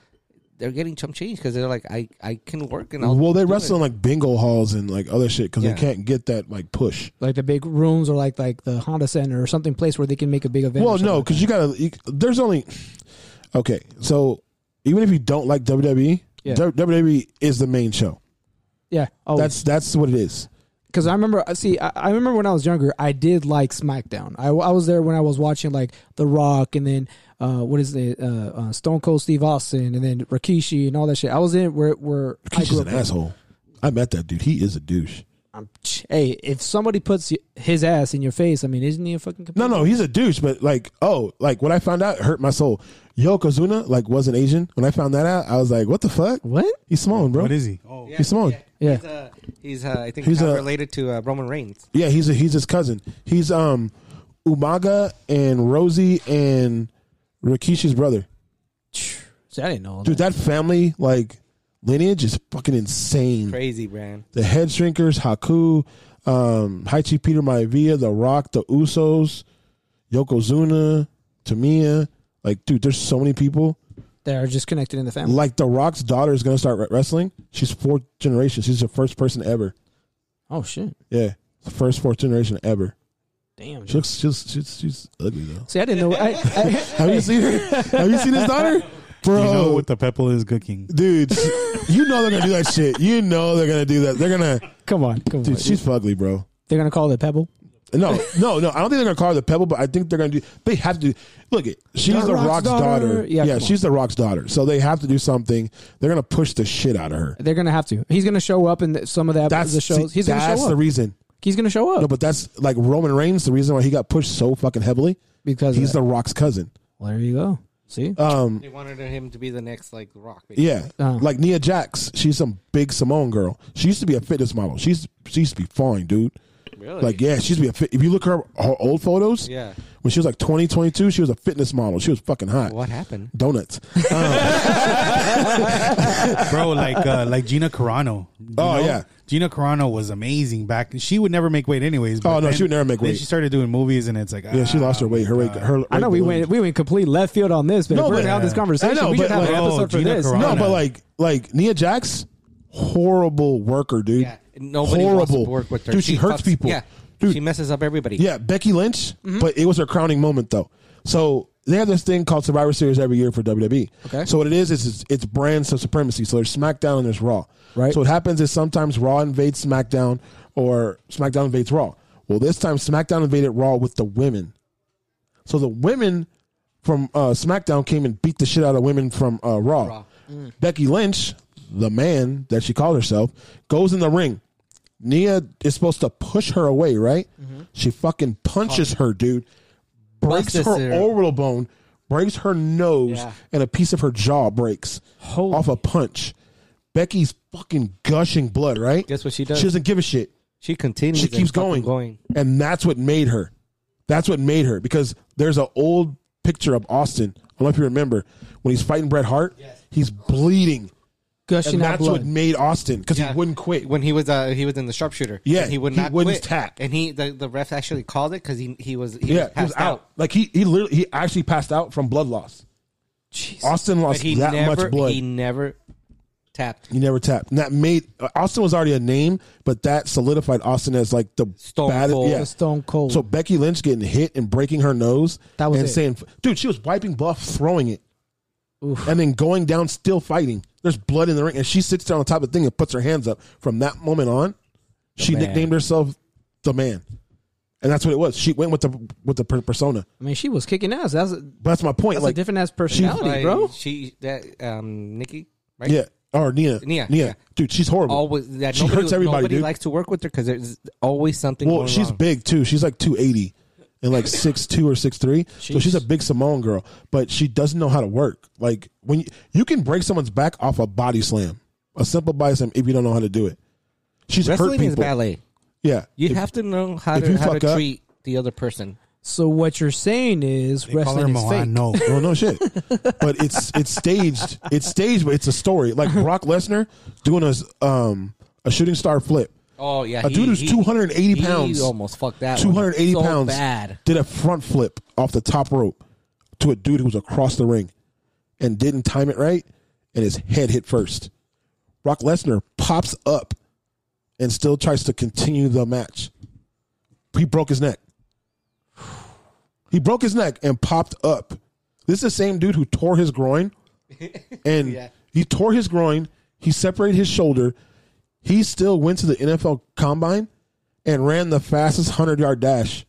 they're getting chump change because they're like, I I can work and I'll
Well, they
do
wrestle in
it.
like bingo halls and like other shit because
Yeah.
they can't get that like push.
Like the big rooms or like like the Honda Center or something place where they can make a big event. or
Well, no,
something.
because you gotta. You, there's only okay. So even if you don't like E, WWE,
Yeah.
WWE E is the main show.
yeah, oh,
That's that's what it is.
because I remember. I See, I, I remember when I was younger, I did like SmackDown. I, I was there when I was watching like The Rock and then uh, what is it, uh, uh, Stone Cold Steve Austin and then Rikishi and all that shit. I was in where where I
He's
grew
just
up.
an asshole. I met that dude. He is a douche.
I'm, hey, if somebody puts y- his ass in your face, I mean, isn't he a fucking
No, no, he's a douche, but like, oh, like what I found out hurt my soul. Yokozuna like wasn't Asian. When I found that out, I was like, what the fuck?
What?
He's Samoan, bro.
What is he? Oh,
He's Samoan. Yeah.
Yeah.
He's, uh, he's uh, I think
He's,
half
uh,
related to uh, Roman Reigns.
he's a, he's his cousin. He's um Umaga and Rosie and Rikishi's brother.
See, I didn't know.
Dude,
that.
that family like lineage is fucking insane.
Crazy, brand.
the head shrinkers, Haku, um, Haichi Peter Maivia, The Rock, The Usos, Yokozuna, Tamiya. Like, dude, there's so many people.
They're just connected in the family.
Like, The Rock's daughter is gonna start wrestling. She's fourth generation. She's the first person ever.
Oh shit!
Yeah, the first fourth generation ever.
Damn.
She looks, she's, she's, she's ugly though.
See, I didn't know. I, I,
Have you seen her? Have you seen his daughter? Bro,
you know what the pepple is cooking.
dudes, you know they're gonna do that shit. You know they're gonna do that. They're gonna,
come on, come
dude.
on.
She's ugly, bro.
They're gonna call it Pebble.
No, no, no. I don't think they're gonna call her the pebble, but I think they're gonna do. They have to. do Look, it. She's
The
the,
Rock's
Rock's, daughter.
daughter. Yeah,
Yeah,
come on.
she's the Rock's daughter. So they have to do something. They're gonna push the shit out of her.
They're gonna have to. He's gonna show up in the, some of the,
That's
the shows.
see,
He's gonna
that's
show up.
the reason.
He's gonna show up
No, but that's like Roman Reigns. The reason why he got pushed so fucking heavily.
because
He's
he's Uh,
the Rock's cousin.
well, there you go. See,
Um,
They wanted him to be the next like Rock. basically.
yeah,
Uh-huh.
like Nia Jax. She's some big Samoan girl. She used to be a fitness model. She's she used to be fine, dude.
Really?
Like yeah, she used to be a fit. If you look her her old photos,
Yeah.
when she was like 20, 22, she was a fitness model. She was fucking hot.
What happened?
Donuts.
bro. Like uh, like Gina Carano. You
Oh, yeah.
Gina Carano was amazing back. She would never make weight anyways. but
Oh, no,
then-
she would never make
then
weight.
She started doing movies, and it's like ah,
Yeah, she lost her weight. Her weight. Her.
I know
weight
we
ballooned.
went we went complete left field on this, but
No,
if we're
but-
gonna have this
Yeah.
conversation.
I know,
we should
but
have an
like-
episode
Oh,
for
Gina
this.
Carano.
No,
Rana.
but like like Nia Jax, horrible worker, dude.
Yeah, nobody wants to work with her.
Dude, she, hurts
fucks-
people.
Yeah,
Dude,
she messes up everybody.
yeah, Becky Lynch,
Mm-hmm.
but it was her crowning moment though. So they have this thing called Survivor Series every year for WWE.
Okay.
So what it is is it's, it's brands of supremacy. So there's SmackDown and there's Raw.
Right.
So what happens is sometimes Raw invades SmackDown or SmackDown invades Raw. Well, this time SmackDown invaded Raw with the women. So the women from uh, SmackDown came and beat the shit out of women from uh, Raw.
Mm.
Becky Lynch, the man that she called herself, goes in the ring. Nia is supposed to push her away, right?
Mm-hmm.
She fucking punches her, dude. Breaks
Busted
her
her.
orbital bone, breaks her nose,
Yeah.
and a piece of her jaw breaks
Holy.
off a punch. Becky's fucking gushing blood, right?
Guess what she does?
She doesn't give a shit.
She continues.
She
and
keeps
fucking
going. And that's what made her. That's what made her because there's an old picture of Austin. I don't know if you remember when he's fighting Bret Hart. He's bleeding,
gushing
and
out
that's what
blood.
made Austin because
Yeah.
he wouldn't quit.
When he was uh, he was in the sharpshooter.
Yeah,
And he would
he
not
wouldn't
quit.
tap.
And he the, the ref actually called it because he he was he
yeah,
was
he was
passed
out. Like he, he literally, he actually passed out from blood loss. Austin
But
lost
he
that
never
much blood.
he never tapped.
He never tapped. And that made uh, Austin was already a name, but that solidified Austin as like the
Stone Cold.
yeah.
The Stone Cold.
So Becky Lynch getting hit and breaking her nose
That was
and
it.
saying, "Dude, she was wiping blood, throwing it, and then going down, still fighting. There's blood in the ring, and she sits down on top of the thing and puts her hands up. From that moment on, she
Man.
nicknamed herself the Man, and that's what it was. She went with the with the per- persona.
I mean, she was kicking ass. That's a,
But that's my point.
that's
like,
a different ass personality,
Like,
bro.
She that um Nikki right.
yeah, or Nia,
Nia,
Nia,
yeah.
dude, she's horrible.
Always that
She
nobody,
hurts everybody,
Nobody
dude.
likes to work with her because there's always something.
Well,
going
she's
wrong.
big too. She's like two eighty, and like six two or six three. So she's a big Samoan girl, but she doesn't know how to work. Like when you, you can break someone's back off a body slam, a simple body slam, if you don't know how to do it. She's hurt
Wrestling
people.
is ballet.
Yeah,
You
If-
have to know how
if
to
you
how
fuck
to
up-
treat the other person.
So what you're saying is
They call her
wrestling is fake.
Moana. No,
Well, Oh, no shit, but it's it's staged. It's staged, but it's a story. Like Brock Lesnar doing a s- um a shooting star flip.
Oh yeah,
A dude who's 280 pounds.
He almost fucked that.
Two hundred eighty
one. So
pounds.
Bad.
Did a front flip off the top rope to a dude who was across the ring, and didn't time it right, and his head hit first. Brock Lesnar pops up, and still tries to continue the match. He broke his neck. He broke his neck and popped up. This is the same dude who tore his groin, and he tore his groin. He separated his shoulder. He still went to the NFL Combine and ran the fastest 100 yard dash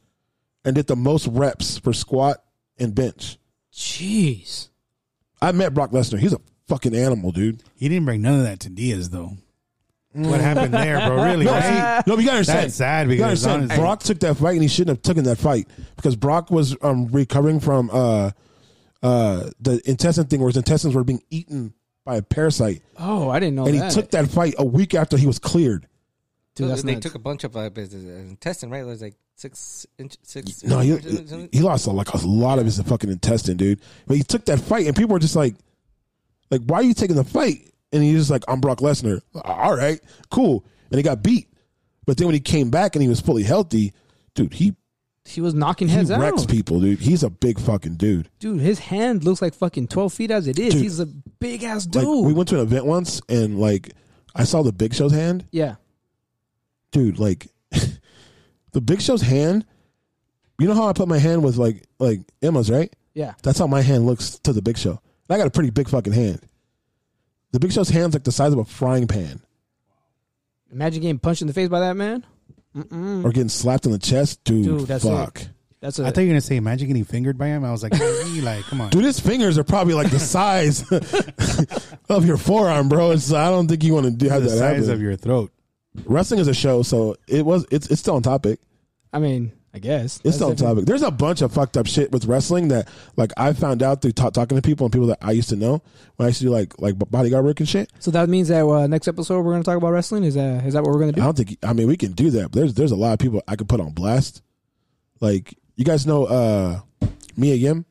and did the most reps for squat and bench.
Jeez.
I met Brock Lesnar. He's a fucking animal, dude.
he didn't bring none of that to Diaz though. what happened there, bro? Really?
Mm. No, see,
right?
no, but you gotta understand.
That's sad
you gotta
because
understand.
honestly-
Brock took that fight and he shouldn't have taken that fight because Brock was um, recovering from uh, uh, the intestine thing where his intestines were being eaten by a parasite,
Oh, I didn't know
and he
that.
took that fight a week after he was cleared.
Dude, that's
they
nuts.
took a bunch of uh, b- b- intestine, right? It was like six inch, six.
No, he
something?
he lost like a lot of his fucking intestine, dude. But he took that fight, and people were just like, like, why are you taking the fight? And he's just like, I'm Brock Lesnar. All right, cool. And he got beat, but then when he came back and he was fully healthy, dude, he
he was knocking
he
heads
wrecks
out.
people, dude. He's a big fucking dude.
Dude, his hand looks like fucking twelve feet as it is.
Dude.
He's a big ass dude.
Like we went to an event once, and like I saw the Big Show's hand,
yeah.
dude. Like the Big Show's hand. You know how I put my hand with like like Emma's right?
Yeah.
That's how my hand looks to the Big Show. And I got a pretty big fucking hand. The Big Show's hand's like the size of a frying pan,
Imagine getting punched in the face by that man.
or getting slapped in the chest, dude.
Mm. Dude, that's
fuck,
it. That's a
I thought you were gonna say imagine getting fingered by him. I was like, "Hey, like, come on.
dude. His fingers are probably like the size of your forearm, bro. It's, I don't think you want to do have
the
that
size
happen.
of your throat.
Wrestling is a show, so it was. It's it's still on topic.
I mean, I guess.
It's
That's
still on
different.
topic. There's a bunch of fucked up shit with wrestling that like I found out through ta- talking to people and people that I used to know when I used to do like like bodyguard work and shit.
So that means that uh, next episode we're going to talk about wrestling. Is that is that what we're going
I
to do?
don't think I mean we can do that. But there's there's a lot of people I could put on blast. Like you guys know uh Mia Yim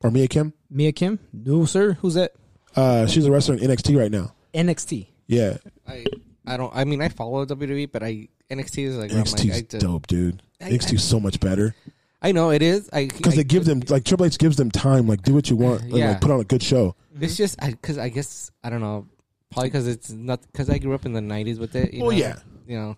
or Mia Kim.
Mia Kim, no sir. Who's that?
Uh she's a wrestler in NXT right now.
NXT.
Yeah,
I, I don't. I mean, I follow WWE, but I NXT is like where I'm like,
NXT's
I d-
dope, dude.
I-
NXT's so much better
I know it is. I
because
I-
they give them like Triple H gives them time. Like do what you want. and,
Yeah.
like, put on a good show.
Mm-hmm. It's just because I, guess I don't know. Probably because it's not because I grew up in the '90s with it. You
Well,
know,
yeah.
You know.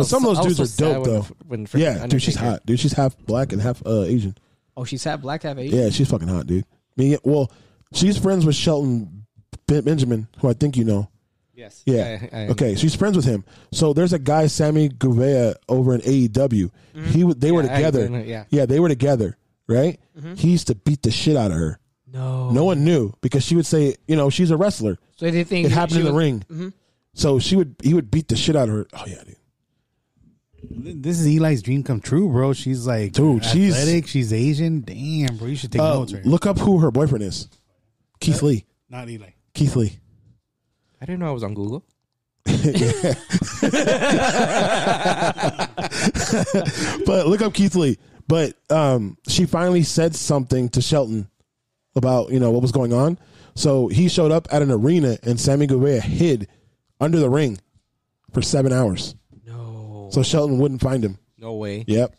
But
was
some of
so-
those
I was
dudes
so
are
sad
dope,
when-
though.
When freaking
Yeah, dude, she's
Undertaker-
hot. Dude, she's half black and half uh, Asian.
Oh, she's half black, half Asian.
Yeah, she's fucking hot, dude. Me, well, she's friends with Shelton Ben- Benjamin, who I think you know.
Yes.
Yeah.
I- I-
okay, she's friends with him. So there's a guy, Sammy Guevara, over in AEW. He w- they were
Mm-hmm. Yeah, I-
together.
yeah. Mm-hmm.
they were together. Right? He used to beat the shit out of her.
No.
No one knew because she would say, you know, she's a wrestler.
So they think
It happened
she
in the
was-
ring.
mm-hmm.
So she would he would beat the shit out of her. Oh yeah, dude.
This is Eli's dream come true, bro. She's like,
Dude, she's-
athletic. She's Asian. Damn, bro, you should take
Uh,
notes. Right?
look up who her boyfriend is. Keith
Uh,
Lee.
not Eli.
Keith Lee.
I didn't know I was on Google.
but look up Keith Lee. But um, she finally said something to Shelton about you know what was going on. So he showed up at an arena, and Sammy Guevara hid under the ring for seven hours,
No.
so Shelton wouldn't find him.
No way.
Yep.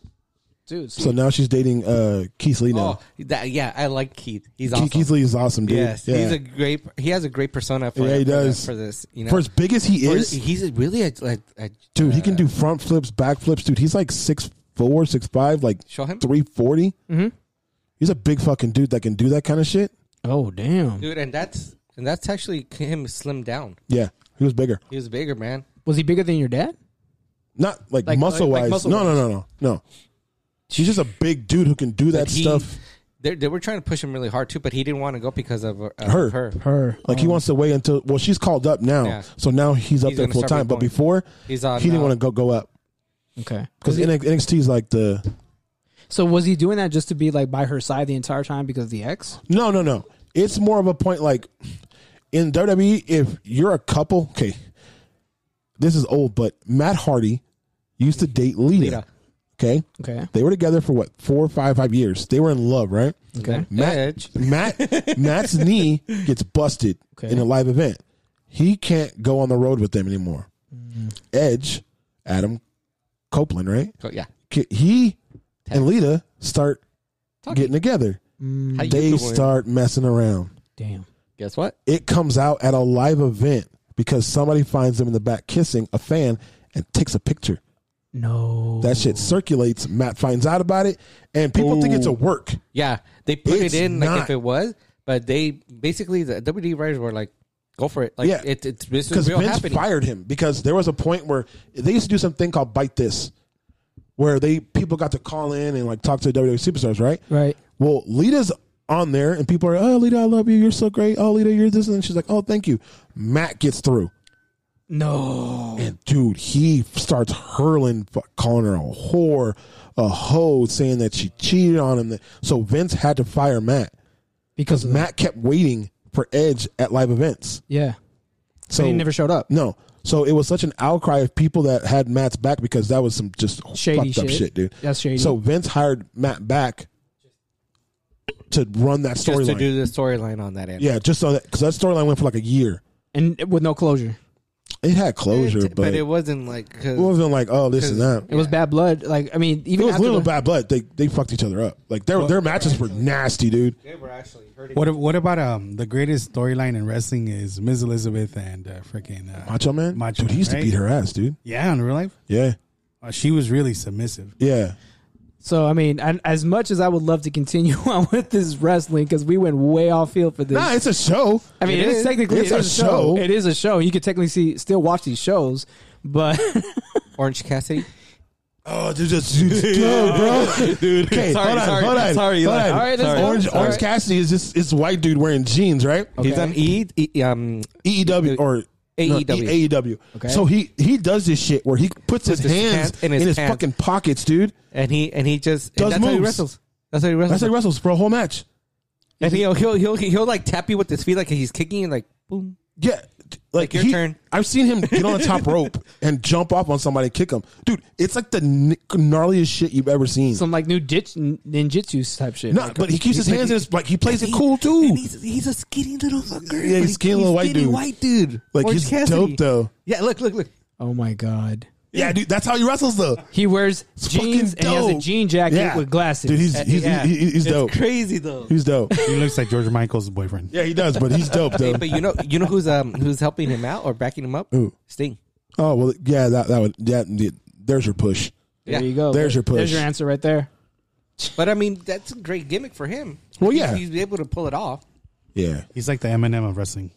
Dude.
So now she's dating uh, Keith Lee now.
Oh, that, yeah. I like Keith. He's
Ke-
awesome.
Keith Lee is awesome, dude.
Yes,
yeah.
he's a great. He has a great persona for
Yeah, he
for the-
does.
for this. You know,
for as big as he
For-
is,
he's really a, like a,
dude. he
uh,
can do front flips, back flips, dude. He's like six four, six five, like
Show him.
three
Mm-hmm.
He's a big fucking dude that can do that kind of shit.
oh damn.
dude, and that's and that's actually him slimmed down.
Yeah, he was bigger.
He was bigger, man.
Was he bigger than your dad?
not like,
Like-
muscle
like-
wise.
like muscle
no, no,
wise.
no, no, no. He's just a big dude who can do that
Like, he-
stuff.
They, they were trying to push him really hard too, but he didn't want to go because of uh,
Her.
of her.
Her.
Like he wants to wait until well, she's called up now,
um, Yeah.
so now he's up
He's
there
gonna
full
start
time. But
going.
before
He's on.
he didn't
uh,
want to go go up
Okay.
because NXT is like the
So was he doing that just to be like by her side the entire time because of the ex?
no, no, no. It's more of a point like in WWE if you're a couple. Okay, this is old, but Matt Hardy used to date Lita.
Lita.
Okay,
Okay.
they were together for what four, five, five years. They were in love, right?
Okay.
Matt,
Edge.
Matt Matt's knee gets busted
Okay.
in a live event. He can't go on the road with them anymore.
Mm.
Edge, Adam Copeland, right?
go- yeah.
K- He and Lita start getting together.
How you
They
doing?
start messing around.
Damn.
Guess what?
It comes out at a live event because somebody finds them in the back kissing a fan and takes a picture.
No.
That shit circulates. Matt finds out about it, and people think it's a work.
Yeah, they put
It's
it in like
not.
if it was, but they basically the WD writers were like, "Go for it!" Like
Yeah.
it, it's this
because
is real
Vince
happening.
fired him because there was a point where they used to do something called "Bite This," where they people got to call in and like talk to WWE superstars, right?
Right.
Well, Lita's on there, and people are, "Oh, Lita, I love you. You're so great. Oh, Lita, you're this," and she's like, "Oh, thank you." Matt gets through.
No.
And dude, he starts hurling, fu- calling her a whore, a hoe, saying that she cheated on him. So Vince had to fire Matt because
Because of that.
Matt kept waiting for Edge at live events.
Yeah.
So
he never showed up.
No. So it was such an outcry of people that had Matt's back because that was some just
Shady
fucked up
shit.
shit, dude.
That's shady.
So Vince hired Matt back to run that
Just to
storyline.
do the storyline on that end.
yeah, just so that because that storyline went for like a year.
And with no closure.
It had
It-
closure,
but,
but, it,
it wasn't like cause
wasn't like oh this and that.
It was bad blood. Like I mean,
It
even
was
after
little
the-
bad blood. They they fucked each other up. Like their their matches were nasty, dude.
they were actually hurting.
What what about um the greatest storyline in wrestling is Ms. Elizabeth and uh, freaking uh,
Macho Man,
Macho
dude, he used
Man,
to beat
right?
her ass, dude.
Yeah, in real life,
Yeah,
Uh, she was really submissive.
yeah.
So I mean, and as much as I would love to continue on with this wrestling because we went way off field for this.
Nah, it's a show.
I mean, it is, technically
It's
it
a
is a show.
show.
It is a show. You could technically see still watch these shows, but
Orange Cassidy.
Oh, dude, just dude, go, bro, dude. Okay,
Sorry,
hold on,
sorry,
hold on,
sorry,
hold
like-
on.
All right, let's go.
Orange,
All
Orange
right.
Cassidy is just is white dude wearing jeans, right?
He's on E, E- um
EEW or
AEW.
No, AEW.
Okay.
E So he he does this shit where he puts, his,
his
hands,
hands
in
in
his,
his hands.
fucking pockets, dude.
and he and he just and
Does
that's how he
moves.
wrestles. That's how he wrestles.
That's like wrestles for a whole match.
and he'll, he'll he'll he'll like tap you with his feet like he's kicking and like boom.
Yeah. Like,
Like your
he-
turn.
I've seen him get on the top rope and jump up on somebody and kick him. Dude, it's like the n- gnarliest shit you've ever seen.
some like new ditch ninjutsu type shit.
no,
Like,
but he keeps his hands in his like he plays it cool too.
And he's, he's a skinny little fucker.
Yeah, he's skinny little white
skinny
dude.
White dude.
Like,
Orange
he's
Cassidy.
dope, though.
Yeah, look, look, look.
oh my god,
Yeah, dude, that's how he wrestles though.
he wears
It's
jeans
fucking
and he has a
dope.
jean jacket
Yeah.
with glasses. Uh,
Dude, he's he's,
Yeah.
he- he- he's
It's
dope.
Crazy though.
He's dope.
He looks like George Michael's boyfriend.
Yeah, he does, but he's dope though.
But you know, you know who's um who's helping him out or backing him up?
Who?
Sting.
Oh well, yeah, that that would yeah. yeah, There's your push.
there
yeah.
you go.
There's your push.
There's your answer right there.
But I mean, that's a great gimmick for him.
Well,
He's-
yeah.
he's, able to pull it off.
Yeah,
He's like the Eminem of wrestling.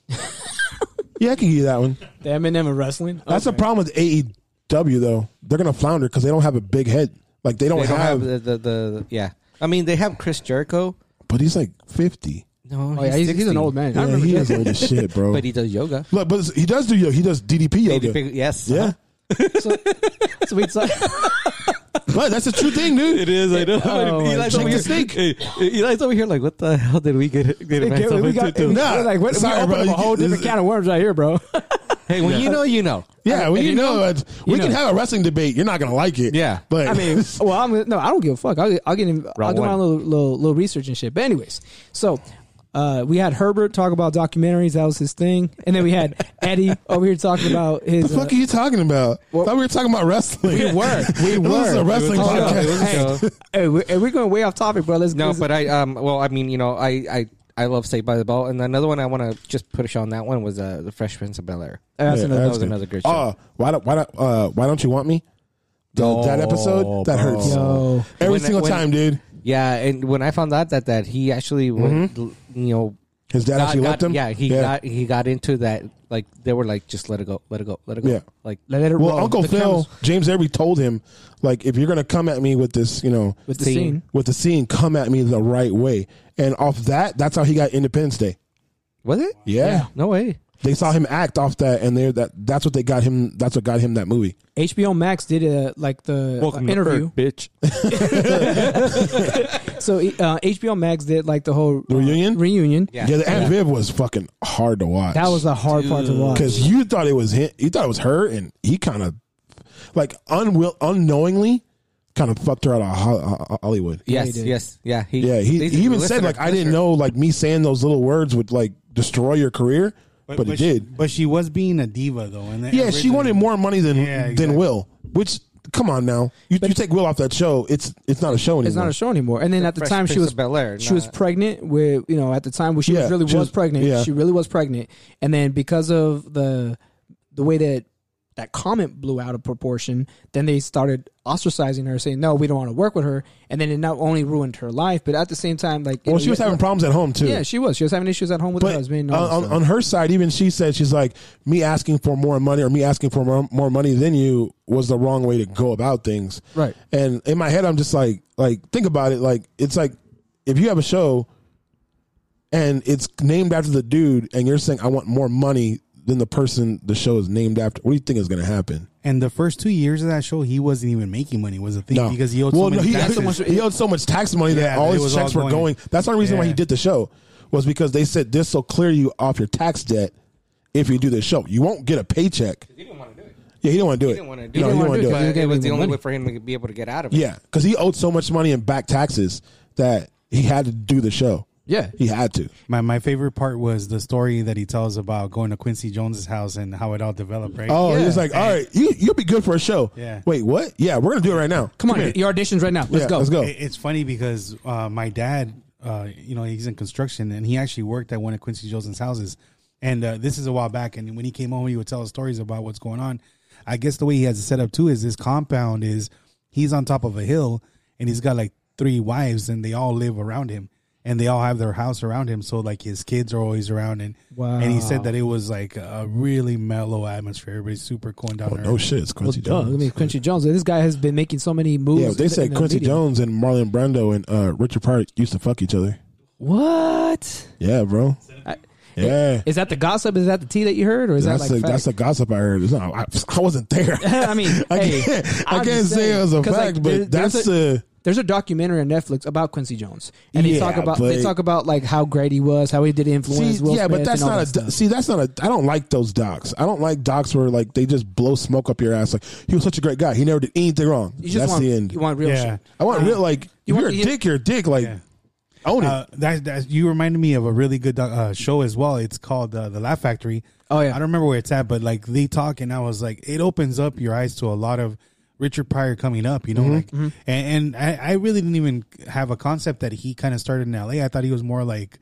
yeah, I can give you that one.
The Eminem of wrestling.
That's the problem with AEW though. They're gonna flounder because they don't have a big head. Like they don't,
They don't
have,
have the, the, the yeah. I mean, they have Chris Jericho.
But he's like fifty.
No,
Oh, yeah, he's, he's an
60.
old man. I
Yeah,
remember
he
that.
is old as shit, bro.
but he does yoga.
Look, but he does do yo- he does DDP
Baby
yoga.
figure- yes.
Yeah,
So we talk-
but that's the true thing, dude.
It is. I know.
Oh, my
Eli's, over
God.
here, Hey, Eli's over here. Like, what the hell did we get? Get
we got,
ourselves
we got
into?
Nah,
like what,
sorry,
we
bro,
opened up
you-
a whole
this
different
is-
can of worms right here, bro.
Hey, when you know, you know.
Yeah, well,
And
you,
you
know,
know-
it's- we
you
can
know.
have a wrestling debate. You're not gonna like it.
Yeah.
but
I mean, well, I'm no, I don't give a fuck. I'll, I'll get in. I'll
Round
do my own
one.
little, little little research and shit. But anyways, so uh, we had Herbert talk about documentaries. That was his thing, and then we had Eddie over here talking about his.
the
uh,
fuck are you talking about? I thought we were talking about wrestling.
we were, we were.
This is a wrestling
Hold up.
podcast.
Hey, hey, we- hey, we're going way off topic, bro. Let's
No,
let's-
but I um. Well, I mean, you know, I I I love Saved by the Bell, and another one I want to just push on that one was uh, the Fresh Prince of Bel Air.
that's
Yeah,
another-
that was another good show.
Oh, why don't why don't uh, why don't you want me? The- that episode that hurts
Yo.
every
When-
single
when-
time, dude.
Yeah, and when I found out that that he actually, went, you know,
His dad
got-
actually
got-
left him.
Yeah, he got he got into that. Like they were like, just let it go, let it go, let it go.
Yeah.
Like
let it
Well,
roll.
Uncle
The
Phil
cameras-
James Every told him like if you're gonna come at me with this, you know,
with the
scene.
scene.
with the scene, come at me the right way. And off that, that's how he got Independence Day.
was it?
Yeah,
No way.
they saw him act off that, and they that that's what they got him. That's what got him that movie.
HBO Max did a like the uh, interview.
bitch.
So uh, HBO Max did like the whole uh,
reunion?
reunion.
Yeah.
Yeah, the Aunt Viv was fucking hard to watch.
That was the hard part to watch.
because you thought it was him, you thought it was her, and he kind of like unwill unknowingly kind of fucked her out of Ho- Hollywood.
he
Yes,
did.
yes, yeah. He,
Yeah, he, he even said like I didn't know like me saying those little words would like destroy your career, but, it
she,
did.
But she was being a diva though, and
yeah, she wanted more money than
Yeah, exactly.
than Will. Which come on now, you, you take Will off that show, it's it's not a show anymore.
It's not a show anymore. And then at the
Fresh
time she
Prince
was
of Bel-Air,
she was
not-
pregnant with you know at the time where she
Yeah,
was really
she
was
was-
pregnant.
yeah.
She really was pregnant. And then because of the the way that that comment blew out of proportion, then they started ostracizing her, saying no, we don't want to work with her. And then it not only ruined her life, but at the same time, like you
Well,
know,
she was
yeah,
having problems at home too.
yeah, she was she was having issues at home with her
but
husband.
on,
and all that
on,
stuff.
on her side, even she said she's like me asking for more money or me asking for more, more money than you was the wrong way to go about things.
Right.
And in my head, I'm just like, like think about it. Like it's like if you have a show and it's named after the dude, and you're saying I want more money than the person the show is named after. What do you think is going to happen?
And the first two years of that show, he wasn't even making money. Was the thing
No,
because he owed
well,
so many
no, he,
taxes.
Owed so much, he owed so much tax money
Yeah,
that all
it
his
was all
checks were
going-
going. That's the only reason why he
Yeah.
did the show was because they said this will clear you off your tax debt if you do this show. You won't get a paycheck.
He didn't want to do it.
Yeah, he didn't want to do it.
He didn't want to
No,
do
he
it.
didn't wanna
but
do it.
it was the
him
only
money.
way for him to be able to get out of it.
Yeah, because he owed so much money in back taxes that he had to do the show.
Yeah.
he had to.
My my favorite part was the story that he tells about going to Quincy Jones's house and how it all developed. Right?
Oh, he was like, all right, you you'll be good for a show.
Yeah.
Wait, what? Yeah, we're gonna do it right now.
Come on,
here.
your auditions right now. Let's
Yeah,
go.
Let's go.
It- It's funny because uh, my dad, uh, you know, he's in construction and he actually worked at one of Quincy Jones's houses. And uh, this is a while back. And when he came home, he would tell us stories about what's going on. I guess the way he has it set up too is his compound is he's on top of a hill and he's got like three wives and they all live around him and they all have their house around him. So like his kids are always around and and he said that it was like a really mellow atmosphere. Everybody's super cool down
Oh
there.
no shit, it's Quincy
Well, duh, I
Jones.
mean, Quincy Jones. This guy has been making so many moves.
yeah, they
in the-
said
in the
Quincy
media.
Jones and Marlon Brando and uh, Richard Pryor used to fuck each other.
What
Yeah, bro. Yeah.
is that? The gossip? Is that the tea that you heard, or is
that's
that like
a, that's a
fact?
gossip I heard. It's not, I, I wasn't there.
I mean,
I
hey,
can't, I
I'm
can't
just
say it
saying,
was a
'cause,
fact,
like,
but
there- there's
that's
a-
a,
There's a documentary on Netflix about Quincy Jones, and they
Yeah,
talk about they
but-
talk about like how great he was, how he did influence.
See,
Will
yeah, but
Smith
that's
and all
not a
that stuff.
see. That's not a. I don't like those docs. I don't like docs where like they just blow smoke up your ass. Like he was such a great guy. He never did anything wrong.
You just
that's
want
the end.
you want real
Yeah.
shit.
I want real like
you
if
want
you're a
to hear-
dick. You're a dick. Like
Yeah.
own it.
Uh, that, that you reminded me of a really good uh, show as well. It's called uh, The Laugh Factory.
Oh, yeah.
I don't remember where it's at, but like they talk, and I was like, it opens up your eyes to a lot of Richard Pryor coming up, you know,
Mm-hmm,
like, and, and I, I really didn't even have a concept that he kind of started in L.A. I thought he was more like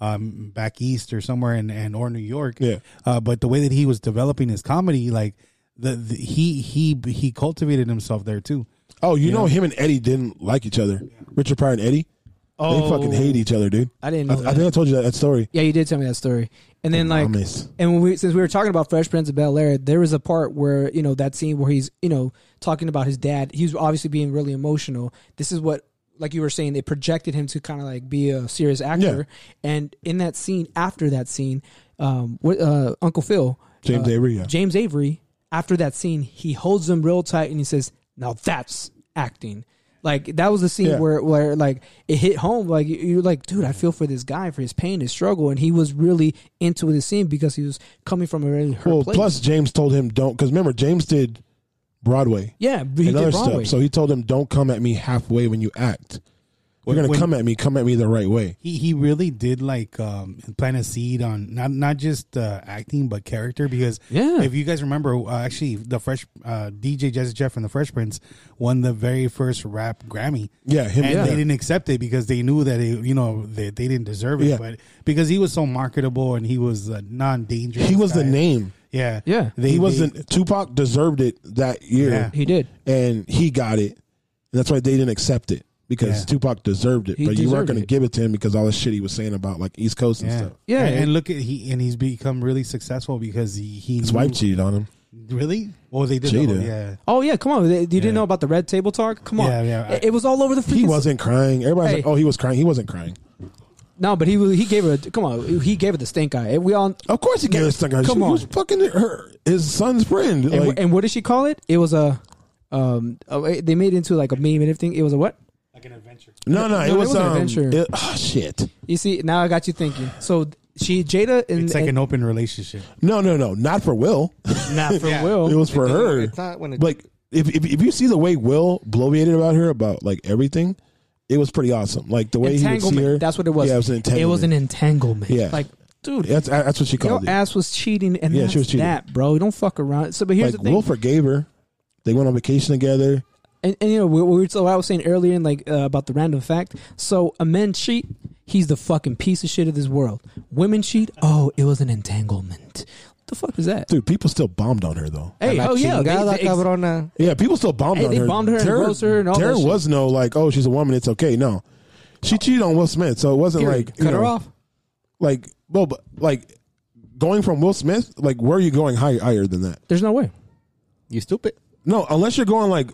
um, back east or somewhere in and or New York.
Yeah.
Uh, but the way that he was developing his comedy, like the, the he he he cultivated himself there too.
oh, you know him and Eddie didn't like each other. Richard Pryor and Eddie.
Oh.
they fucking hate each other, dude.
I didn't know
I, I
that.
think I told you that, that story.
Yeah, you did tell me that story. And then like,
Promise.
and when we since we were talking about Fresh Prince of Bel Air, there was a part where you know that scene where he's you know talking about his dad. He was obviously being really emotional. This is what like you were saying they projected him to kind of like be a serious actor. And in that scene, after that scene, um, what uh, Uncle Phil,
James
uh,
Avery, yeah.
James Avery. After that scene, he holds him real tight and he says, "Now that's acting." Like that was the scene
Yeah.
where where where like it hit home. Like you- you're like, dude, I feel for this guy for his pain, his struggle, and he was really into the scene because he was coming from a really hurt
Well,
place.
plus James told him don't because remember James did Broadway
yeah, but he
and
did
other
Broadway.
stuff. So he told him don't come at me halfway when you act. You're gonna
When-
come at me. Come at me the right way.
he he really did like um, plant a seed on not not just uh, acting but character because
Yeah.
if you guys remember uh, actually the fresh uh, DJ Jazzy Jeff from the Fresh Prince won the very first rap Grammy
Yeah, him
and
and
they
them.
didn't accept it because they knew that it, you know they, they didn't deserve it
Yeah.
but because he was so marketable and he was uh, non dangerous
He was the name.
yeah
Yeah.
they,
he
wasn't
wasn't. Tupac deserved it that year,
Yeah.
he did.
and he got it. And that's why they didn't accept it because
Yeah.
Tupac deserved it.
He
but you
deserved
weren't going
it.
to give it to him because all the shit he was saying about like East Coast and
yeah.
stuff.
Yeah.
and, and look at he and he's become really successful because he he
His
knew-
Mm.
wife cheated on him.
really oh they did the
Jada.
whole- yeah
Oh yeah, come on! They- You didn't know about the red table talk? Come on!
Yeah, yeah, I-
It- it was all over the. Freaking
He wasn't crying. Everybody's
Hey.
like, "Oh, he was crying." He wasn't crying.
No, but he was- he gave it. a- Come on, he gave it the stink eye. And We all.
Of course, he gave a stuck.
Come
he
on.
was fucking her, his son's friend.
And,
like,
and what did she call it? It was a. Um, uh, they made it into like a meme and everything. It was a what?
like an adventure
no, no,
no,
it
it
was
was an
um,
adventure.
it- oh, shit.
You see, now I got you thinking. So she, Jada, and
it's like
and-
an open relationship
No, no, no, not for Will.
not for
Yeah.
Will.
it was for
It doesn't-
her.
it's not when it-
like if, if if you see the way Will bloviated about her about like everything, it was pretty awesome. Like the way he would see
entanglement.
her.
That's what it was.
Yeah, it was an entanglement.
It was an entanglement.
Yeah.
Like, dude,
That's that's what she
your
called it.
ass was cheating, and
Yeah,
that's
she was cheating.
that, bro. Don't fuck around. So, but here's
Like
the thing.
Will forgave her. They went on vacation together.
and, and you know, we, we were, so I was saying earlier, in like uh, about the random fact. So, a men cheat. He's the fucking piece of shit of this world. Women cheat. Oh, it was an entanglement. What the fuck is that?
Dude, people still bombed on her though.
Hey,
La
oh yeah, they-
chingada,
they- ex-
cabrona.
Yeah, people still bombed
Hey,
on
they
her.
bombed her and
there,
roasted her and all
there
that shit.
was no like, oh, she's a woman, it's okay. No, she cheated on Will Smith, so it wasn't
period.
like you
cut her
know,
off.
Like, well, but like going from Will Smith, like where are you going higher, higher than that?
There's no way.
You stupid.
No, unless you're going like,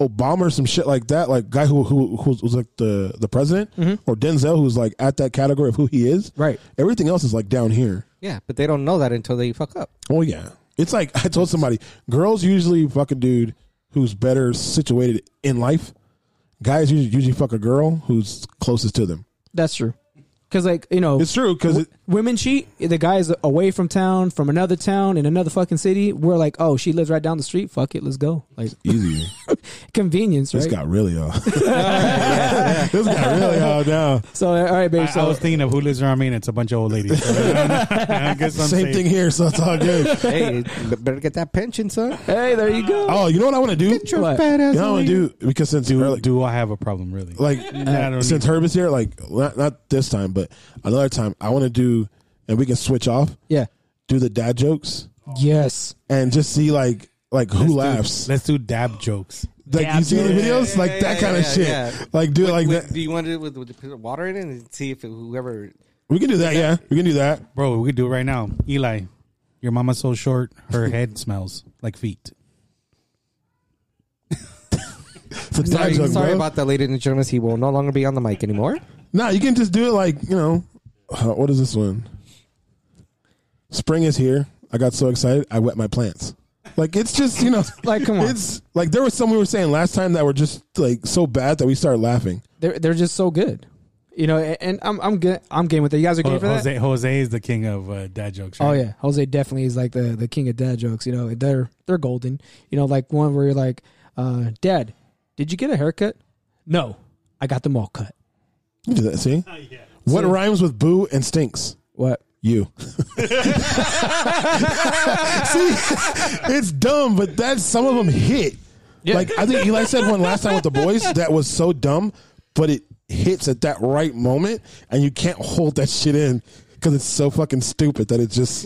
Obama or some shit like that, like guy who who who was like the the president, or Denzel who's like at that category of who he is.
Mm-hmm. Right.
Everything else is like down here.
Yeah, but they don't know that until they fuck up.
Oh yeah. It's like I told somebody, girls usually fuck a dude who's better situated in life. Guys usually, usually fuck a girl who's closest to them.
That's true. Because like you know,
It's true because
women cheat. The guy's away from town, from another town, in another fucking city. We're like, oh, she lives right down the street. Fuck it, let's go. Like
easier.
convenience,
This
right?
got really off. this got really off now.
so all right, babe.
I,
So
I was thinking of who lives around me, and it's a bunch of old ladies. So, I guess I'm
Same
safe.
thing here, so it's all good.
Hey, b- better get that pension, son.
hey, there you go.
Oh, you know what I want to do?
your What?
You
fat
know what I want to do because since you like,
Do I have a problem, really?
like
I don't
since
need-
Herb is here, like not, not this time, but another time, I want to do, and we can switch off.
yeah.
Do the dad jokes
Yes.
and just see like like who laughs.
Let's do dab jokes.
like you see the videos,
Yeah,
like
yeah,
that
yeah,
kind of
yeah,
shit.
yeah.
Like do it like
Wait,
that.
do you want to do it with, with the water in it and see if it, whoever?
we can do that. Yeah, we can do that.
Bro, we could do it right now. Eli, your mama's so short, her head smells like feet.
It's a dad
Sorry,
joke,
sorry
bro.
about that, ladies and gentlemen. He will no longer be on the mic anymore.
Nah, you can just do it like you know. uh, what is this one? Spring is here. I got so excited. I wet my plants. Like it's just you know,
Like, come on.
It's like there was some we were saying last time that were just like so bad that we started laughing.
They're they're just so good. You know, and, and I'm I'm good. I'm game with it. You guys are game
Ho-
for that.
Jose, Jose is the king of uh, dad jokes.
Oh
right?
yeah, Jose definitely is like the the king of dad jokes. You know, they're they're golden. You know, like one where you're like, uh, "Dad, did you get a haircut?" No, I got them all cut.
You do that, see? What rhymes with boo and stinks?
What?
You. see, it's dumb, but that's some of them hit. Like I think Eli said one last time with the boys that was so dumb, but it hits at that right moment, and you can't hold that shit in because it's so fucking stupid that it just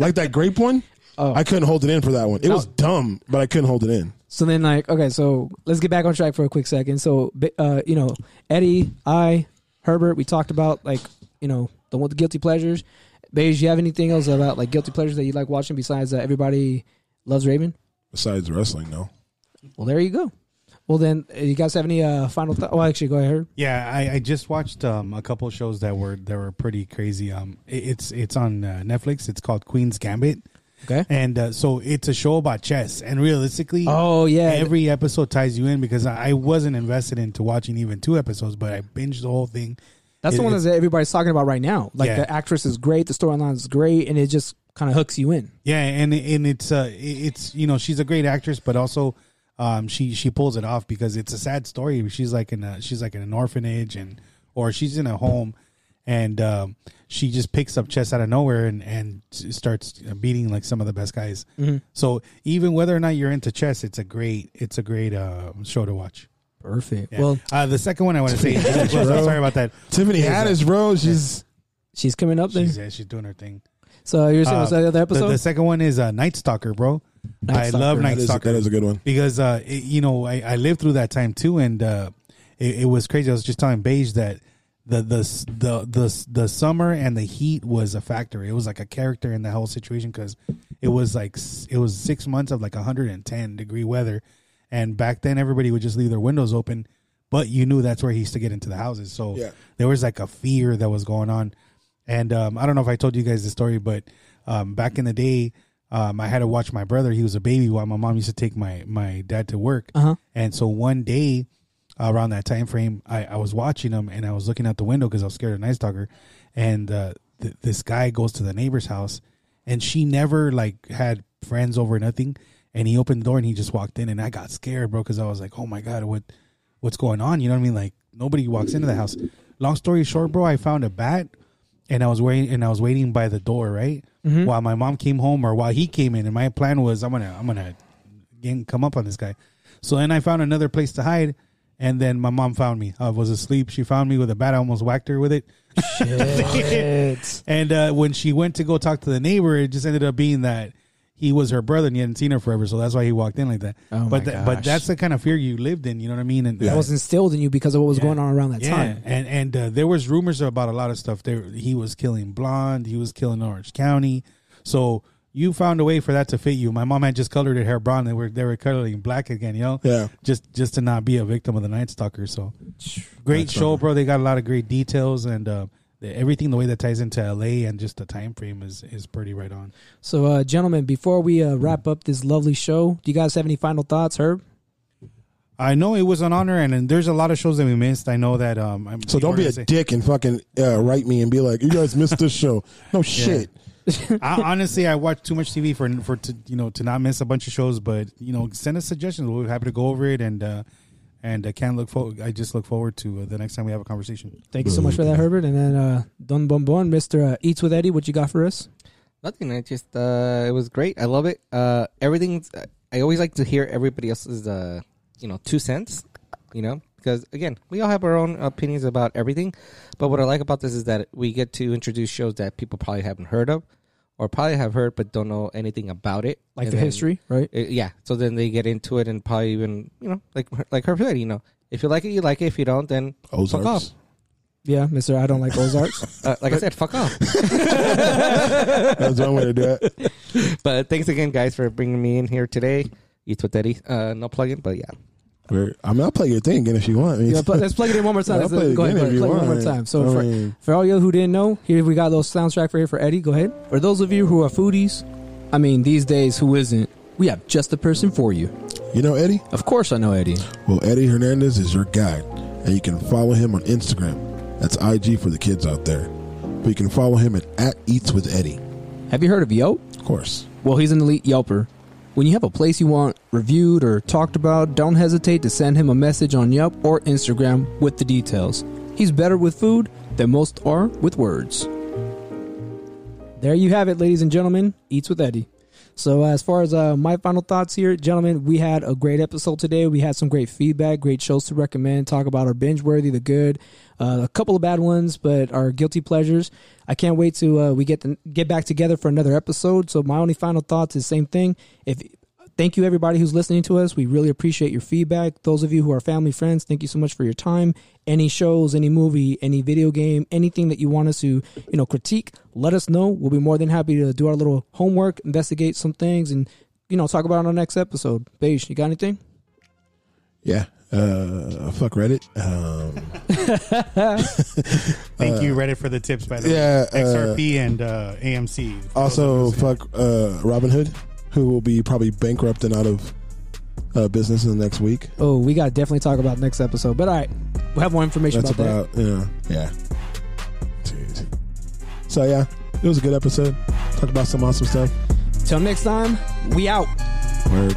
like that grape one. I couldn't hold it in for that one. It was dumb, but I couldn't hold it in.
So then, like, okay, so let's get back on track for a quick second. So, bi- uh, you know, Eddie, I, Herbert, we talked about like, you know, the one the guilty pleasures. Beige, you have anything else about like guilty pleasures that you like watching besides uh, everybody loves Raven?
Besides wrestling, no.
Well, there you go. Well, then, uh, you guys have any uh, final thoughts? Well, actually, go ahead. Herb.
Yeah, I, I just watched um, a couple shows that were that were pretty crazy. Um, it- it's it's on uh, Netflix. It's called Queen's Gambit,
Okay.
and uh, so it's a show about chess. And realistically,
Oh, yeah.
every episode ties you in because I, I wasn't invested into watching even two episodes, but I binged the whole thing.
That's the
It-
one
it-
that everybody's talking about right now. Like
Yeah.
the actress is great, the storyline is great, and it just kind of hooks you in.
Yeah, and and it's uh, it's you know she's a great actress, but also um, she she pulls it off because it's a sad story. She's like in a she's like in an orphanage and or she's in a home, and um, she just picks up chess out of nowhere and and starts uh, beating like some of the best guys.
Mm-hmm.
So even whether or not you're into chess, it's a great it's a great uh, show to watch.
Perfect.
Yeah.
Well,
uh, the second one I want to say, just to close out, sorry about that.
Tiffany
Yeah,
Haddish, bro, she's
she's coming up there.
She's, yeah, she's doing her thing.
so you're saying
Uh,
what's the other episode?
The, second one is uh, Night Stalker, bro.
Night
I
Stalker.
love
That
Night
that is,
Stalker
that is a good one.
because uh, it, you know I, I lived through that time too, and uh, it, it was crazy. I was just telling Beige that the the the the the summer and the heat was a factor. It was like a character in the whole situation because it was like s- it was six months of like 110 degree weather, and back then everybody would just leave their windows open, but you knew that's where he used to get into the houses. So
Yeah.
there was like a fear that was going on. And um, I don't know if I told you guys the story, but um, back in the day, um, I had to watch my brother. He was a baby while my mom used to take my my dad to work. And so one day, around that time frame, I, I was watching him and I was looking out the window because I was scared of Night Stalker. And uh, th- this guy goes to the neighbor's house, and she never like had friends over or nothing. And he opened the door and he just walked in, and I got scared, bro, because I was like, oh my god, what what's going on? You know what I mean? Like nobody walks into the house. Long story short, bro, I found a bat and I was waiting and I was waiting by the door, right?
Mm-hmm.
While my mom came home or while he came in, and my plan was I'm gonna I'm gonna get, come up on this guy. So then I found another place to hide, and then my mom found me. I was asleep. She found me with a bat. I almost whacked her with it.
Shit.
And uh, when she went to go talk to the neighbor, it just ended up being that he was her brother and he hadn't seen her forever, so that's why he walked in like that.
Oh
but
my
tha- but
gosh.
that's the kind of fear you lived in. You know what I mean? And
That was instilled in you because of what was going on around that
yeah,
time.
and and uh, there was rumors about a lot of stuff. There, he was killing Blonde. He was killing Orange County. So you found a way for that to fit you. My mom had just colored her hair brown. They were they were coloring black again, you know.
Yeah.
Just just to not be a victim of the Night Stalker. So great show, bro. They got a lot of great details and uh, the, everything. The way that ties into L.A. and just the time frame is is pretty right on.
So, uh, gentlemen, before we uh, wrap up this lovely show, do you guys have any final thoughts, Herb?
I know it was an honor, and, and there's a lot of shows that we missed. I know that. Um, I'm,
So don't be a dick and fucking uh, write me and be like, you guys missed this show. No shit.
I, honestly, I watch too much TV for for to, you know to not miss a bunch of shows. But you know, send us suggestions. We're happy to go over it, and uh, and I can look forward. I just look forward to uh, the next time we have a conversation.
Thank you so much for that, Herbert. And then uh, Don Bon Bon, Mr. Uh, Eats with Eddie, what you got for us?
Nothing. I just uh, it was great. I love it. Uh, everything's. I always like to hear everybody else's uh, you know, two cents. You know, because again, we all have our own opinions about everything. But what I like about this is that we get to introduce shows that people probably haven't heard of, or probably have heard but don't know anything about it,
Like
And
the
then-
history, right?
Uh, yeah. So then they get into it and probably even you know like like her said, you know, if you like it, you like it. If you don't, then fuck off.
Ozarks.
Yeah, Mr. I don't like Ozarks.
Uh, like I said, fuck off.
That's one way to do it.
But thanks again, guys, for bringing me in here today. Eats with Eddie. Uh, no plug-in, but yeah.
Or- I mean, I'll play your thing again if you want.
Yeah, pl- let's plug it in one more time.
I'll
Let's
play it
go ahead,
again if
play,
you
play it one
want.
more time. So
I
for,
mean-
for all you who didn't know, here we got a little soundtrack for here for Eddie. Go ahead. For those of you who are foodies, I mean these days who isn't? We have just the person for you.
you know Eddie?
Of course, I know Eddie.
Well, Eddie Hernandez is your guide, and you can follow him on Instagram. That's IG for the kids out there. But you can follow him at, at Eats with Eddie,
Have you heard of Yelp?
of course.
Well, he's an elite Yelper. When you have a place you want reviewed or talked about, don't hesitate to send him a message on Yelp or Instagram with the details. He's better with food than most are with words. There you have it, ladies and gentlemen. Eats with Eddie. So, as far as uh, my final thoughts here, gentlemen, we had a great episode today. We had some great feedback, great shows to recommend, talk about our binge worthy, the good, uh, a couple of bad ones, but our guilty pleasures. I can't wait to uh, we get the, get back together for another episode. So, my only final thoughts is same thing. If thank you everybody who's listening to us. We really appreciate your feedback. Those of you who are family friends, thank you so much for your time. Any shows, any movie, any video game, anything that you want us to, you know, critique, let us know. We'll be more than happy to do our little homework, investigate some things and you know, talk about it on our next episode. Beige, you got anything?
Yeah. Uh, fuck Reddit. Um,
Thank you Reddit for the tips, by the
Uh, yeah, uh,
way. XRP and uh, AMC.
also, fuck uh, Robin Hood, who will be probably bankrupt and out of uh, business in the next week.
Oh, we got to definitely talk about next episode. But all right, we'll have more information
That's
about, that.
about, you know, yeah. Dude. So, yeah, it was a good episode. Talked about some awesome stuff.
Till next time, we out.
Word.